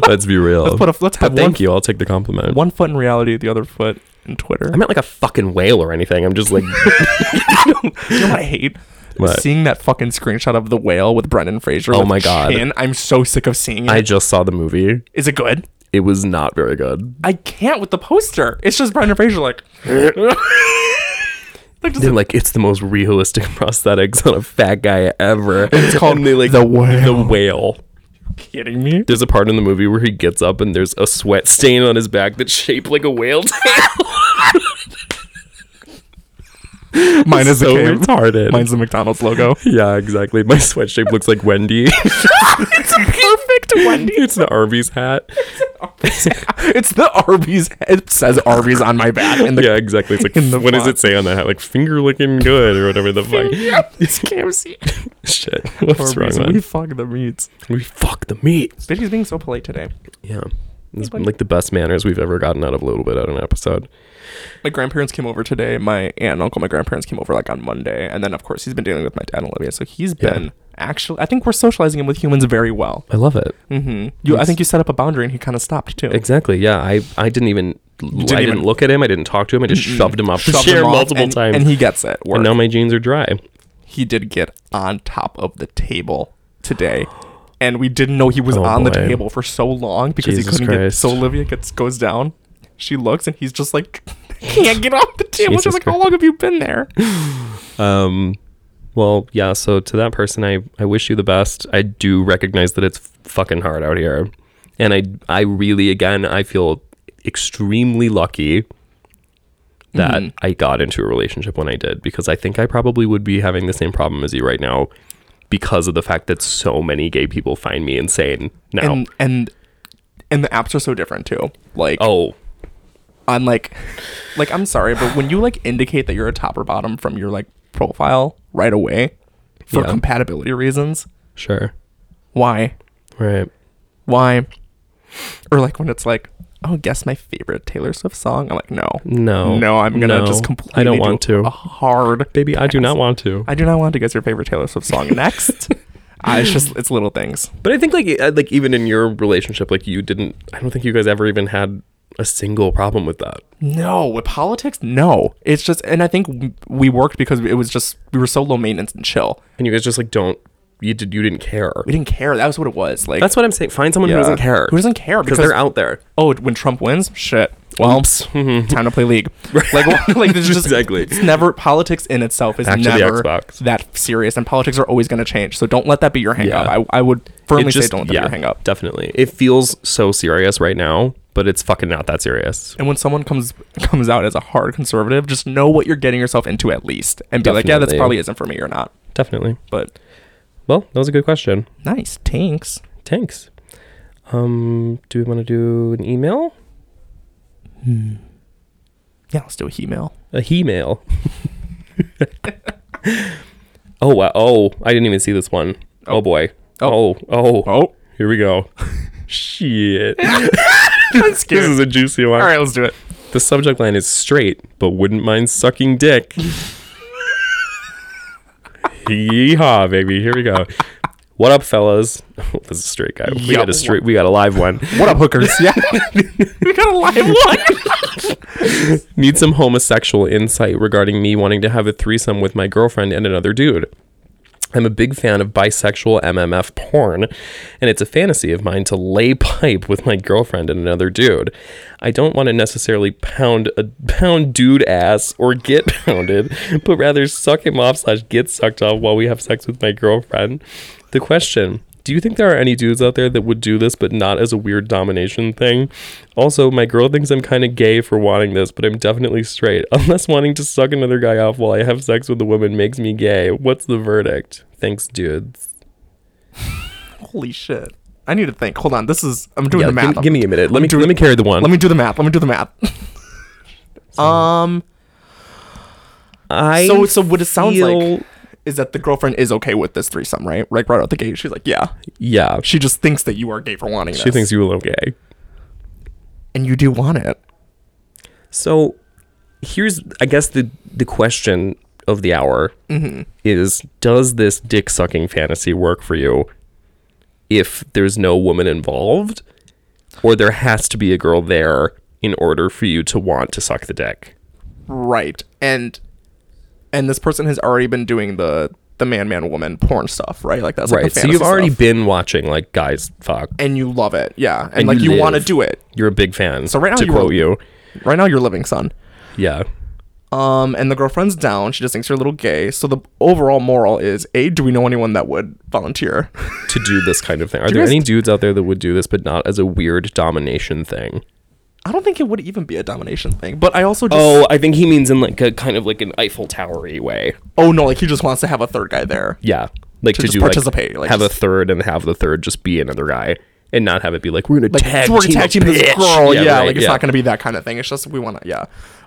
Speaker 7: let's be real. Let's
Speaker 5: put a- let's have
Speaker 7: thank
Speaker 5: one-
Speaker 7: you. I'll take the compliment.
Speaker 5: One foot in reality, the other foot in Twitter.
Speaker 7: I'm not like a fucking whale or anything. I'm just like,
Speaker 5: You know what I hate?
Speaker 7: What?
Speaker 5: Seeing that fucking screenshot of the whale with Brendan Fraser.
Speaker 7: Oh
Speaker 5: with
Speaker 7: my God.
Speaker 5: Chin. I'm so sick of seeing it.
Speaker 7: I just saw the movie.
Speaker 5: Is it good?
Speaker 7: It was not very good.
Speaker 5: I can't with the poster. It's just Brendan Fraser like. Like, just-
Speaker 7: They're like, it's the most realistic prosthetics on a fat guy ever. It's
Speaker 5: called
Speaker 7: they like
Speaker 5: The Whale.
Speaker 7: The whale.
Speaker 5: kidding me?
Speaker 7: There's a part in the movie where he gets up and there's a sweat stain on his back that's shaped like a whale tail.
Speaker 5: Mine is
Speaker 7: so
Speaker 5: the cave.
Speaker 7: retarded.
Speaker 5: Mine's the McDonald's logo.
Speaker 7: yeah, exactly. My sweat shape looks like Wendy.
Speaker 5: Perfect Wendy.
Speaker 7: it's an Arby's hat.
Speaker 5: it's the Arby's. It says Arby's on my back. And the
Speaker 7: Yeah, exactly. It's like,
Speaker 5: In the
Speaker 7: what does
Speaker 5: font.
Speaker 7: it say on that hat? Like, finger looking good or whatever the fuck.
Speaker 5: it's KFC.
Speaker 7: Shit. What's
Speaker 5: Arby's,
Speaker 7: wrong,
Speaker 5: we
Speaker 7: man?
Speaker 5: fuck the meats.
Speaker 7: We fuck the meat.
Speaker 5: Bitchy's being so polite today.
Speaker 7: Yeah. It's like the best manners we've ever gotten out of a little bit out of an episode.
Speaker 5: my grandparents came over today. My aunt and uncle, my grandparents came over like on Monday, and then of course he's been dealing with my dad and Olivia. So he's been actually. I think we're socializing him with humans very well.
Speaker 7: I love it.
Speaker 5: You, I think you set up a boundary, and he kind of stopped too.
Speaker 7: Exactly. Yeah. I, I didn't even. I didn't
Speaker 5: even-
Speaker 7: look at him. I didn't talk to him. I just shoved him off the
Speaker 5: Shoved
Speaker 7: chair
Speaker 5: him off,
Speaker 7: multiple
Speaker 5: and-
Speaker 7: times.
Speaker 5: and he gets it. Work.
Speaker 7: and now my jeans are dry.
Speaker 5: he did get on top of the table today. And we didn't know he was
Speaker 7: Oh,
Speaker 5: on the
Speaker 7: boy.
Speaker 5: table for so long because
Speaker 7: Jesus
Speaker 5: he couldn't
Speaker 7: Christ.
Speaker 5: get. So Olivia gets goes down. She looks and he's just like can't get off the table.
Speaker 7: Jesus
Speaker 5: She's like, "How
Speaker 7: Christ.
Speaker 5: long have you been there?"
Speaker 7: Um, well, yeah. So to that person, I, I wish you the best. I do recognize that it's fucking hard out here, and I I really again I feel extremely lucky that
Speaker 5: Mm-hmm.
Speaker 7: I got into a relationship when I did because I think I probably would be having the same problem as you right now because of the fact that so many gay people find me insane now.
Speaker 5: And and and the apps are so different too. Like
Speaker 7: oh,
Speaker 5: on like like I'm sorry, but when you like indicate that you're a top or bottom from your like profile right away for
Speaker 7: Yeah.
Speaker 5: compatibility reasons,
Speaker 7: Sure.
Speaker 5: why?
Speaker 7: Right.
Speaker 5: Why? Or like when it's like, oh, guess my favorite Taylor Swift song. I'm like, no,
Speaker 7: No.
Speaker 5: no, I'm gonna
Speaker 7: No.
Speaker 5: just
Speaker 7: I
Speaker 5: completely.
Speaker 7: don't
Speaker 5: do
Speaker 7: want to.
Speaker 5: A hard
Speaker 7: Baby, I do
Speaker 5: pass.
Speaker 7: not want to.
Speaker 5: I do not want to guess your favorite Taylor Swift song next. I, it's just it's little things.
Speaker 7: But I think like uh, like even in your relationship, like you didn't. I don't think you guys ever even had a single problem with that.
Speaker 5: No, with politics, no. It's just, and I think w- we worked because it was just we were so low maintenance and chill.
Speaker 7: And you guys just like don't. You did. You didn't care.
Speaker 5: We didn't care. That was what it was. Like
Speaker 7: That's what I'm saying. Find someone
Speaker 5: Yeah.
Speaker 7: who doesn't care.
Speaker 5: Who doesn't care,
Speaker 7: because
Speaker 5: because-
Speaker 7: they're out there.
Speaker 5: oh, when Trump wins, shit. Well, time to play league. Like, like this is just
Speaker 7: Exactly.
Speaker 5: It's never politics in itself is
Speaker 7: Back to the
Speaker 5: never
Speaker 7: Xbox.
Speaker 5: that serious, and politics are always going to change. So don't let that be your hang
Speaker 7: Yeah.
Speaker 5: up. I, I would firmly
Speaker 7: It
Speaker 5: say don't let that be your hang up.
Speaker 7: Definitely. It feels so serious right now, but it's fucking not that serious.
Speaker 5: And when someone comes comes out as a hard conservative, just know what you're getting yourself into at least, and be like, yeah, this
Speaker 7: Definitely.
Speaker 5: probably isn't for me or not.
Speaker 7: Definitely.
Speaker 5: But
Speaker 7: Well, that was a good question.
Speaker 5: nice tanks.
Speaker 7: Thanks. Um, do we want to do an email?
Speaker 5: Yeah, let's do a he mail.
Speaker 7: A he mail. oh wow! Oh, I didn't even see this one. Oh, boy. Oh. oh
Speaker 5: Oh.
Speaker 7: Here we go. Shit.
Speaker 5: scared.
Speaker 7: This is a juicy one.
Speaker 5: All right, let's do it.
Speaker 7: The subject line is straight, but wouldn't mind sucking dick. Yeehaw, baby. Here we go. What up, fellas? this is a straight guy. We
Speaker 5: Yeah.
Speaker 7: got a straight. We got a live one.
Speaker 5: What up, hookers? Yeah, we got a live one.
Speaker 7: Need some homosexual insight regarding me wanting to have a threesome with my girlfriend and another dude. I'm a big fan of bisexual MMF porn, and it's a fantasy of mine to lay pipe with my girlfriend and another dude. I don't want to necessarily pound a pound dude ass or get pounded, but rather suck him off slash get sucked off while we have sex with my girlfriend. The question do you think there are any dudes out there that would do this, but not as a weird domination thing? Also, my girl thinks I'm kind of gay for wanting this, but I'm definitely straight. Unless wanting to suck another guy off while I have sex with a woman makes me gay. What's the verdict? Thanks, dudes.
Speaker 5: Holy shit! I need to think. Hold on, this is I'm doing the math.
Speaker 7: give, give me a minute. Let me
Speaker 5: doing-
Speaker 7: let me carry the one.
Speaker 5: Let me do the math. Let me do the math. um.
Speaker 7: I
Speaker 5: So so what it sounds
Speaker 7: feel-
Speaker 5: like is that the girlfriend is okay with this threesome, right? Like right out the gate, she's like, yeah.
Speaker 7: yeah, she,
Speaker 5: She just thinks that you are gay for wanting.
Speaker 7: she
Speaker 5: this.
Speaker 7: thinks you will gay.
Speaker 5: and you do want it.
Speaker 7: So here's I guess the the question of the hour is does this dick sucking fantasy work for you if there's no woman involved or there has to be a girl there in order for you to want to suck the dick.
Speaker 5: Right. And and this person has already been doing the the man man woman porn stuff, right? Like that's Like
Speaker 7: Right.
Speaker 5: the
Speaker 7: So you've
Speaker 5: fantasy
Speaker 7: already
Speaker 5: stuff.
Speaker 7: been watching like guys fuck.
Speaker 5: and you love it. Yeah. And,
Speaker 7: And
Speaker 5: like
Speaker 7: you
Speaker 5: you, want to
Speaker 7: live.
Speaker 5: do it.
Speaker 7: You're a big fan. So
Speaker 5: right now
Speaker 7: to
Speaker 5: you
Speaker 7: quote
Speaker 5: were-
Speaker 7: you.
Speaker 5: Right now you're living son.
Speaker 7: Yeah.
Speaker 5: Um and the girlfriend's down. She just thinks you're a little gay. So the overall moral is A, do we know anyone that would volunteer?
Speaker 7: To do this kind of thing. Are there
Speaker 5: guys-
Speaker 7: any dudes out there that would do this but not as a weird domination thing?
Speaker 5: I don't think it would even be a domination thing. But I also just
Speaker 7: Oh, I think he means in like a kind of like an Eiffel Towery way.
Speaker 5: oh no, like he just wants to have a third guy there.
Speaker 7: Yeah, like
Speaker 5: To
Speaker 7: to,
Speaker 5: just
Speaker 7: do
Speaker 5: participate,
Speaker 7: Like,
Speaker 5: like,
Speaker 7: have
Speaker 5: just-
Speaker 7: a third and have the third just be another guy and not have it be like we're gonna
Speaker 5: like
Speaker 7: tag
Speaker 5: we're
Speaker 7: team,
Speaker 5: gonna tag
Speaker 7: a
Speaker 5: team this
Speaker 7: bitch."
Speaker 5: girl. Yeah,
Speaker 7: right,
Speaker 5: like it's not gonna be that kind of thing. It's just we want to. Yeah.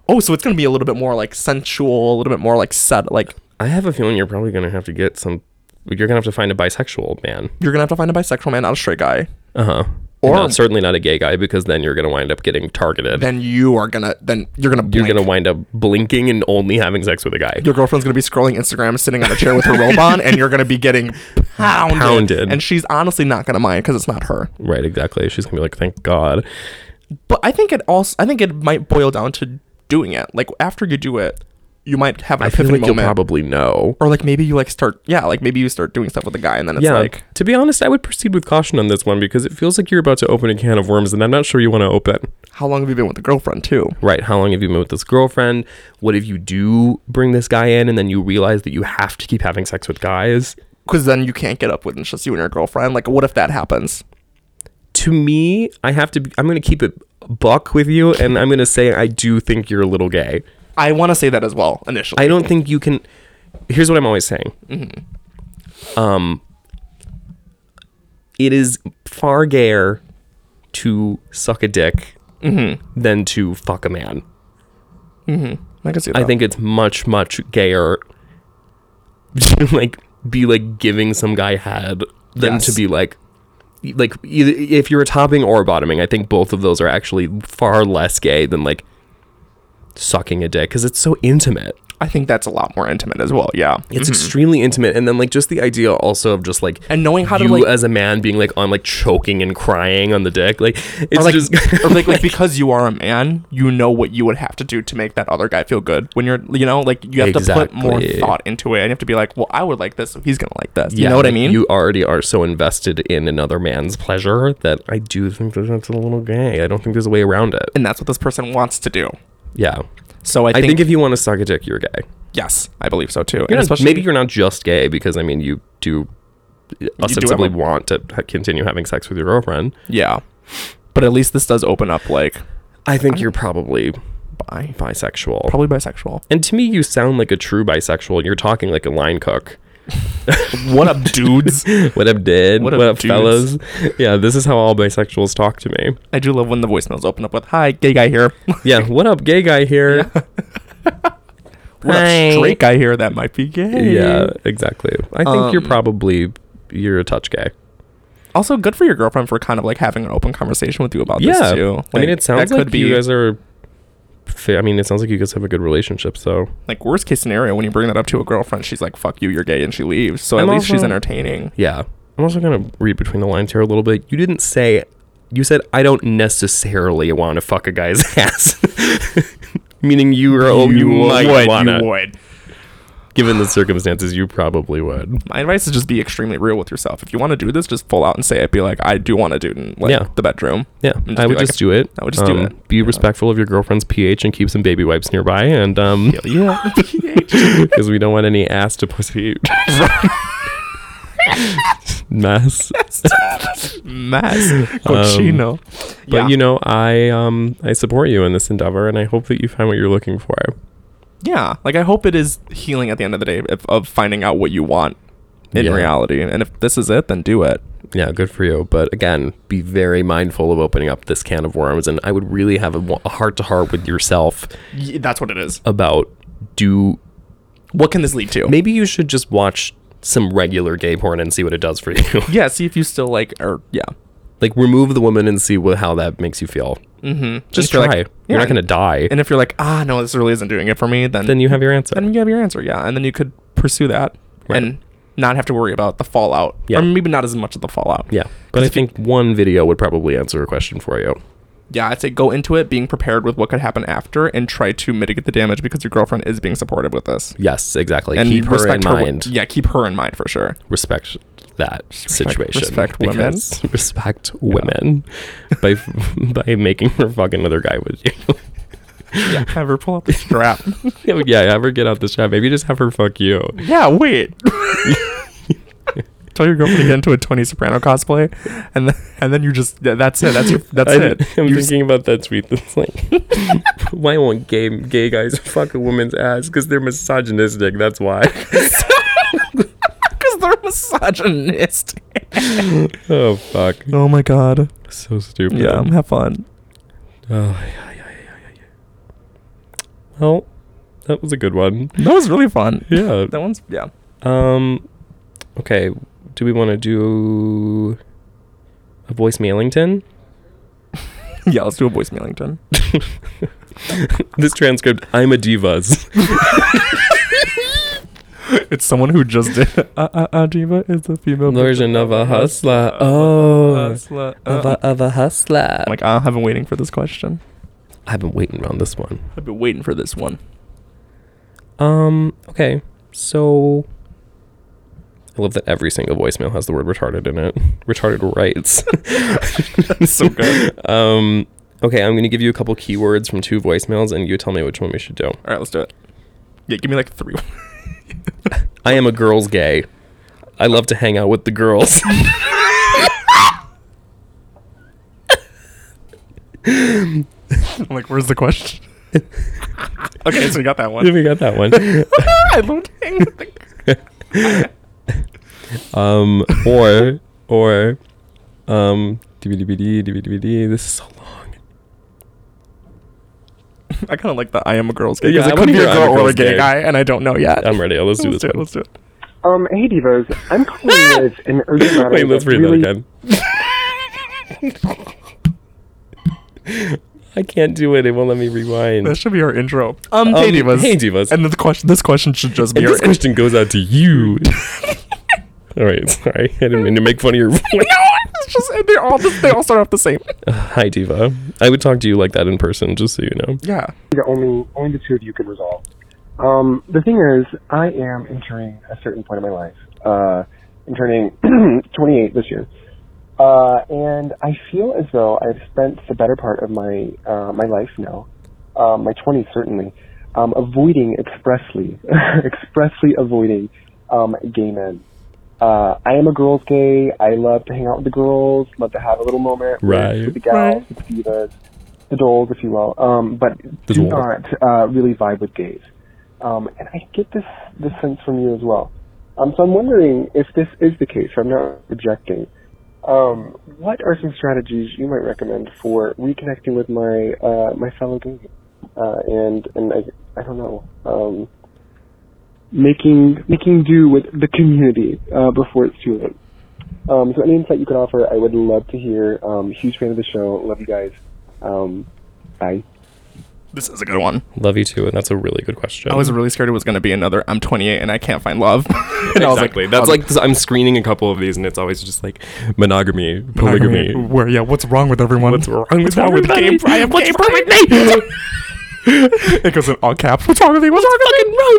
Speaker 5: Oh, so it's gonna be a little bit more like sensual, a little bit more like set. Like
Speaker 7: I have a feeling you're probably gonna have to get some. You're gonna have to find a bisexual man.
Speaker 5: you're gonna have to find a bisexual man, not a straight guy.
Speaker 7: Uh huh.
Speaker 5: Or-
Speaker 7: Or certainly not a gay guy because then you're gonna wind up getting targeted.
Speaker 5: Then you are gonna. Then you're gonna.
Speaker 7: you're
Speaker 5: Blink.
Speaker 7: gonna wind up blinking and only having sex with a guy.
Speaker 5: Your girlfriend's gonna be scrolling Instagram, sitting on a chair with her robe on, and you're gonna be getting pounded.
Speaker 7: Pounded.
Speaker 5: And she's honestly not gonna mind because it's not her.
Speaker 7: right. Exactly. She's gonna be like, thank God.
Speaker 5: But I think it also. I think it might boil down to doing it. Like after you do it, you might have an
Speaker 7: I feel
Speaker 5: epiphany
Speaker 7: like
Speaker 5: moment.
Speaker 7: you'll probably know.
Speaker 5: or like maybe you like start. Yeah, like maybe you start doing stuff with a guy, and then it's
Speaker 7: Yeah.
Speaker 5: like.
Speaker 7: to be honest, I would proceed with caution on this one because it feels like you're about to open a can of worms, and I'm not sure you want to open.
Speaker 5: how long have you been with the girlfriend too?
Speaker 7: right how long have you been with this girlfriend what if you do bring this guy in and then you realize that you have to keep having sex with guys
Speaker 5: Because then you can't get up with it. It's just you and your girlfriend. Like, what if that happens?
Speaker 7: to me i have to be, i'm going to keep it buck with you and i'm going to say i do think you're a little gay
Speaker 5: I want to say that as well initially.
Speaker 7: i don't think you can here's what i'm always saying um it is far gayer to suck a dick than to fuck a man.
Speaker 5: I can see that.
Speaker 7: I think it's much much gayer, like be like giving some guy head than to
Speaker 5: Yes.
Speaker 7: be like, e, like either if you're topping or bottoming. I think both of those are actually far less gay than like sucking a dick because it's so intimate.
Speaker 5: I think that's a lot more intimate as well. Yeah.
Speaker 7: It's extremely intimate, and then like just the idea also of just like
Speaker 5: Mm-hmm. And knowing how to,
Speaker 7: you
Speaker 5: like-
Speaker 7: as a man being like I'm like choking and crying on the dick, like it's
Speaker 5: or like,
Speaker 7: just
Speaker 5: or like, like because you are a man, you know what you would have to do to make that other guy feel good. When you're, you know, like you have to put more
Speaker 7: Exactly.
Speaker 5: thought into it, and you have to be like, well, I would like this, so he's gonna like this. You
Speaker 7: Yeah,
Speaker 5: know what I
Speaker 7: like,
Speaker 5: mean?
Speaker 7: You already are so invested in another man's pleasure that I do think that that's a little gay. I don't think there's a way around it.
Speaker 5: and that's what this person wants to do.
Speaker 7: Yeah.
Speaker 5: So I,
Speaker 7: I think, if you want to suck a dick, you're gay.
Speaker 5: yes, I believe so too.
Speaker 7: You're
Speaker 5: and
Speaker 7: not-
Speaker 5: especially
Speaker 7: maybe you're not just gay because, I mean, you do ostensibly
Speaker 5: have a-
Speaker 7: want to ha- continue having sex with your girlfriend.
Speaker 5: yeah, but at least this does open up like
Speaker 7: I think you're probably
Speaker 5: bi,
Speaker 7: bisexual.
Speaker 5: probably bisexual.
Speaker 7: And to me, you sound like a true bisexual. You're talking like a line cook.
Speaker 5: What up, dudes?
Speaker 7: What up, did?
Speaker 5: What
Speaker 7: What
Speaker 5: up,
Speaker 7: up,
Speaker 5: dudes?
Speaker 7: fellas? Yeah, this is how all bisexuals talk to me.
Speaker 5: I do love when the voicemails open up with "Hi, gay guy here."
Speaker 7: Yeah, what up, gay guy here?
Speaker 5: what up, straight guy here? That might be gay.
Speaker 7: Yeah, exactly. I think you're probably you're a touch guy.
Speaker 5: Also, good for your girlfriend for kind of like having an open conversation with you about this
Speaker 7: Yeah,
Speaker 5: too.
Speaker 7: I mean,
Speaker 5: Like,
Speaker 7: it sounds
Speaker 5: that
Speaker 7: like you guys are. fa- I mean, it sounds like you guys have a good relationship. So
Speaker 5: like worst case scenario when you bring that up to a girlfriend, she's like, "Fuck you, you're gay," and she leaves. So at
Speaker 7: I'm
Speaker 5: least she's
Speaker 7: also-
Speaker 5: entertaining.
Speaker 7: yeah, I'm also gonna read between the lines here a little bit. You didn't say. You said I don't necessarily want to fuck a guy's ass. Meaning you are oh, you, might wanna.
Speaker 5: would.
Speaker 7: Given the circumstances, you probably would.
Speaker 5: My advice is just be extremely real with yourself. If you want to do this, just full out and say it. Be like, "I do want to do it in like
Speaker 7: Yeah.
Speaker 5: the bedroom."
Speaker 7: Yeah,
Speaker 5: And
Speaker 7: I
Speaker 5: be
Speaker 7: would
Speaker 5: like,
Speaker 7: just do it.
Speaker 5: I would just do
Speaker 7: Um,
Speaker 5: it.
Speaker 7: Be respectful of your girlfriend's pH and keep some baby wipes nearby, and um,
Speaker 5: Yeah.
Speaker 7: because we don't want any ass to pussy mess.
Speaker 5: Mess. Cochino.
Speaker 7: But you know, I um, I support you in this endeavor, and I hope that you find what you're looking for.
Speaker 5: yeah like i hope it is healing at the end of the day of, of finding out what you want in
Speaker 7: Yeah.
Speaker 5: reality and if this is it then do it
Speaker 7: Yeah, good for you. But again, be very mindful of opening up this can of worms, and I would really have a heart to heart with yourself
Speaker 5: that's what it is
Speaker 7: about do.
Speaker 5: what can this lead to
Speaker 7: Maybe you should just watch some regular gay porn and see what it does for you.
Speaker 5: yeah see if you still like or yeah
Speaker 7: like remove the woman and see what, how that makes you feel. Mm-hmm. Just try.
Speaker 5: And if you're like-
Speaker 7: you're
Speaker 5: yeah.
Speaker 7: not gonna die,
Speaker 5: and if you're like ah no this really isn't doing it for me then
Speaker 7: then you have your answer.
Speaker 5: then you have your answer yeah and then you could pursue that
Speaker 7: Right.
Speaker 5: and not have to worry about the fallout
Speaker 7: Yeah.
Speaker 5: or maybe not as much of the fallout
Speaker 7: Yeah, but I think one video would probably answer a question for you.
Speaker 5: yeah i'd say go into it being prepared with what could happen after and try to mitigate the damage because your girlfriend is being supportive with this
Speaker 7: Yes, exactly.
Speaker 5: and
Speaker 7: keep her in
Speaker 5: respect wi-
Speaker 7: mind.
Speaker 5: yeah keep her in mind for sure
Speaker 7: Respect that situation.
Speaker 5: respect women.
Speaker 7: because- Respect women by by making her fuck another guy with you.
Speaker 5: yeah have her pull up the strap
Speaker 7: yeah, have her get out the shot. Maybe just have her fuck you.
Speaker 5: Yeah, wait. Tell your girlfriend to get into a Tony Soprano cosplay, and then, and then you just yeah, that's it. That's your, that's
Speaker 7: I,
Speaker 5: it.
Speaker 7: am
Speaker 5: You just-
Speaker 7: thinking about that tweet. That's like, why won't gay gay guys fuck a woman's ass? Because they're misogynistic. That's why.
Speaker 5: because they're misogynistic.
Speaker 7: oh fuck.
Speaker 5: Oh my god.
Speaker 7: So stupid.
Speaker 5: Yeah, have fun.
Speaker 7: Oh, yeah, yeah, yeah, yeah, yeah. Well, that was a good one.
Speaker 5: That was really fun.
Speaker 7: Yeah.
Speaker 5: That one's yeah.
Speaker 7: Um, okay. Do we want to do a voice mailington?
Speaker 5: Yeah, let's do a voicemailington.
Speaker 7: This transcript, I'm a divas.
Speaker 5: It's someone who just did. Uh, uh, uh, Jiva is a female.
Speaker 7: Version of a hustler. Oh,
Speaker 5: Hustler.
Speaker 7: of
Speaker 5: Uh,
Speaker 7: a, of a hustler.
Speaker 5: I'm like I have been waiting for this question.
Speaker 7: I've been waiting on this one.
Speaker 5: I've been waiting for this one.
Speaker 7: Um, okay. So I love that every single voicemail has the word retarded in it. Retarded rights.
Speaker 5: so good.
Speaker 7: Um, okay, I'm going to give you a couple keywords from two voicemails and you tell me which one we should do.
Speaker 5: All right, let's do it. Yeah, give me like three.
Speaker 7: I am a girl's gay. I love to hang out with the girls.
Speaker 5: I'm like, where's the question? okay, so you got that one.
Speaker 7: we got that one.
Speaker 5: I loved hanging with the
Speaker 7: Um, or, or, um, DVD, DVD, this is so long.
Speaker 5: I kind of like the I am a girl's gay because
Speaker 7: Yeah, I
Speaker 5: it could
Speaker 7: wanna
Speaker 5: be a
Speaker 7: hear I'm
Speaker 5: girl
Speaker 7: a
Speaker 5: or a
Speaker 7: girl's
Speaker 5: gay,
Speaker 7: gay.
Speaker 5: guy, and I don't know yet.
Speaker 7: I'm ready. Let's do
Speaker 5: Let's
Speaker 7: this.
Speaker 5: do it.
Speaker 7: one.
Speaker 5: Let's do it.
Speaker 2: Um, hey divas, I'm calling with an urgent matter.
Speaker 7: Wait, let's
Speaker 2: that
Speaker 7: read
Speaker 2: really,
Speaker 7: that again. I can't do it. It won't let me rewind.
Speaker 5: That should be our intro. Um, hey
Speaker 7: Um,
Speaker 5: divas.
Speaker 7: hey, divas.
Speaker 5: And the question, this question should just be
Speaker 7: And
Speaker 5: our
Speaker 7: this question goes out to you. all right, sorry. I didn't mean to make fun of your voice.
Speaker 5: no, it's just they all just, they all start off the same.
Speaker 7: Hi, Diva. I would talk to you like that in person, just so you know.
Speaker 5: Yeah.
Speaker 2: that only only the two of you can resolve. Um, the thing is, I am entering a certain point in my life. Uh, I'm turning 28 this year, uh, and I feel as though I've spent the better part of my uh, my life now, um, my 20s certainly, um, avoiding expressly, expressly avoiding um, gay men. Uh, I am a girls' gay. I love to hang out with the girls. Love to have a little moment with-
Speaker 7: Right.
Speaker 2: with the gals, with the divas, the dolls, if you will. Um, but
Speaker 7: The
Speaker 2: do
Speaker 7: dolls.
Speaker 2: not uh, really vibe with gays. Um, and I get this this sense from you as well. Um, so I'm wondering if this is the case. I'm not rejecting. Um, what are some strategies you might recommend for reconnecting with my uh, my fellow gay? Uh, and and I I don't know. Um, making making do with the community uh, before it's too late. Um, so any insight you could offer, I would love to hear. Um, huge fan of the show. Love you guys. Um, bye.
Speaker 5: This is a good one.
Speaker 7: Love you too, and that's a really good question.
Speaker 5: I was really scared it was going to be another I'm 28 and I can't find love. and I was
Speaker 7: exactly. That's like I'm screening a couple of these, and it's always just like monogamy, polygamy.
Speaker 5: Where yeah, what's wrong with everyone? What's wrong with what's wrong
Speaker 7: everybody?
Speaker 5: with gay? I am
Speaker 7: What's
Speaker 5: gay
Speaker 7: wrong
Speaker 5: pride?
Speaker 7: with me?
Speaker 5: it goes in all caps. What's wrong with me? What's, wrong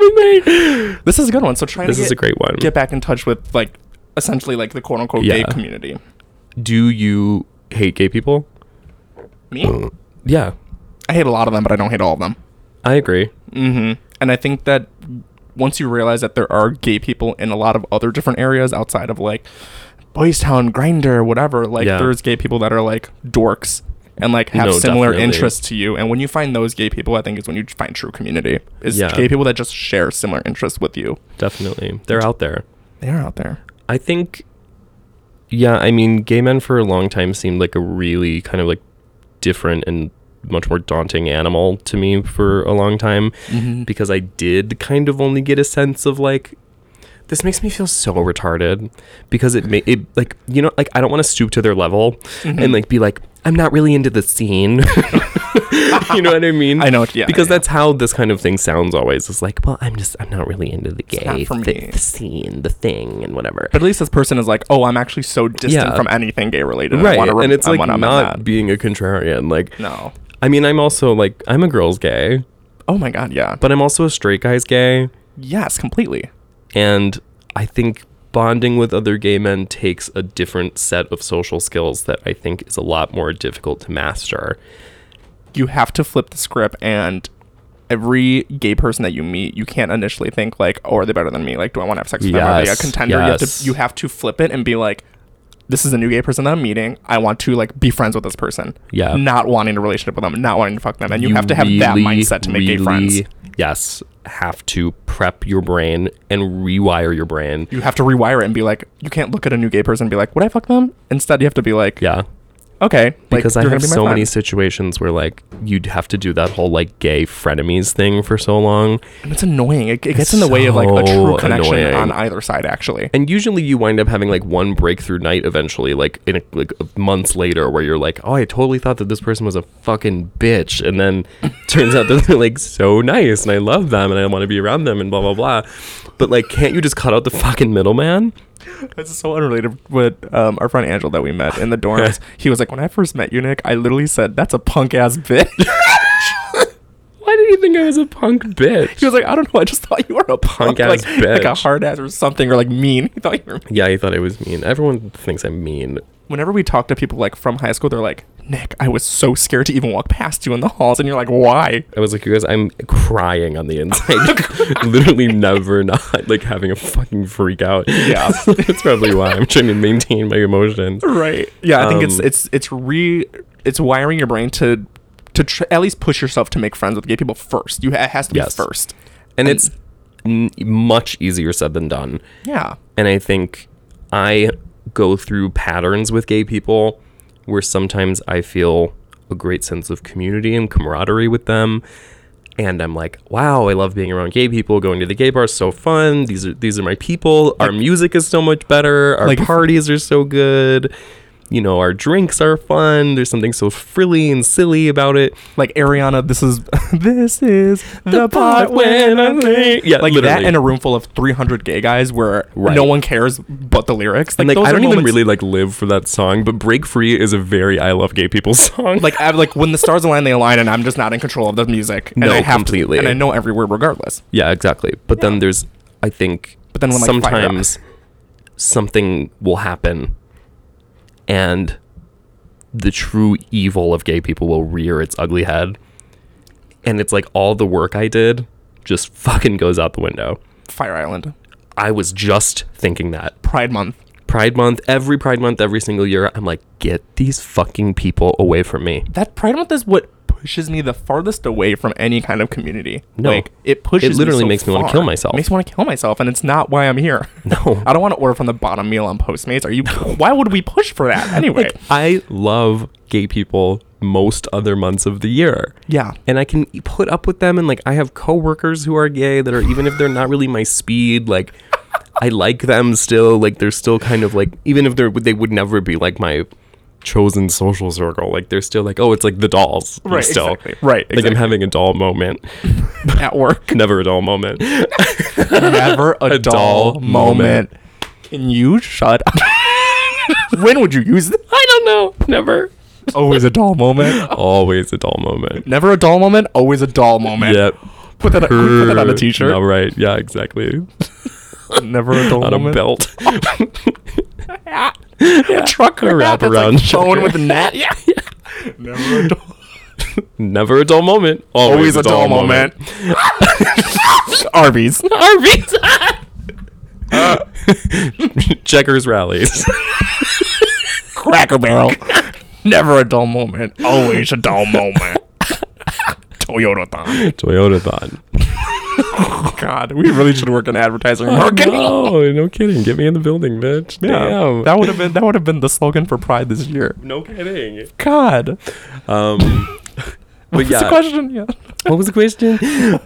Speaker 5: with me? me? This is a good one. So trying
Speaker 7: This
Speaker 5: to
Speaker 7: is
Speaker 5: get-
Speaker 7: a great one.
Speaker 5: Get back in touch with like essentially like the quote unquote gay
Speaker 7: Yeah.
Speaker 5: community.
Speaker 7: Do you hate gay people?
Speaker 5: Me,
Speaker 7: Yeah,
Speaker 5: I hate a lot of them, but I don't hate all of them.
Speaker 7: I agree.
Speaker 5: And I think that once you realize that there are gay people in a lot of other different areas outside of like Boys Town, Grinder, whatever, like
Speaker 7: Yeah.
Speaker 5: there's gay people that are like dorks and like have
Speaker 7: No,
Speaker 5: similar
Speaker 7: definitely.
Speaker 5: interests to you. And when you find those gay people, I think is when you find true community. Is
Speaker 7: Yeah.
Speaker 5: gay people that just share similar interests with you.
Speaker 7: Definitely, they're out there.
Speaker 5: They are out there.
Speaker 7: I think, yeah, I mean, gay men for a long time seemed like a really kind of like different and much more daunting animal to me for a long time
Speaker 5: Mm-hmm.
Speaker 7: because I did kind of only get a sense of like, this makes me feel so retarded because it may, it like, you know, like I don't want to stoop to their level
Speaker 5: Mm-hmm.
Speaker 7: and like be like, I'm not really into the scene. you know what I mean?
Speaker 5: I know what- yeah,
Speaker 7: Because
Speaker 5: yeah.
Speaker 7: that's how this kind of thing sounds always. It's like, well, I'm just, I'm not really into the
Speaker 5: not
Speaker 7: gay
Speaker 5: for
Speaker 7: thi-
Speaker 5: me.
Speaker 7: the scene, the thing, and whatever.
Speaker 5: But at least this person is like, oh, I'm actually so distant
Speaker 7: Yeah.
Speaker 5: from anything gay related. I
Speaker 7: right
Speaker 5: wanna re-
Speaker 7: and it's
Speaker 5: I
Speaker 7: like
Speaker 5: wanna- I'm
Speaker 7: not being a contrarian like
Speaker 5: No.
Speaker 7: i mean i'm also like i'm a girl's gay
Speaker 5: Oh my god, yeah. But
Speaker 7: but i'm also a straight guy's gay
Speaker 5: yes, completely.
Speaker 7: and i think bonding with other gay men takes a different set of social skills that i think is a lot more difficult to master
Speaker 5: you have to flip the script and every gay person that you meet you can't initially think like oh are they better than me like do i want to have sex with them are they a
Speaker 7: Yes,
Speaker 5: contender you, have
Speaker 7: yes.
Speaker 5: to, you have to flip it and be like this is a new gay person that i'm meeting i want to like be friends with this person
Speaker 7: Yeah.
Speaker 5: not wanting a relationship with them not wanting to fuck them and you, have to have that
Speaker 7: really,
Speaker 5: mindset to make gay friends
Speaker 7: really, yes have to prep your brain and rewire your brain
Speaker 5: you have to rewire it and be like you can't look at a new gay person and be like would i fuck them instead you have to be like
Speaker 7: yeah
Speaker 5: okay
Speaker 7: because
Speaker 5: like,
Speaker 7: I
Speaker 5: you're gonna
Speaker 7: have
Speaker 5: be my
Speaker 7: so many
Speaker 5: friend.
Speaker 7: situations where like you'd have to do that whole like gay frenemies thing for so long,
Speaker 5: And it's annoying it, it gets in the way of like a
Speaker 7: so
Speaker 5: true connection
Speaker 7: annoying.
Speaker 5: on either side actually
Speaker 7: and usually you wind up having like one breakthrough night eventually, like in a, like months later, where you're like, oh, I totally thought that this person was a fucking bitch, and then turns out that they're like so nice, and I love them, and I want to be around them, and blah blah blah. But like, can't you just cut out the fucking middleman?
Speaker 5: That's so unrelated with um, our friend Angel that we met in the dorms. he was like, when I first met you, Nick, I literally said, that's a punk ass bitch.
Speaker 7: Why did you think I was a punk bitch?
Speaker 5: he was like, I don't know. I just thought you were a punk,
Speaker 7: Punk-ass
Speaker 5: like, like a
Speaker 7: bitch.
Speaker 5: hard ass or something, or like mean. He thought you were.
Speaker 7: yeah, he thought I was mean. Everyone thinks I'm mean.
Speaker 5: Whenever we talk to people like from high school, they're like, Nick, I was so scared to even walk past you in the halls, and you're like, why?
Speaker 7: I was like, you guys, I'm crying on the inside. Literally never not like having a fucking freak out.
Speaker 5: Yeah.
Speaker 7: That's probably why I'm trying to maintain my emotions.
Speaker 5: Right. Yeah, I think it's
Speaker 7: Um,
Speaker 5: it's it's re it's wiring your brain to to tr- at least push yourself to make friends with gay people first. You ha- it has to be
Speaker 7: Yes.
Speaker 5: first.
Speaker 7: And it's n- much easier said than done.
Speaker 5: Yeah.
Speaker 7: And I think I go through patterns with gay people where sometimes I feel a great sense of community and camaraderie with them. And I'm like, wow, I love being around gay people. Going to the gay bar is so fun. These are these are my people. Our music is so much better. Our
Speaker 5: Like-
Speaker 7: parties are so good. You know, our drinks are fun. There's something so frilly and silly about it.
Speaker 5: Like Ariana, this is this is the part when I think
Speaker 7: Yeah,
Speaker 5: like that
Speaker 7: literally.
Speaker 5: in a room full of 300 gay guys where
Speaker 7: Right.
Speaker 5: no one cares but the lyrics.
Speaker 7: And like,
Speaker 5: those
Speaker 7: I
Speaker 5: are
Speaker 7: don't even
Speaker 5: moments-
Speaker 7: really like live for that song, but "Break Free" is a very "I love gay people" song.
Speaker 5: like I like when the stars align, they align, and I'm just not in control of the music. And
Speaker 7: No,
Speaker 5: I have
Speaker 7: completely.
Speaker 5: To, and I know every word regardless.
Speaker 7: Yeah, exactly. But then there's, I think, but
Speaker 5: then when, like, Fire Up-
Speaker 7: sometimes something will happen, and the true evil of gay people will rear its ugly head, and it's like all the work I did just fucking goes out the window.
Speaker 5: Fire Island,
Speaker 7: I was just thinking that
Speaker 5: Pride Month.
Speaker 7: Pride Month, every Pride Month, every single year, I'm like, get these fucking people away from me.
Speaker 5: That Pride Month is what pushes me the farthest away from any kind of community.
Speaker 7: No.
Speaker 5: like it pushes.
Speaker 7: It literally
Speaker 5: so
Speaker 7: makes me wanna
Speaker 5: far.
Speaker 7: kill myself.
Speaker 5: Makes me want to kill myself, and it's not why I'm here.
Speaker 7: No.
Speaker 5: I don't want to order from the bottom meal on Postmates. Are you? Why would we push for that anyway?
Speaker 7: Like, I love gay people most other months of the year.
Speaker 5: Yeah.
Speaker 7: And I can put up with them. And like, I have coworkers who are gay that are, even if they're not really my speed, like, I like them still. Like, they're still kind of like, even if they're, they would never be like my chosen social circle, like, they're still like, oh, it's like the dolls.
Speaker 5: Right,
Speaker 7: Still.
Speaker 5: exactly. Right,
Speaker 7: Like,
Speaker 5: exactly.
Speaker 7: I'm having a doll moment.
Speaker 5: At work,
Speaker 7: never a doll moment.
Speaker 5: never a, dull
Speaker 7: dull
Speaker 5: moment.
Speaker 7: moment.
Speaker 5: Can you shut? up? when would you use that?
Speaker 7: I don't know. Never.
Speaker 5: Always a dull moment.
Speaker 7: Always a doll moment.
Speaker 5: Never a dull moment. Always a dull moment.
Speaker 7: Yep.
Speaker 5: Put that, can we put that on a
Speaker 7: Per-
Speaker 5: t-shirt.
Speaker 7: No, right. Yeah, exactly.
Speaker 5: Never a dull
Speaker 7: on a
Speaker 5: moment.
Speaker 7: belt.
Speaker 5: A trucker
Speaker 7: wrap around
Speaker 5: phone
Speaker 7: trucker.
Speaker 5: with a net. Yeah. Never a dull.
Speaker 7: Never a dull moment. Always,
Speaker 5: Always a dull moment. Arby's.
Speaker 7: Arby's. Checkers rallies.
Speaker 5: Cracker Barrel. Never a dull moment. Always a dull moment. Toyota thon.
Speaker 7: Toyota thon.
Speaker 5: Oh, God, we really should work in advertising
Speaker 7: Oh,
Speaker 5: and marketing.
Speaker 7: No, no kidding. Get me in the building, bitch.
Speaker 5: Yeah,
Speaker 7: Damn.
Speaker 5: that would have been that would have been the slogan for Pride this year.
Speaker 7: no kidding.
Speaker 5: God,
Speaker 7: Um, but
Speaker 5: what's
Speaker 7: yeah.
Speaker 5: the question? Yeah,
Speaker 7: what was the question?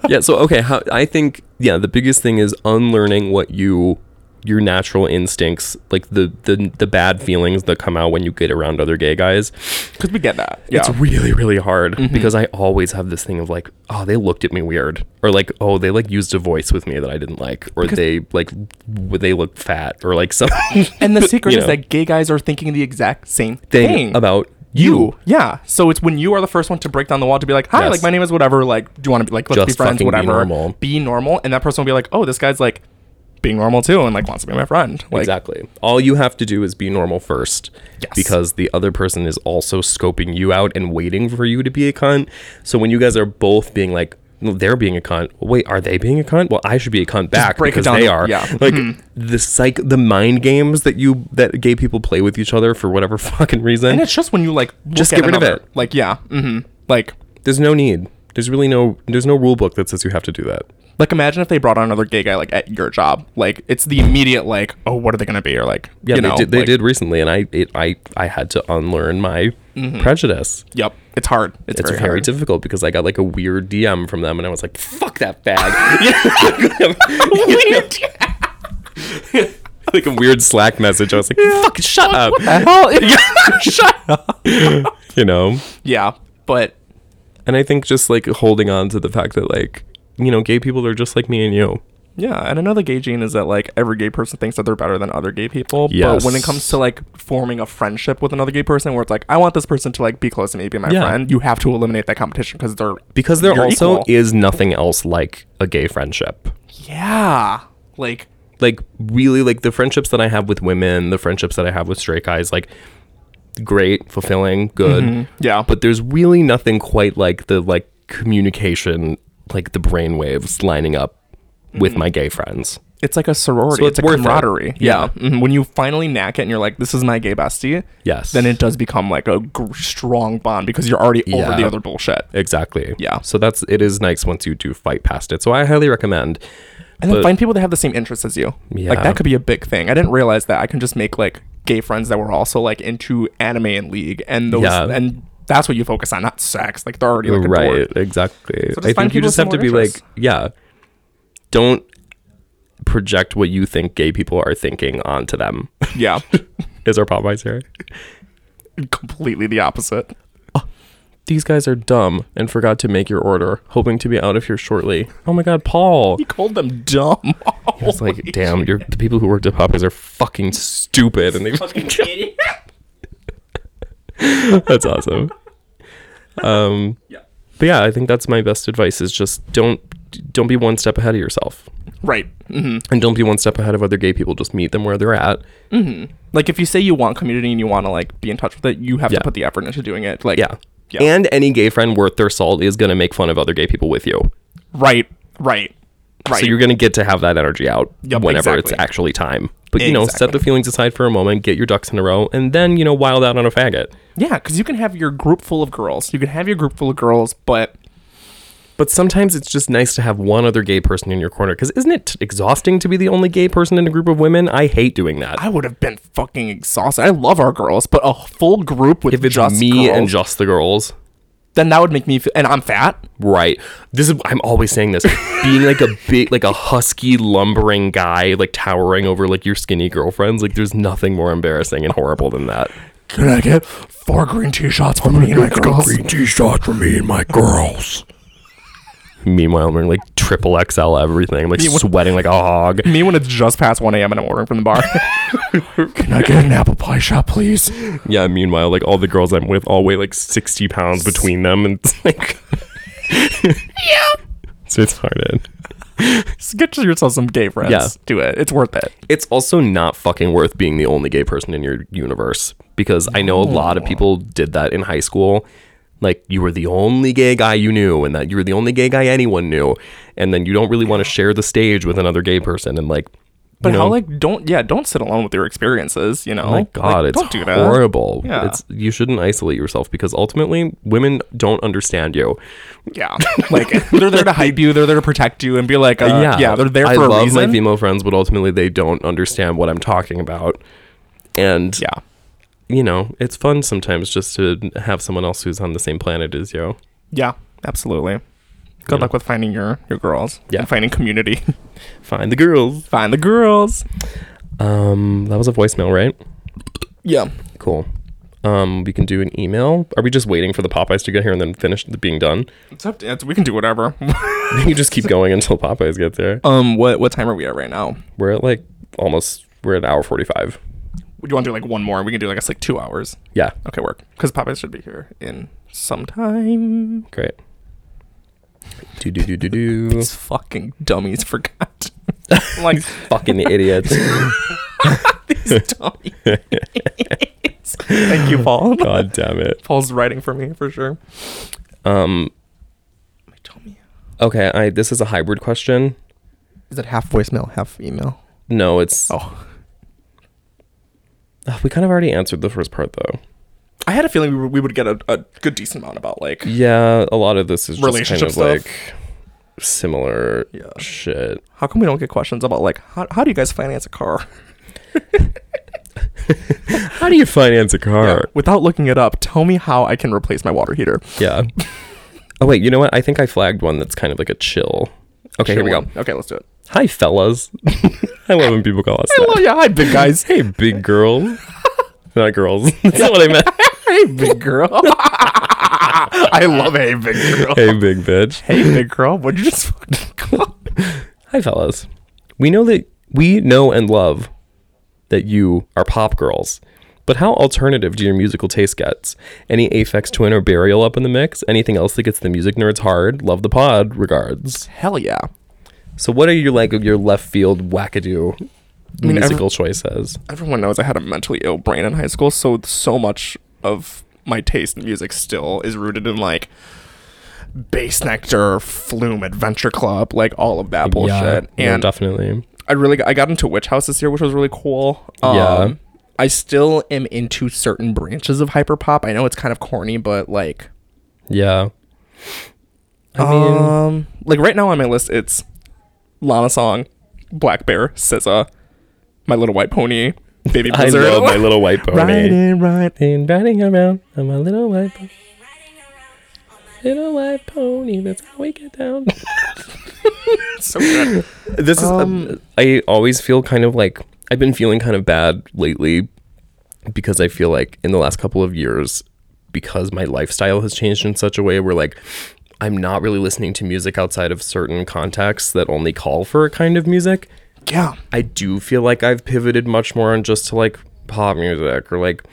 Speaker 7: yeah, so okay, how, I think yeah, the biggest thing is unlearning what you your natural instincts, like the the the bad feelings that come out when you get around other gay guys.
Speaker 5: because we get that. Yeah,
Speaker 7: It's really really hard because I always have this thing of like, oh, they looked at me weird or like, oh, they like used a voice with me that I didn't like or they like w- they look fat or like some
Speaker 5: and the secret
Speaker 7: you
Speaker 5: is
Speaker 7: know.
Speaker 5: that gay guys are thinking the exact same
Speaker 7: thing
Speaker 5: thing,
Speaker 7: about
Speaker 5: you.
Speaker 7: you.
Speaker 5: Yeah. So it's when you are the first one to break down the wall to be like, hi,
Speaker 7: Yes.
Speaker 5: like my name is whatever. Like, do you want to be like, let's
Speaker 7: Just
Speaker 5: be friends,
Speaker 7: fucking be
Speaker 5: whatever.
Speaker 7: normal.
Speaker 5: Be normal. And that person will be like, oh, this guy's like being normal too and like wants to be my friend. Like,
Speaker 7: exactly. All you have to do is be normal first.
Speaker 5: Yes.
Speaker 7: Because the other person is also scoping you out and waiting for you to be a cunt. So when you guys are both being like, "No, they're being a cunt. Wait, are they being a cunt? Well, I should be a cunt back
Speaker 5: break it
Speaker 7: because
Speaker 5: down
Speaker 7: they
Speaker 5: to-
Speaker 7: are.
Speaker 5: yeah. Mm-hmm.
Speaker 7: Like the psych, the mind games that you that gay people play with each other for whatever fucking reason.
Speaker 5: And it's just when you like look
Speaker 7: Just
Speaker 5: at
Speaker 7: get rid of
Speaker 5: another-
Speaker 7: it.
Speaker 5: Like, yeah. Mm-hmm. Like,
Speaker 7: there's no need. There's really no. There's no rule book that says you have to do that.
Speaker 5: like imagine if they brought on another gay guy like at your job. Like, it's the immediate like, oh, what are they gonna be? Or like,
Speaker 7: Yeah,
Speaker 5: you
Speaker 7: they
Speaker 5: know,
Speaker 7: did. They
Speaker 5: like-
Speaker 7: did recently, and I it, I I had to unlearn my
Speaker 5: Mm-hmm.
Speaker 7: prejudice.
Speaker 5: Yep. It's hard. It's,
Speaker 7: it's
Speaker 5: very,
Speaker 7: very,
Speaker 5: hard.
Speaker 7: difficult because I got like a weird DM from them, and I was like, "Fuck that bag!" like a weird Slack message. I was like, "Fuck, shut up!"
Speaker 5: Shut up.
Speaker 7: You know.
Speaker 5: Yeah. But
Speaker 7: And I think just like holding on to the fact that like you know, gay people are just like me and you.
Speaker 5: Yeah, and another gay gene is that like every gay person thinks that they're better than other gay people. But
Speaker 7: Yes.
Speaker 5: when it comes to like forming a friendship with another gay person, where it's like I want this person to like be close to me, be my
Speaker 7: Yeah.
Speaker 5: friend, you have to eliminate that competition because they're
Speaker 7: Because there
Speaker 5: you're
Speaker 7: also
Speaker 5: equal.
Speaker 7: is nothing else like a gay friendship.
Speaker 5: yeah, like
Speaker 7: like really like the friendships that I have with women, the friendships that I have with straight guys, like great, fulfilling, good.
Speaker 5: Yeah.
Speaker 7: But there's really nothing quite like the like communication, like the brainwaves lining up with
Speaker 5: Mm-hmm.
Speaker 7: my gay friends.
Speaker 5: it's like a sorority.
Speaker 7: So
Speaker 5: it's,
Speaker 7: it's
Speaker 5: a
Speaker 7: worth it.
Speaker 5: camaraderie. Yeah.
Speaker 7: Yeah.
Speaker 5: Mhm. When you finally knack it and you're like, this is my gay bestie.
Speaker 7: Yes.
Speaker 5: Then it does become like a gr- strong bond because you're already over
Speaker 7: Yeah.
Speaker 5: the other bullshit.
Speaker 7: Exactly.
Speaker 5: Yeah.
Speaker 7: So that's it is nice once you do fight past it. So I highly recommend.
Speaker 5: And then
Speaker 7: But-
Speaker 5: find people that have the same interests as you. Like
Speaker 7: Yeah.
Speaker 5: that could be a big thing. I didn't realize that I can just make like gay friends that were also like into anime and league and those
Speaker 7: Yeah.
Speaker 5: and That's what you focus on, not sex. Like they're already like
Speaker 7: right
Speaker 5: adored.
Speaker 7: exactly
Speaker 5: So just
Speaker 7: i
Speaker 5: find
Speaker 7: think you
Speaker 5: people with
Speaker 7: just have to be
Speaker 5: similar interests.
Speaker 7: like yeah don't project what you think gay people are thinking onto them
Speaker 5: Yeah,
Speaker 7: is our problem right Sarah?
Speaker 5: completely the opposite.
Speaker 7: these guys are dumb and forgot to make your order hoping to be out of here shortly oh my god paul
Speaker 5: He called them dumb.
Speaker 7: it's like damn you're, the people who worked at popeyes are fucking stupid and they that's awesome um but yeah i think that's my best advice is just don't don't be one step ahead of yourself
Speaker 5: right. hmm
Speaker 7: and don't be one step ahead of other gay people just meet them where they're at
Speaker 5: Like if you say you want community and you want to like be in touch with it, you have
Speaker 7: Yeah.
Speaker 5: to put the effort into doing it. Like
Speaker 7: yeah
Speaker 5: Yeah.
Speaker 7: and any gay friend worth their salt is going to make fun of other gay people with you
Speaker 5: right, right, right.
Speaker 7: so you're going to get to have that energy out
Speaker 5: Yep,
Speaker 7: whenever it's
Speaker 5: exactly.
Speaker 7: actually time but you know set
Speaker 5: Exactly.
Speaker 7: the feelings aside for a moment get your ducks in a row and then you know wild out on a faggot
Speaker 5: yeah, because you can have your group full of girls. You can have your group full of girls, but
Speaker 7: but sometimes it's just nice to have one other gay person in your corner because isn't it exhausting to be the only gay person in a group of women i hate doing that
Speaker 5: I would have been fucking exhausted. I love our girls, but a full group with
Speaker 7: if it's
Speaker 5: just
Speaker 7: me and
Speaker 5: girls,
Speaker 7: just the girls
Speaker 5: then that would make me feel. And I'm fat.
Speaker 7: Right. This is I'm always saying this. Being like a big like a husky lumbering guy like towering over like your skinny girlfriends, like there's nothing more embarrassing and horrible than that.
Speaker 5: Can I get four green tea shots for me and my girls?
Speaker 7: tea shots for me and my girls. Meanwhile, I'm wearing like triple XL everything. I'm like sweating like a hog.
Speaker 5: Me when it's just past 1 a.m. and I'm ordering from the bar. Can I get an apple pie shot, please?
Speaker 7: Yeah, meanwhile, like all the girls I'm with all weigh like 60 pounds between them and it's like Yeah. So it's hard in.
Speaker 5: Just get yourself some gay friends.
Speaker 7: Yeah.
Speaker 5: Do it. It's worth it.
Speaker 7: it's also not fucking worth being the only gay person in your universe because I know a lot of people did that in high school. Like you were the only gay guy you knew, and that you were the only gay guy anyone knew, and then you don't really want to share the stage with another gay person, and like,
Speaker 5: But
Speaker 7: you
Speaker 5: how
Speaker 7: know,
Speaker 5: like don't yeah don't sit alone with your experiences you know
Speaker 7: oh my god,
Speaker 5: Like,
Speaker 7: it's
Speaker 5: don't do that.
Speaker 7: horrible.
Speaker 5: Yeah.
Speaker 7: It's you shouldn't isolate yourself because ultimately women don't understand you.
Speaker 5: yeah like they're there to hype you they're there to protect you and be like uh, yeah they're there
Speaker 7: I
Speaker 5: for
Speaker 7: love
Speaker 5: a reason
Speaker 7: my female friends, but ultimately they don't understand what I'm talking about, and
Speaker 5: yeah
Speaker 7: you know, it's fun sometimes just to have someone else who's on the same planet as you.
Speaker 5: yeah absolutely good luck with finding your your girls
Speaker 7: Yeah.
Speaker 5: and finding community
Speaker 7: Find the girls.
Speaker 5: find the girls
Speaker 7: Um, that was a voicemail, right?
Speaker 5: yeah
Speaker 7: Cool. Um, we can do an email. Are we just waiting for the Popeyes to get here and then finish the being done?
Speaker 5: it's up to, it's, we can do whatever
Speaker 7: you just keep going until Popeyes get there.
Speaker 5: um what what time are we at right now
Speaker 7: We're at like almost. We're at hour forty-five.
Speaker 5: do you want to do like one more we can do like it's like two hours
Speaker 7: Yeah.
Speaker 5: okay work because Popeyes should be here in some time
Speaker 7: Great. Do do do do do.
Speaker 5: these fucking dummies forgot I'm like
Speaker 7: Fucking idiots.
Speaker 5: these dummies thank you Paul
Speaker 7: God damn it.
Speaker 5: Paul's writing for me for sure
Speaker 7: Um.
Speaker 5: my tummy
Speaker 7: Okay. I. This is a hybrid question.
Speaker 5: is it half voicemail half email
Speaker 7: No, it's.
Speaker 5: oh
Speaker 7: Ugh, We kind of already answered the first part though.
Speaker 5: I had a feeling we, would- we would get a, a good decent amount about like
Speaker 7: Yeah, a lot of this is just kind
Speaker 5: Relationship
Speaker 7: of
Speaker 5: stuff?
Speaker 7: like similar shit.
Speaker 5: how come we don't get questions about like how, how do you guys finance a car
Speaker 7: How do you finance a car?
Speaker 5: without looking it up tell me how I can replace my water heater
Speaker 7: Yeah. oh wait, you know what? I think I flagged one that's kind of like a chill. Okay, here we go.
Speaker 5: okay let's do it
Speaker 7: Hi, fellas. I love when people call us that.
Speaker 5: oh yeah hi big guys
Speaker 7: Hey, big girls. Not girls. That's not what I meant.
Speaker 5: hey big girl I love hey big girl
Speaker 7: hey, big bitch.
Speaker 5: hey big girl what'd you just fucking call
Speaker 7: Hi, fellas. We know that we know and love that you are pop girls, but how alternative do your musical taste gets? Any Aphex Twin or Burial up in the mix? Anything else that gets the music nerds hard? Love the pod. Regards.
Speaker 5: hell yeah
Speaker 7: So, what are your like your left field wackadoo
Speaker 5: mean, every-
Speaker 7: musical choices?
Speaker 5: everyone knows I had a mentally ill brain in high school, so so much of my taste in music still is rooted in like bass nectar, flume, adventure club, like all of that bullshit.
Speaker 7: yeah,
Speaker 5: and
Speaker 7: definitely.
Speaker 5: I really I got into Witch House this year, which was really cool. Um,
Speaker 7: Yeah.
Speaker 5: I still am into certain branches of hyperpop. I know it's kind of corny, but like
Speaker 7: Yeah. I mean,
Speaker 5: um like right now on my list it's Lana Song, Black Bear, SZA, My Little White Pony, Baby
Speaker 7: I
Speaker 5: Blizzard.
Speaker 7: love my little white pony.
Speaker 5: Riding, riding.
Speaker 7: Been riding around on my little white pony. little white pony. That's how we get down.
Speaker 5: So good.
Speaker 7: This is. Um, I always feel kind of like I've been feeling kind of bad lately because I feel like in the last couple of years, because my lifestyle has changed in such a way where like I'm not really listening to music outside of certain contexts that only call for a kind of music.
Speaker 5: Yeah.
Speaker 7: I do feel like I've pivoted much more on just to like pop music or like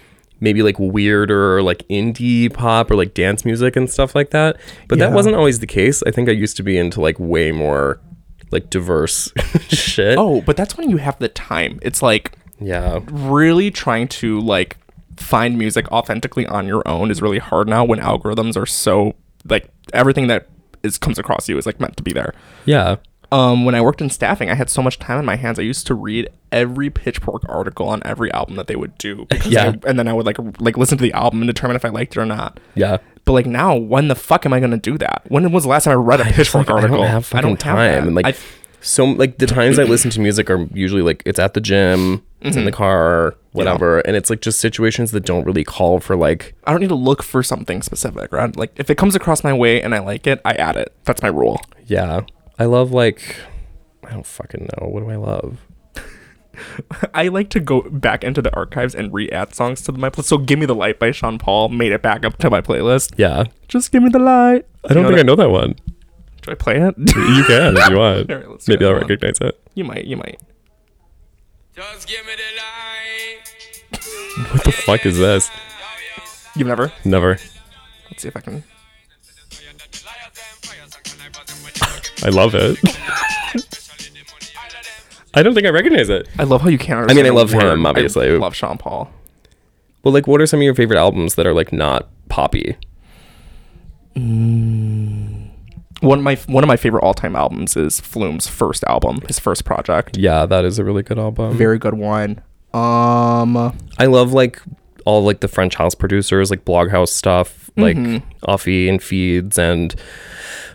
Speaker 7: maybe like weirder or like indie pop or like dance music and stuff like that. But that
Speaker 5: Yeah.
Speaker 7: wasn't always the case. I think I used to be into like way more like diverse shit.
Speaker 5: Oh, but that's when you have the time. It's like
Speaker 7: Yeah.
Speaker 5: really trying to like find music authentically on your own is really hard now when algorithms are so like everything that is comes across you is like meant to be there.
Speaker 7: Yeah.
Speaker 5: Um, when I worked in staffing, I had so much time in my hands. I used to read every Pitchfork article on every album that they would do. because
Speaker 7: Yeah.
Speaker 5: I- and then I would like r- like listen to the album and determine if I liked it or not.
Speaker 7: Yeah.
Speaker 5: But like now, when the fuck am I gonna do that? When was the last time I read a Pitchfork
Speaker 7: like,
Speaker 5: article?
Speaker 7: I don't have fucking time.
Speaker 5: that.
Speaker 7: and like
Speaker 5: I-
Speaker 7: so like the times I listen to music are usually like it's at the gym, it's in the car, whatever. And it's like just situations that don't really call for like
Speaker 5: I don't need to look for something specific, right? Like if it comes across my way and I like it, I add it. That's my rule.
Speaker 7: yeah. I love like I don't fucking know. What do I love?
Speaker 5: I like to go back into the archives and re-add songs to my playlist. So "Give Me the Light" by Sean Paul made it back up to my playlist.
Speaker 7: Yeah.
Speaker 5: Just give me the light.
Speaker 7: I don't think I know that one.
Speaker 5: Do I play it?
Speaker 7: You can if you want.
Speaker 5: All right, let's do
Speaker 7: Maybe
Speaker 5: that
Speaker 7: I'll
Speaker 5: one.
Speaker 7: recognize it.
Speaker 5: you might. You might.
Speaker 11: Just give me the light.
Speaker 7: What the fuck is this?
Speaker 5: You've never.
Speaker 7: Never.
Speaker 5: Let's see if I can.
Speaker 7: I love it. I don't think I recognize it.
Speaker 5: I love how you can't.
Speaker 7: mean,
Speaker 5: understand
Speaker 7: I
Speaker 5: a
Speaker 7: love
Speaker 5: word.
Speaker 7: him, obviously.
Speaker 5: I love Sean Paul.
Speaker 7: Well, like, what are some of your favorite albums that are like not poppy?
Speaker 5: One of my one of my favorite all time albums is Flume's first album, his first project.
Speaker 7: Yeah, that is a really good album.
Speaker 5: Very good one. Um,
Speaker 7: I love like all like the French house producers, like Bloghouse stuff, like Offie and Feeds and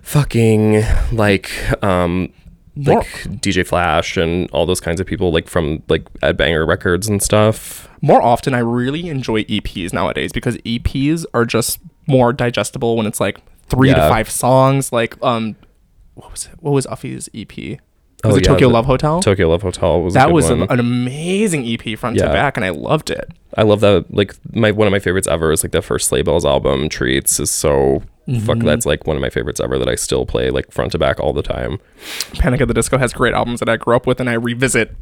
Speaker 7: fucking like um like
Speaker 5: More-
Speaker 7: DJ Flash and all those kinds of people like from like Ed Banger Records and stuff.
Speaker 5: more often I really enjoy EPs nowadays because EPs are just more digestible when it's like three to
Speaker 7: Yeah.
Speaker 5: five songs. Like um, what was it? What was Uffie's EP? Was
Speaker 7: Oh,
Speaker 5: it
Speaker 7: yeah,
Speaker 5: Tokyo
Speaker 7: the-
Speaker 5: Love Hotel?
Speaker 7: Tokyo Love Hotel was a
Speaker 5: that
Speaker 7: good
Speaker 5: was an,
Speaker 7: one.
Speaker 5: an amazing EP front to
Speaker 7: Yeah.
Speaker 5: back, and I loved it.
Speaker 7: I love that. Like my one of my favorites ever is like the first Sleigh Bells album. Treats is so fuck. That's like one of my favorites ever that I still play like front to back all the time.
Speaker 5: Panic at the Disco has great albums that I grew up with, and I revisit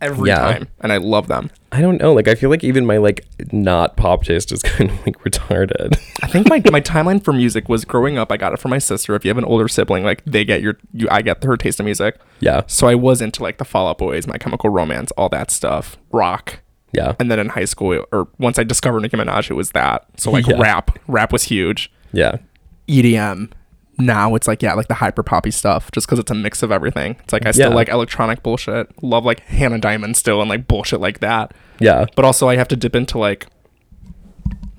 Speaker 5: every
Speaker 7: Yeah.
Speaker 5: time, and I love them.
Speaker 7: I don't know. Like I feel like even my like not pop taste is kind of like retarded.
Speaker 5: I think my my timeline for music was growing up. I got it from my sister. If you have an older sibling, like they get your you, I get her taste in music.
Speaker 7: yeah,
Speaker 5: So I was into like the Fall Out Boys, My Chemical Romance, all that stuff, rock.
Speaker 7: yeah,
Speaker 5: And then in high school, or once I discovered Nicki Minaj, it was that. So like
Speaker 7: Yeah.
Speaker 5: rap, rap was huge.
Speaker 7: yeah.
Speaker 5: EDM. Now it's like yeah, like the hyper poppy stuff, just because it's a mix of everything. It's like I still
Speaker 7: Yeah.
Speaker 5: like electronic bullshit. Love like Hannah Diamond still and like bullshit like that.
Speaker 7: Yeah.
Speaker 5: But also I have to dip into like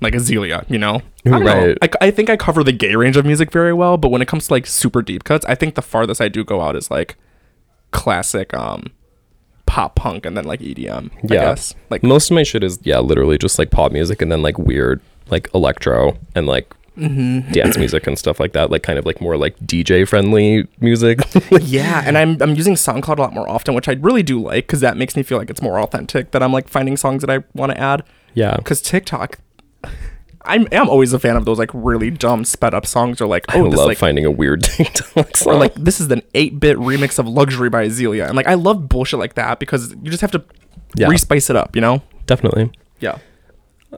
Speaker 5: like Azealia, you know. I don't know.
Speaker 7: Right.
Speaker 5: I, I think I cover the gay range of music very well, but when it comes to like super deep cuts, I think the farthest I do go out is like classic um pop punk and then like EDM. I
Speaker 7: yeah.
Speaker 5: guess. Like
Speaker 7: most of my shit is yeah, literally just like pop music and then like weird like electro and like
Speaker 5: Mm-hmm.
Speaker 7: dance music and stuff like that. Like kind of like more like DJ friendly music.
Speaker 5: Yeah, and I'm I'm using SoundCloud a lot more often, which I really do like because that makes me feel like it's more authentic that I'm like finding songs that I want to add.
Speaker 7: yeah,
Speaker 5: Because TikTok, I'm I'm always a fan of those like really dumb sped up songs or like
Speaker 7: I
Speaker 5: oh this
Speaker 7: love
Speaker 5: like
Speaker 7: finding a weird TikTok
Speaker 5: or
Speaker 7: song.
Speaker 5: like this is an eight bit remix of Luxury by Azealia, and like I love bullshit like that because you just have to
Speaker 7: Yeah.
Speaker 5: respice it up, you know?
Speaker 7: Definitely.
Speaker 5: Yeah,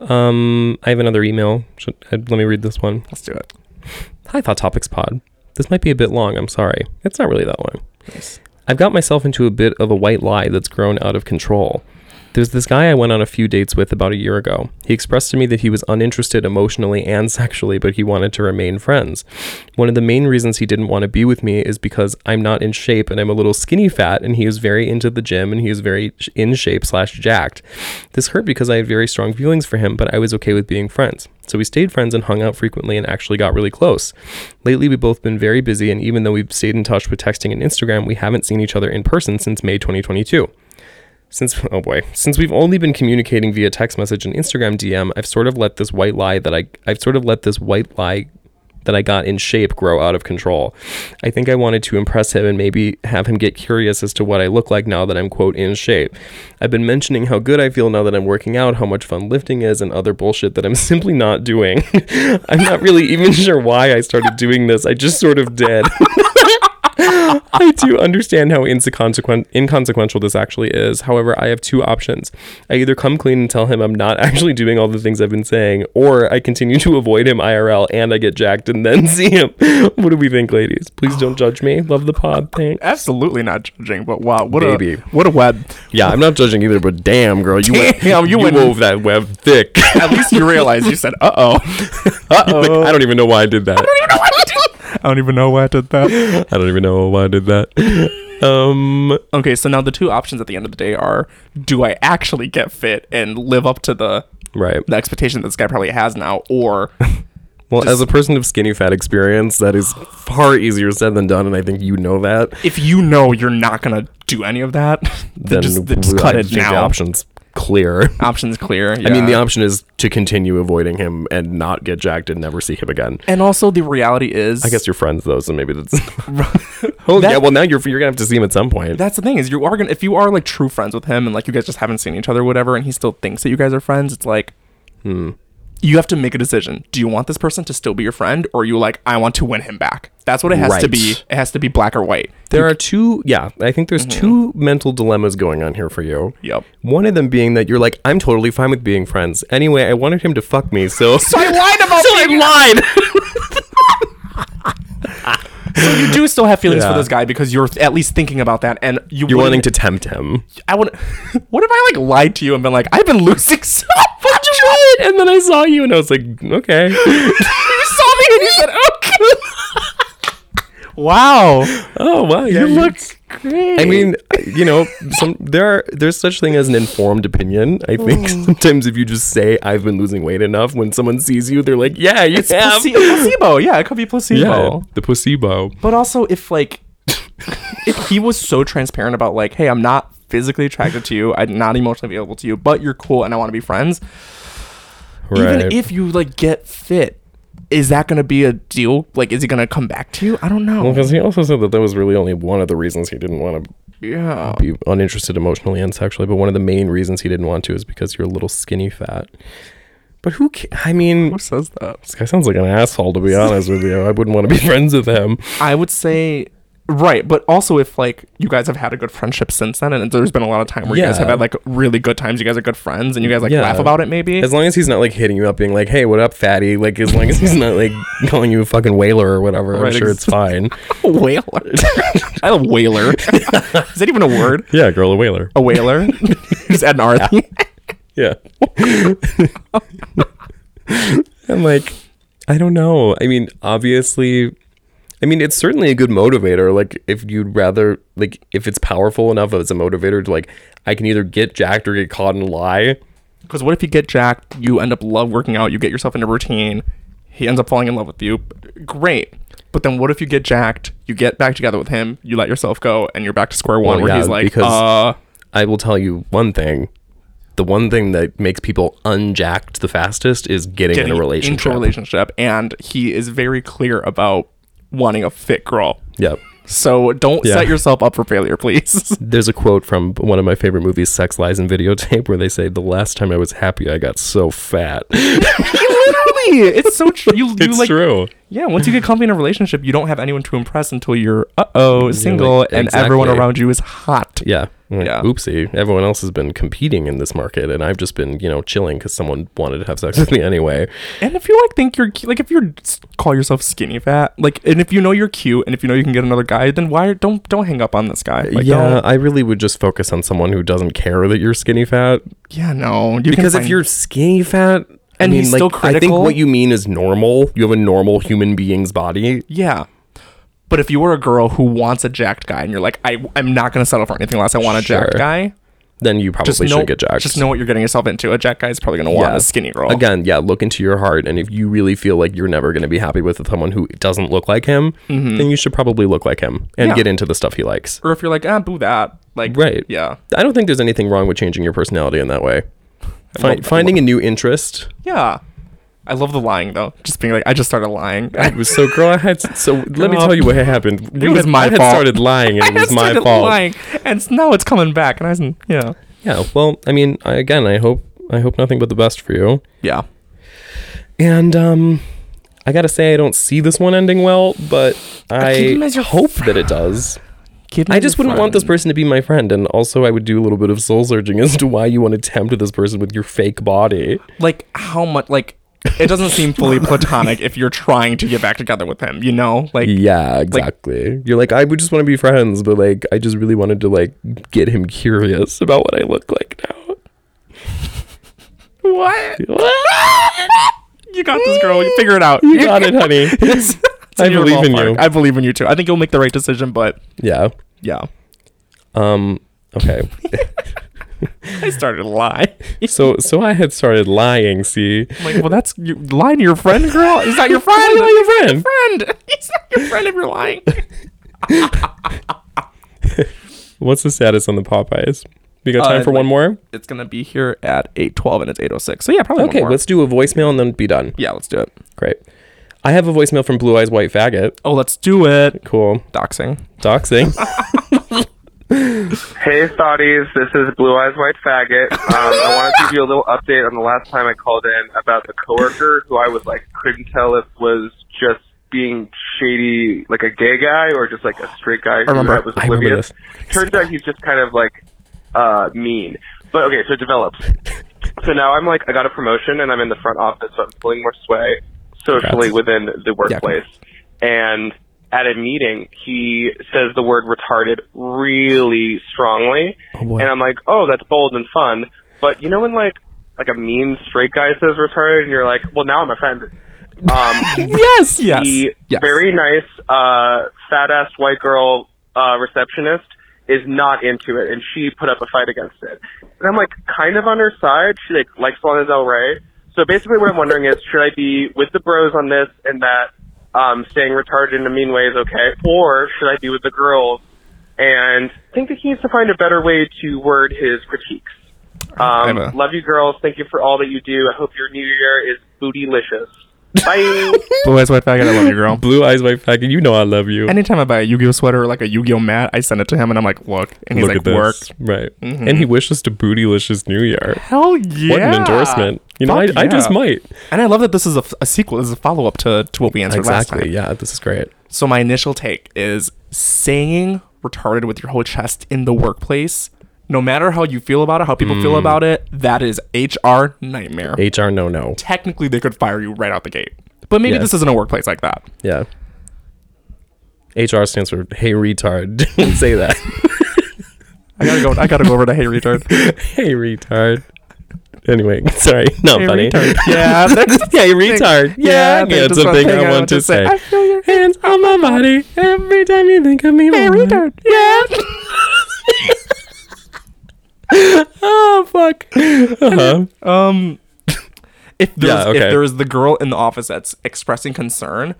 Speaker 7: Um, I have another email. Should, uh, let me read this one.
Speaker 5: let's do it.
Speaker 7: Hi, Thought Topics Pod. This might be a bit long. I'm sorry. It's not really that long. I've got myself into a bit of a white lie that's grown out of control. There's this guy I went on a few dates with about a year ago. He expressed to me that he was uninterested emotionally and sexually, but he wanted to remain friends. One of the main reasons he didn't want to be with me is because I'm not in shape and I'm a little skinny fat, and he is very into the gym and he is very sh- in shape slash jacked. This hurt because I had very strong feelings for him, but I was okay with being friends. So we stayed friends and hung out frequently and actually got really close. Lately, we've both been very busy, and even though we've stayed in touch with texting and Instagram, we haven't seen each other in person since May 2022. Since, oh boy, since we've only been communicating via text message and Instagram DM, I've sort of let this white lie that I, I've sort of let this white lie that I got in shape grow out of control. I think I wanted to impress him and maybe have him get curious as to what I look like now that I'm, quote, in shape. I've been mentioning how good I feel now that I'm working out, how much fun lifting is, and other bullshit that I'm simply not doing. I'm not really even sure why I started doing this, I just sort of did. I do understand how inconsequen- inconsequential this actually is. However, I have two options. I either come clean and tell him I'm not actually doing all the things I've been saying, or I continue to avoid him IRL and I get jacked and then see him. what do we think, ladies? Please don't judge me. Love the pod. Thanks.
Speaker 5: Absolutely not judging, but wow, what
Speaker 7: Baby.
Speaker 5: a what a web.
Speaker 7: Yeah, I'm not judging either, but damn, girl, you went,
Speaker 5: Damn, you
Speaker 7: you,
Speaker 5: went-
Speaker 7: wove that web thick.
Speaker 5: At least you realize you said, "Uh oh, uh
Speaker 7: Like, I don't even know why I did that.
Speaker 5: I don't even know why I did that."
Speaker 7: I don't even know why I did that. Um,
Speaker 5: Okay, so now the two options at the end of the day are: do I actually get fit and live up to the
Speaker 7: right.
Speaker 5: the expectation that this guy probably has now, or
Speaker 7: Well, as a person of skinny fat experience, that is far easier said than done, and I think you know that.
Speaker 5: if you know you're not gonna do any of that, then just, then just
Speaker 7: I
Speaker 5: cut it
Speaker 7: think
Speaker 5: now.
Speaker 7: The options clear.
Speaker 5: Options clear.
Speaker 7: I mean, the
Speaker 5: yeah.
Speaker 7: option is to continue avoiding him and not get jacked and never see him again.
Speaker 5: and also the reality is,
Speaker 7: I guess you're friends though, so maybe that's. oh yeah, well now you're you're gonna have to see him at some point.
Speaker 5: that's the thing is you are gonna if you are like true friends with him and like you guys just haven't seen each other or whatever and he still thinks that you guys are friends it's like
Speaker 7: Hmm.
Speaker 5: you have to make a decision do you want this person to still be your friend or are you like i want to win him back that's what it has to
Speaker 7: Right.
Speaker 5: be it has to be black or white
Speaker 7: There are two, yeah, I think there's
Speaker 5: Mm-hmm.
Speaker 7: two mental dilemmas going on here for you.
Speaker 5: Yep.
Speaker 7: One of them being that you're like, I'm totally fine with being friends. Anyway, I wanted him to fuck me, so. so
Speaker 5: i lied about so
Speaker 7: I lied!
Speaker 5: so you do still have feelings
Speaker 7: Yeah.
Speaker 5: for this guy because you're at least thinking about that and you
Speaker 7: You're wanting
Speaker 5: wouldn't-
Speaker 7: to tempt him.
Speaker 5: i want what if i like lied to you and been like i've been losing so much weight
Speaker 7: And then I saw you and I was like, okay.
Speaker 5: you saw me and you said okay wow
Speaker 7: oh, wow. Yeah,
Speaker 5: you look great
Speaker 7: I mean, you know, some there are there's such thing as an informed opinion. I think sometimes if you just say I've been losing weight enough, when someone sees you, they're like, "Yeah, you
Speaker 5: It's
Speaker 7: have."
Speaker 5: place- placebo. Yeah, it could be placebo.
Speaker 7: Yeah, the placebo.
Speaker 5: But also, if like, if he was so transparent about like, hey, I'm not physically attracted to you, I'm not emotionally available to you, but you're cool and I want to be friends.
Speaker 7: Right.
Speaker 5: Even if you like get fit, is that gonna be a deal? Like, is he gonna come back to you? I don't know.
Speaker 7: because he also said that that was really only one of the reasons he didn't want to
Speaker 5: yeah.
Speaker 7: be uninterested emotionally and sexually, but one of the main reasons he didn't want to is because you're a little skinny fat. But who? Ca- I mean,
Speaker 5: Who says that?
Speaker 7: this guy sounds like an asshole. To be honest with you, I wouldn't want to be friends with him.
Speaker 5: I would say. Right, but also if like you guys have had a good friendship since then, and there's been a lot of time where you guys
Speaker 7: Yeah.
Speaker 5: have had like really good times, you guys are good friends, and you guys like
Speaker 7: Yeah.
Speaker 5: laugh about it maybe.
Speaker 7: As long as he's not like hitting you up, being like, "Hey, what up, fatty?" Like, as long as he's not like calling you a fucking whaler or whatever, I'm
Speaker 5: Right,
Speaker 7: sure
Speaker 5: ex-
Speaker 7: it's fine.
Speaker 5: whaler. I love whaler. Is that even a word?
Speaker 7: yeah, girl, a whaler.
Speaker 5: A whaler? Just add an R. at the end.
Speaker 7: Yeah. I'm like, I don't know. I mean, obviously, I mean, it's certainly a good motivator. Like, if you'd rather, like, if it's powerful enough as a motivator to, like, I can either get jacked or get caught in a lie.
Speaker 5: Because what if you get jacked, you end up love working out, you get yourself into routine, he ends up falling in love with you. Great. But then what if you get jacked, you get back together with him, you let yourself go, and you're back to square one
Speaker 7: Well,
Speaker 5: where
Speaker 7: yeah,
Speaker 5: he's like,
Speaker 7: because-
Speaker 5: uh,
Speaker 7: I will tell you one thing. The one thing that makes people unjacked the fastest is getting,
Speaker 5: getting
Speaker 7: in a relationship.
Speaker 5: into a relationship. And he is very clear about wanting a fit girl.
Speaker 7: Yep.
Speaker 5: So don't
Speaker 7: Yeah.
Speaker 5: set yourself up for failure, please.
Speaker 7: There's a quote from one of my favorite movies, Sex, Lies, and Videotape, where they say, The last time I was happy, I got so fat.
Speaker 5: Literally, it's so true. You, you
Speaker 7: it's
Speaker 5: like
Speaker 7: true.
Speaker 5: Yeah, once you get comfy in a relationship, you don't have anyone to impress until you're uh oh single and everyone
Speaker 7: exactly.
Speaker 5: around you is hot.
Speaker 7: Yeah. I'm like,
Speaker 5: Yeah.
Speaker 7: Oopsie. Everyone else has been competing in this market, and I've just been, you know, chilling because someone wanted to have sex with me anyway.
Speaker 5: And if you like think you're cu- like if you're s- call yourself skinny fat, like and if you know you're cute and if you know you can get another guy, then why don't don't hang up on this guy. Like, oh.
Speaker 7: yeah,
Speaker 5: don't-
Speaker 7: I really would just focus on someone who doesn't care that you're skinny fat.
Speaker 5: yeah, no. You can
Speaker 7: Because if
Speaker 5: find-
Speaker 7: you're skinny fat, I
Speaker 5: And
Speaker 7: mean,
Speaker 5: he's
Speaker 7: like,
Speaker 5: still
Speaker 7: I think
Speaker 5: critical?
Speaker 7: what you mean is normal. You have a normal human being's body.
Speaker 5: yeah. But if you were a girl who wants a jacked guy and you're like, I I'm not gonna settle for anything less. I want a jacked
Speaker 7: Sure.
Speaker 5: guy.
Speaker 7: Then you probably
Speaker 5: Just know,
Speaker 7: should get jacked.
Speaker 5: just know what you're getting yourself into. A jacked guy is probably gonna want
Speaker 7: Yeah.
Speaker 5: a skinny girl.
Speaker 7: Again, yeah, look into your heart. And if you really feel like you're never going to be happy with someone who doesn't look like him, then you should probably look like him and
Speaker 5: Mm-hmm. Yeah.
Speaker 7: get into the stuff he likes.
Speaker 5: Or if you're like, ah, boo that. Like,
Speaker 7: Right.
Speaker 5: Yeah.
Speaker 7: I don't think there's anything wrong with changing your personality in that way. Fi-
Speaker 5: love- I
Speaker 7: finding a new interest
Speaker 5: Yeah. I love the lying though. Just being like, I just started lying. I
Speaker 7: It was so girl. I had so let me tell you what happened.
Speaker 5: It was my
Speaker 7: I had
Speaker 5: fault.
Speaker 7: started lying, and
Speaker 5: I
Speaker 7: it was
Speaker 5: had
Speaker 7: my
Speaker 5: started
Speaker 7: fault.
Speaker 5: lying, and s- now it's coming back. And I was, yeah,
Speaker 7: Yeah. Well, I mean, I, again, I hope I hope nothing but the best for you.
Speaker 5: yeah.
Speaker 7: And um, I gotta say, I don't see this one ending well, but
Speaker 5: keep
Speaker 7: I
Speaker 5: him as your
Speaker 7: hope that it does.
Speaker 5: Kid
Speaker 7: I
Speaker 5: is
Speaker 7: just
Speaker 5: your
Speaker 7: wouldn't want this
Speaker 5: friend.
Speaker 7: person to be my friend, and also I would do a little bit of soul searching as to why you want to tempt this person with your fake body.
Speaker 5: Like how much? Like it doesn't seem fully platonic if you're trying to get back together with him. You know, like
Speaker 7: Yeah, exactly. You're like, I would just want to be friends, but like, I just really wanted to like get him curious about what I look like now.
Speaker 5: what? you got this, girl. You figure it out.
Speaker 7: you got it, honey.
Speaker 5: It's
Speaker 7: I
Speaker 5: your
Speaker 7: believe in
Speaker 5: ballpark.
Speaker 7: you.
Speaker 5: I believe in you too. I think you'll make the right decision, but
Speaker 7: yeah.
Speaker 5: yeah,
Speaker 7: Um. Okay.
Speaker 5: I started to lie.
Speaker 7: so so I had started lying. See,
Speaker 5: I'm like, well, that's you lying to your friend, girl. He's not your
Speaker 7: Why
Speaker 5: friend.
Speaker 7: not your friend?
Speaker 5: friend. He's not your friend if you're lying.
Speaker 7: What's the status on the Popeyes? We got time
Speaker 5: Uh,
Speaker 7: for one
Speaker 5: like-
Speaker 7: more.
Speaker 5: it's gonna be here at eight twelve, and it's eight oh six. So yeah, probably. one
Speaker 7: Okay,
Speaker 5: more.
Speaker 7: let's do a voicemail and then be done.
Speaker 5: yeah, let's do it.
Speaker 7: Great. I have a voicemail from Blue Eyes White Faggot.
Speaker 5: Oh, let's do it.
Speaker 7: Cool.
Speaker 5: Doxing.
Speaker 7: Doxing.
Speaker 12: Hey, thoughties. This is Blue Eyes White Faggot. Um, I want to give you a little oh, update on the last time I called in about the coworker who I was like couldn't tell if was just being shady, like a gay guy, or just like a straight guy who
Speaker 5: remember.
Speaker 12: I was
Speaker 7: I remember
Speaker 12: oblivious. Turns out he's just kind of like uh, mean. But okay, so it develops. So now I'm like I got a promotion and I'm in the front office, so I'm pulling more sway socially
Speaker 7: Congrats.
Speaker 12: within the workplace. and at a meeting, he says the word retarded really strongly,
Speaker 7: boy.
Speaker 12: and I'm like, oh, that's bold and fun. But you know when like like a mean straight guy says retarded, and you're like, well, now I'm offended. Um,
Speaker 5: Yes, yes,
Speaker 12: the
Speaker 5: yes.
Speaker 12: very nice uh, fat ass white girl uh, receptionist is not into it, and she put up a fight against it. And I'm like kind of on her side. She like likes Lana Del Rey. So basically, what I'm wondering is, should I be with the bros on this and that um, saying retarded in a mean way is okay, or should I be with the girls and think that he needs to find a better way to word his critiques? Um,
Speaker 5: I'm a-
Speaker 12: love you, girls. Thank you for all that you do. I hope your new year is bootylicious. Bye.
Speaker 5: Blue eyes, white faggot. I love you, girl.
Speaker 7: Blue Eyes White Faggot. You know I love you.
Speaker 5: Anytime I buy a Yu-Gi-Oh sweater or like a Yu-Gi-Oh mat, I send it to him, and I'm like, look, and he's
Speaker 7: Look
Speaker 5: like,
Speaker 7: at this.
Speaker 5: work.
Speaker 7: Right. And he wishes to bootylicious New Year.
Speaker 5: Hell yeah!
Speaker 7: What an endorsement. You know, I,
Speaker 5: Fuck
Speaker 7: I just
Speaker 5: yeah.
Speaker 7: might.
Speaker 5: And I love that this is a, f- a sequel. This is a follow up to, to what we answered last
Speaker 7: Exactly.
Speaker 5: time.
Speaker 7: Yeah, this is great.
Speaker 5: So my initial take is saying retarded with your whole chest in the workplace, no matter how you feel about it, how people feel
Speaker 7: Mm.
Speaker 5: about it, that is HR nightmare.
Speaker 7: HR no no.
Speaker 5: Technically, they could fire you right out the gate. But maybe
Speaker 7: Yeah.
Speaker 5: this isn't a workplace like that.
Speaker 7: Yeah. HR stands for hey retard. Didn't say that.
Speaker 5: I gotta go. I gotta go over to Hey Retard.
Speaker 7: hey retard. Anyway, sorry, not funny.
Speaker 5: Retard. Yeah, that's-
Speaker 7: hey retard. Yeah,
Speaker 5: that's
Speaker 7: that's
Speaker 5: just one
Speaker 7: something
Speaker 5: thing
Speaker 7: I want to say.
Speaker 5: I feel your
Speaker 7: hands on my body every time you think of me. Hey
Speaker 5: retard.
Speaker 7: Yeah. oh fuck. Uh-huh.
Speaker 5: Um, if there's,
Speaker 7: Yeah, okay.
Speaker 5: if there is the girl in the office that's expressing concern,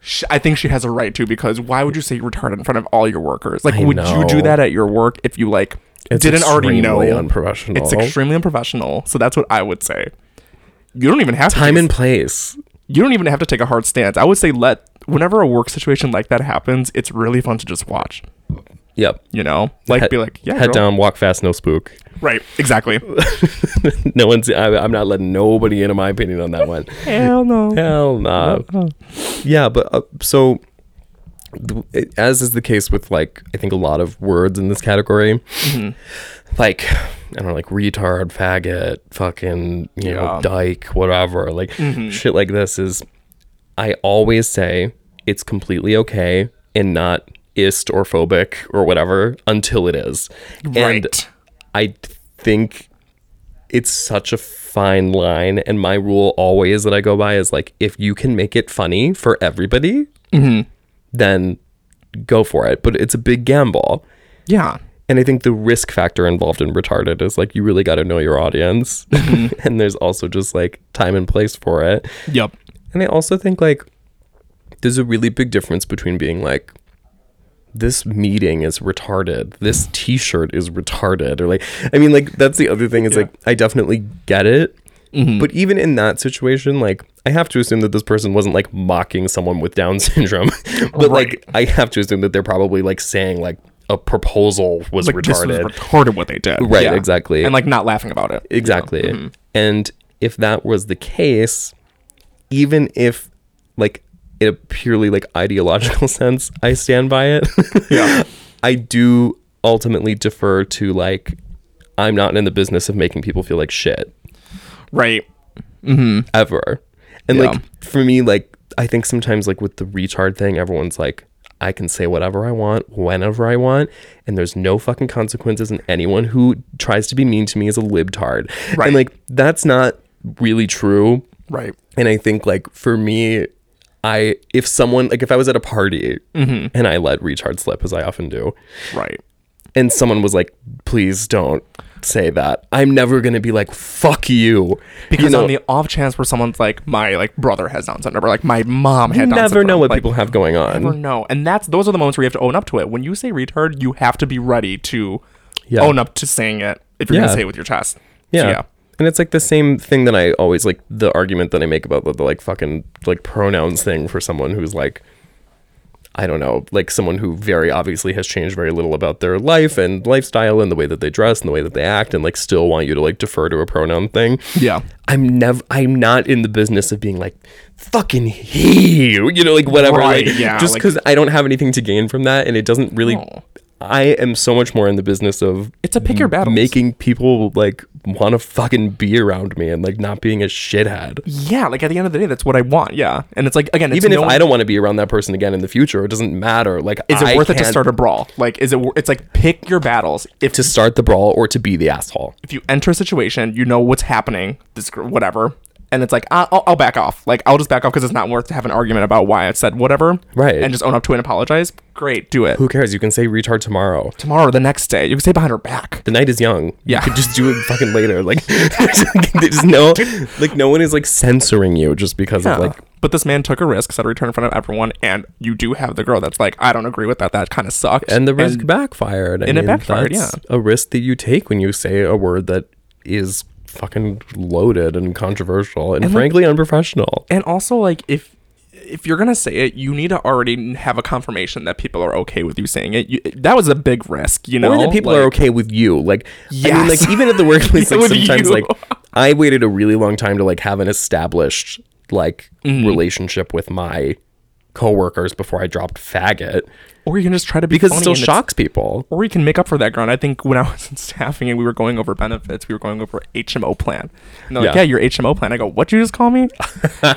Speaker 5: sh I think she has a right to because why would you say retarded in front of all your workers? Like,
Speaker 7: I
Speaker 5: would you
Speaker 7: know.
Speaker 5: do that at your work if you like
Speaker 7: It's
Speaker 5: didn't already know?
Speaker 7: extremely unprofessional.
Speaker 5: It's extremely unprofessional. So that's what I would say. You don't even have
Speaker 7: Time
Speaker 5: to,
Speaker 7: and place.
Speaker 5: you don't even have to take a hard stance. I would say let whenever a work situation like that happens, it's really fun to just watch.
Speaker 7: Yep.
Speaker 5: You know, like
Speaker 7: Head-
Speaker 5: be like, yeah,
Speaker 7: head
Speaker 5: girl.
Speaker 7: down, walk fast, no spook.
Speaker 5: right, exactly.
Speaker 7: no one's. I, I'm not letting nobody into my opinion on that one.
Speaker 5: Hell no.
Speaker 7: Hell no. Yeah, but uh, so th- it- as is the case with like I think a lot of words in this category,
Speaker 5: Mm-hmm.
Speaker 7: like I don't know, like retard, faggot, fucking you know,
Speaker 5: Yeah. Mm-hmm.
Speaker 7: dyke, whatever, like shit like this is. I always say it's completely okay and not ist or phobic or whatever until it is, and
Speaker 5: Right.
Speaker 7: I think it's such a fine line and my rule always that i go by is like if you can make it funny for everybody then go for it but it's a big gamble
Speaker 5: Yeah.
Speaker 7: and i think the risk factor involved in retarded is like you really got to know your audience and there's also just like time and place for it
Speaker 5: Yep.
Speaker 7: and I also think like there's a really big difference between being like this meeting is retarded. This t-shirt is retarded or like I mean like that's the other thing is like I definitely get it,
Speaker 5: Mm-hmm.
Speaker 7: But even in that situation, like I have to assume that this person wasn't like mocking someone with Down syndrome, but like I have to assume that they're probably like saying like a proposal was
Speaker 5: Like,
Speaker 7: retarded.
Speaker 5: this was retarded what they did.
Speaker 7: Right,
Speaker 5: Yeah.
Speaker 7: exactly.
Speaker 5: And like not laughing about it.
Speaker 7: Exactly. And if that was the case, even if like in a purely like ideological sense, I stand by it. yeah. I do ultimately defer to like I'm not in the business of making people feel like shit
Speaker 5: Right. Mm-hmm.
Speaker 7: ever. And
Speaker 5: Yeah.
Speaker 7: like for me, like I think sometimes like with the retard thing, everyone's like, I can say whatever I want, whenever I want, and there's no fucking consequences. And anyone who tries to be mean to me is a libtard.
Speaker 5: Right.
Speaker 7: And like that's not really true.
Speaker 5: Right.
Speaker 7: And I think like for me, I if someone like if I was at a party
Speaker 5: Mhm.
Speaker 7: and I let retard slip as I often do,
Speaker 5: Right.
Speaker 7: and someone was like, please don't say that. I'm never gonna be like, fuck you.
Speaker 5: Because
Speaker 7: you know,
Speaker 5: on the off chance where someone's like, my like brother has Down syndrome, or like my mom
Speaker 7: you
Speaker 5: had Down
Speaker 7: never
Speaker 5: syndrome,
Speaker 7: know what
Speaker 5: like,
Speaker 7: people have going on.
Speaker 5: never know. And that's those are the moments where you have to own up to it. When you say retard, you have to be ready to
Speaker 7: Yeah.
Speaker 5: own up to saying it if you're
Speaker 7: Yeah.
Speaker 5: gonna say it with your chest. So,
Speaker 7: Yeah. And it's like the same thing that I always like the argument that I make about the, the like fucking like pronouns thing for someone who's like I don't know, like someone who very obviously has changed very little about their life and lifestyle and the way that they dress and the way that they act and like still want you to like defer to a pronoun thing.
Speaker 5: Yeah.
Speaker 7: I'm never I'm not in the business of being like fucking he you know like whatever
Speaker 5: Right,
Speaker 7: like,
Speaker 5: yeah,
Speaker 7: just
Speaker 5: like-
Speaker 7: cuz I don't have anything to gain from that and it doesn't really I am so much more in the business of
Speaker 5: It's a pick your battles.
Speaker 7: making people like want to fucking be around me and like not being a shithead.
Speaker 5: Yeah, like at the end of the day, that's what I want. Yeah, and it's like again, it's
Speaker 7: Even if
Speaker 5: no-
Speaker 7: I don't want to be around that person again in the future, it doesn't matter. Like,
Speaker 5: is it
Speaker 7: I
Speaker 5: worth it to
Speaker 7: can't-
Speaker 5: start a brawl? Like, is it? wor- It's like pick your battles. If
Speaker 7: to start the brawl or to be the asshole?
Speaker 5: if you enter a situation, you know what's happening, this gr- whatever, and it's like I- I'll, I'll back off. Like I'll just back off because it's not worth to have an argument about why I said whatever,
Speaker 7: Right.
Speaker 5: And just own up to it and apologize. Great, do it
Speaker 7: Who cares? You can say retard tomorrow.
Speaker 5: tomorrow, the next day. You can say behind her back.
Speaker 7: The night is young.
Speaker 5: Yeah.
Speaker 7: you could just do it fucking later. Like, there's no, like, no one is like censoring you just because
Speaker 5: Yeah.
Speaker 7: of like
Speaker 5: but this man took a risk, said return in front of everyone, and you do have the girl that's like, I don't agree with that. That kind of sucked.
Speaker 7: and the risk backfired. I
Speaker 5: and it backfired,
Speaker 7: that's
Speaker 5: yeah.
Speaker 7: a risk that you take when you say a word that is fucking loaded and controversial and,
Speaker 5: And, like-
Speaker 7: frankly unprofessional.
Speaker 5: and also like if if you're gonna say it, you need to already have a confirmation that people are okay with you saying it. You, that was a big risk, you know.
Speaker 7: or that people are
Speaker 5: Like,
Speaker 7: okay with you. Like, I mean,
Speaker 5: Yes.
Speaker 7: like even at the workplace, like
Speaker 5: With
Speaker 7: sometimes,
Speaker 5: you.
Speaker 7: like I waited a really long time to like have an established like
Speaker 5: Mm-hmm.
Speaker 7: relationship with my coworkers before I dropped faggot
Speaker 5: Or you can just try to be
Speaker 7: because it
Speaker 5: funny
Speaker 7: still
Speaker 5: and it's-
Speaker 7: shocks people.
Speaker 5: Or you can make up for that ground. I think when I was in staffing and we were going over benefits, we were going over HMO plan. And they're like,
Speaker 7: Yeah.
Speaker 5: yeah, your HMO plan. I go, what you just call me?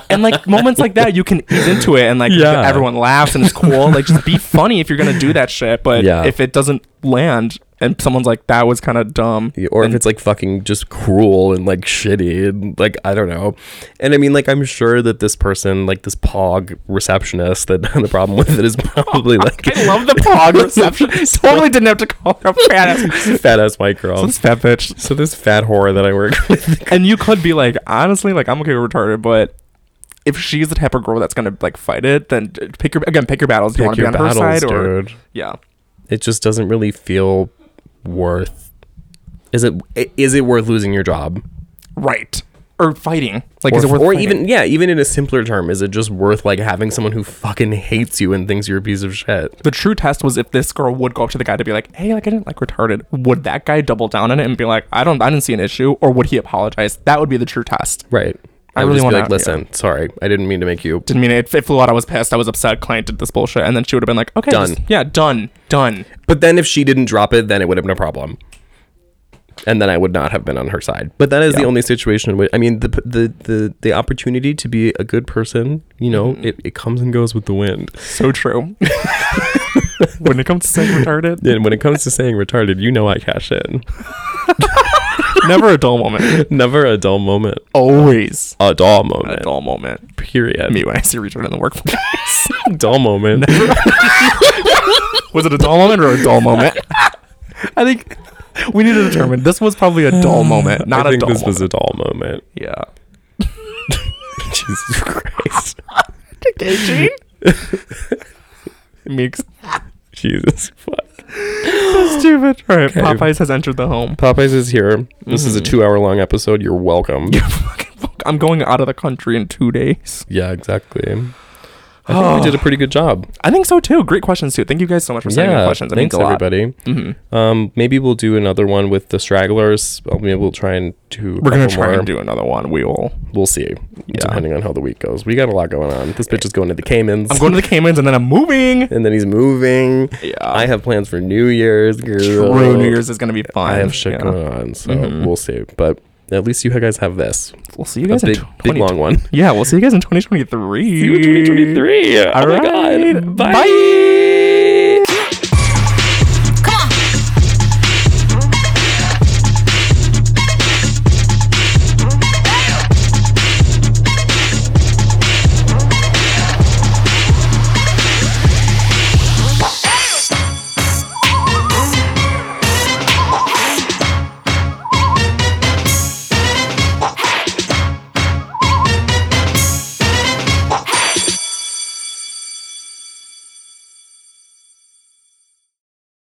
Speaker 5: and like moments like that, you can ease into it and like
Speaker 7: Yeah.
Speaker 5: everyone laughs and it's cool. like just be funny if you're gonna do that shit. But
Speaker 7: Yeah.
Speaker 5: if it doesn't land and someone's like, that was kind of dumb.
Speaker 7: Yeah, or
Speaker 5: and-
Speaker 7: if it's like fucking just cruel and like shitty and like I don't know. And I mean like I'm sure that this person, like this pog receptionist that had the problem with it is probably like
Speaker 5: I love the pog reception. totally didn't have to call her a fat ass.
Speaker 7: fat ass white girl. So
Speaker 5: This
Speaker 7: this,
Speaker 5: fat bitch.
Speaker 7: fat whore that I work with.
Speaker 5: And you could be like, honestly, like I'm okay with retarded, but if she's the type of girl that's gonna like fight it, then d- pick your again, pick your battles. Do you want to be on her side or yeah?
Speaker 7: It just doesn't really feel worth is it is it worth losing your job?
Speaker 5: Right. Or fighting. Like
Speaker 7: Or,
Speaker 5: is it worth
Speaker 7: or
Speaker 5: fighting?
Speaker 7: even yeah, even in a simpler term, is it just worth like having someone who fucking hates you and thinks you're a piece of shit?
Speaker 5: the true test was if this girl would go up to the guy to be like, "Hey, like I didn't like retarded." Would that guy double down on it and be like, "I don't, I didn't see an issue," or would he apologize? That would be the true test.
Speaker 7: Right.
Speaker 5: I
Speaker 7: I, would
Speaker 5: really
Speaker 7: just be
Speaker 5: wanna-
Speaker 7: like, listen, sorry, I didn't mean to make you.
Speaker 5: Didn't mean it. It flew out. I was pissed. I was upset. Client did this bullshit, and then she would have been like, "Okay,
Speaker 7: Done.
Speaker 5: just- yeah, done, done."
Speaker 7: But then if she didn't drop it, then it would have been a problem. And then I would not have been on her side. But that is the only situation in which I mean the the the the opportunity to be a good person, you know,
Speaker 5: Mm-hmm.
Speaker 7: it, it comes and goes with the wind.
Speaker 5: So true. when it comes to saying retarded,
Speaker 7: And when it comes to saying retarded, you know I cash in.
Speaker 5: never a dull moment.
Speaker 7: Never a dull moment.
Speaker 5: Always
Speaker 7: A dull
Speaker 5: a
Speaker 7: moment.
Speaker 5: dull moment.
Speaker 7: Period.
Speaker 5: Me when I see retarded in the workplace.
Speaker 7: dull moment.
Speaker 5: was it a dull moment or a dull moment? I think we need to determine. This was probably a dull moment, not
Speaker 7: I
Speaker 5: a
Speaker 7: think
Speaker 5: dull.
Speaker 7: this
Speaker 5: moment.
Speaker 7: was a dull moment.
Speaker 5: yeah.
Speaker 7: Jesus Christ.
Speaker 5: Meeks.
Speaker 7: Jesus fuck.
Speaker 5: Stupid. All right. Popeyes has entered the home.
Speaker 7: Mm. Popeyes is here. This is a two hour long episode. You're welcome.
Speaker 5: You're fucking I'm going out of the country in two days.
Speaker 7: Yeah, exactly. I think we did a pretty good job.
Speaker 5: I think so too. Great questions too. Thank you guys so much for sending in questions. It
Speaker 7: thanks
Speaker 5: means a lot. Mm-hmm.
Speaker 7: everybody. Um, maybe we'll do another one with the stragglers. I'll Maybe we'll try and do. a
Speaker 5: We're gonna
Speaker 7: couple
Speaker 5: try
Speaker 7: more.
Speaker 5: and do another one. We will.
Speaker 7: We'll see, depending on how the week goes. We got a lot going on. This bitch is going to the Caymans.
Speaker 5: I'm going to the Caymans and then I'm moving.
Speaker 7: and then he's moving.
Speaker 5: Yeah.
Speaker 7: I have plans for New Year's.
Speaker 5: True. New Year's is gonna be fun.
Speaker 7: I have shit
Speaker 5: Yeah.
Speaker 7: going on, so
Speaker 5: Mhm.
Speaker 7: we'll see. But at least you guys have this.
Speaker 5: We'll see you
Speaker 7: A
Speaker 5: guys in
Speaker 7: big,
Speaker 5: tw-
Speaker 7: big
Speaker 5: 20
Speaker 7: long one.
Speaker 5: Yeah, we'll see you guys in 2023.
Speaker 7: See you in 2023. Oh
Speaker 5: All
Speaker 7: my
Speaker 5: right.
Speaker 7: God. Bye.
Speaker 5: Bye.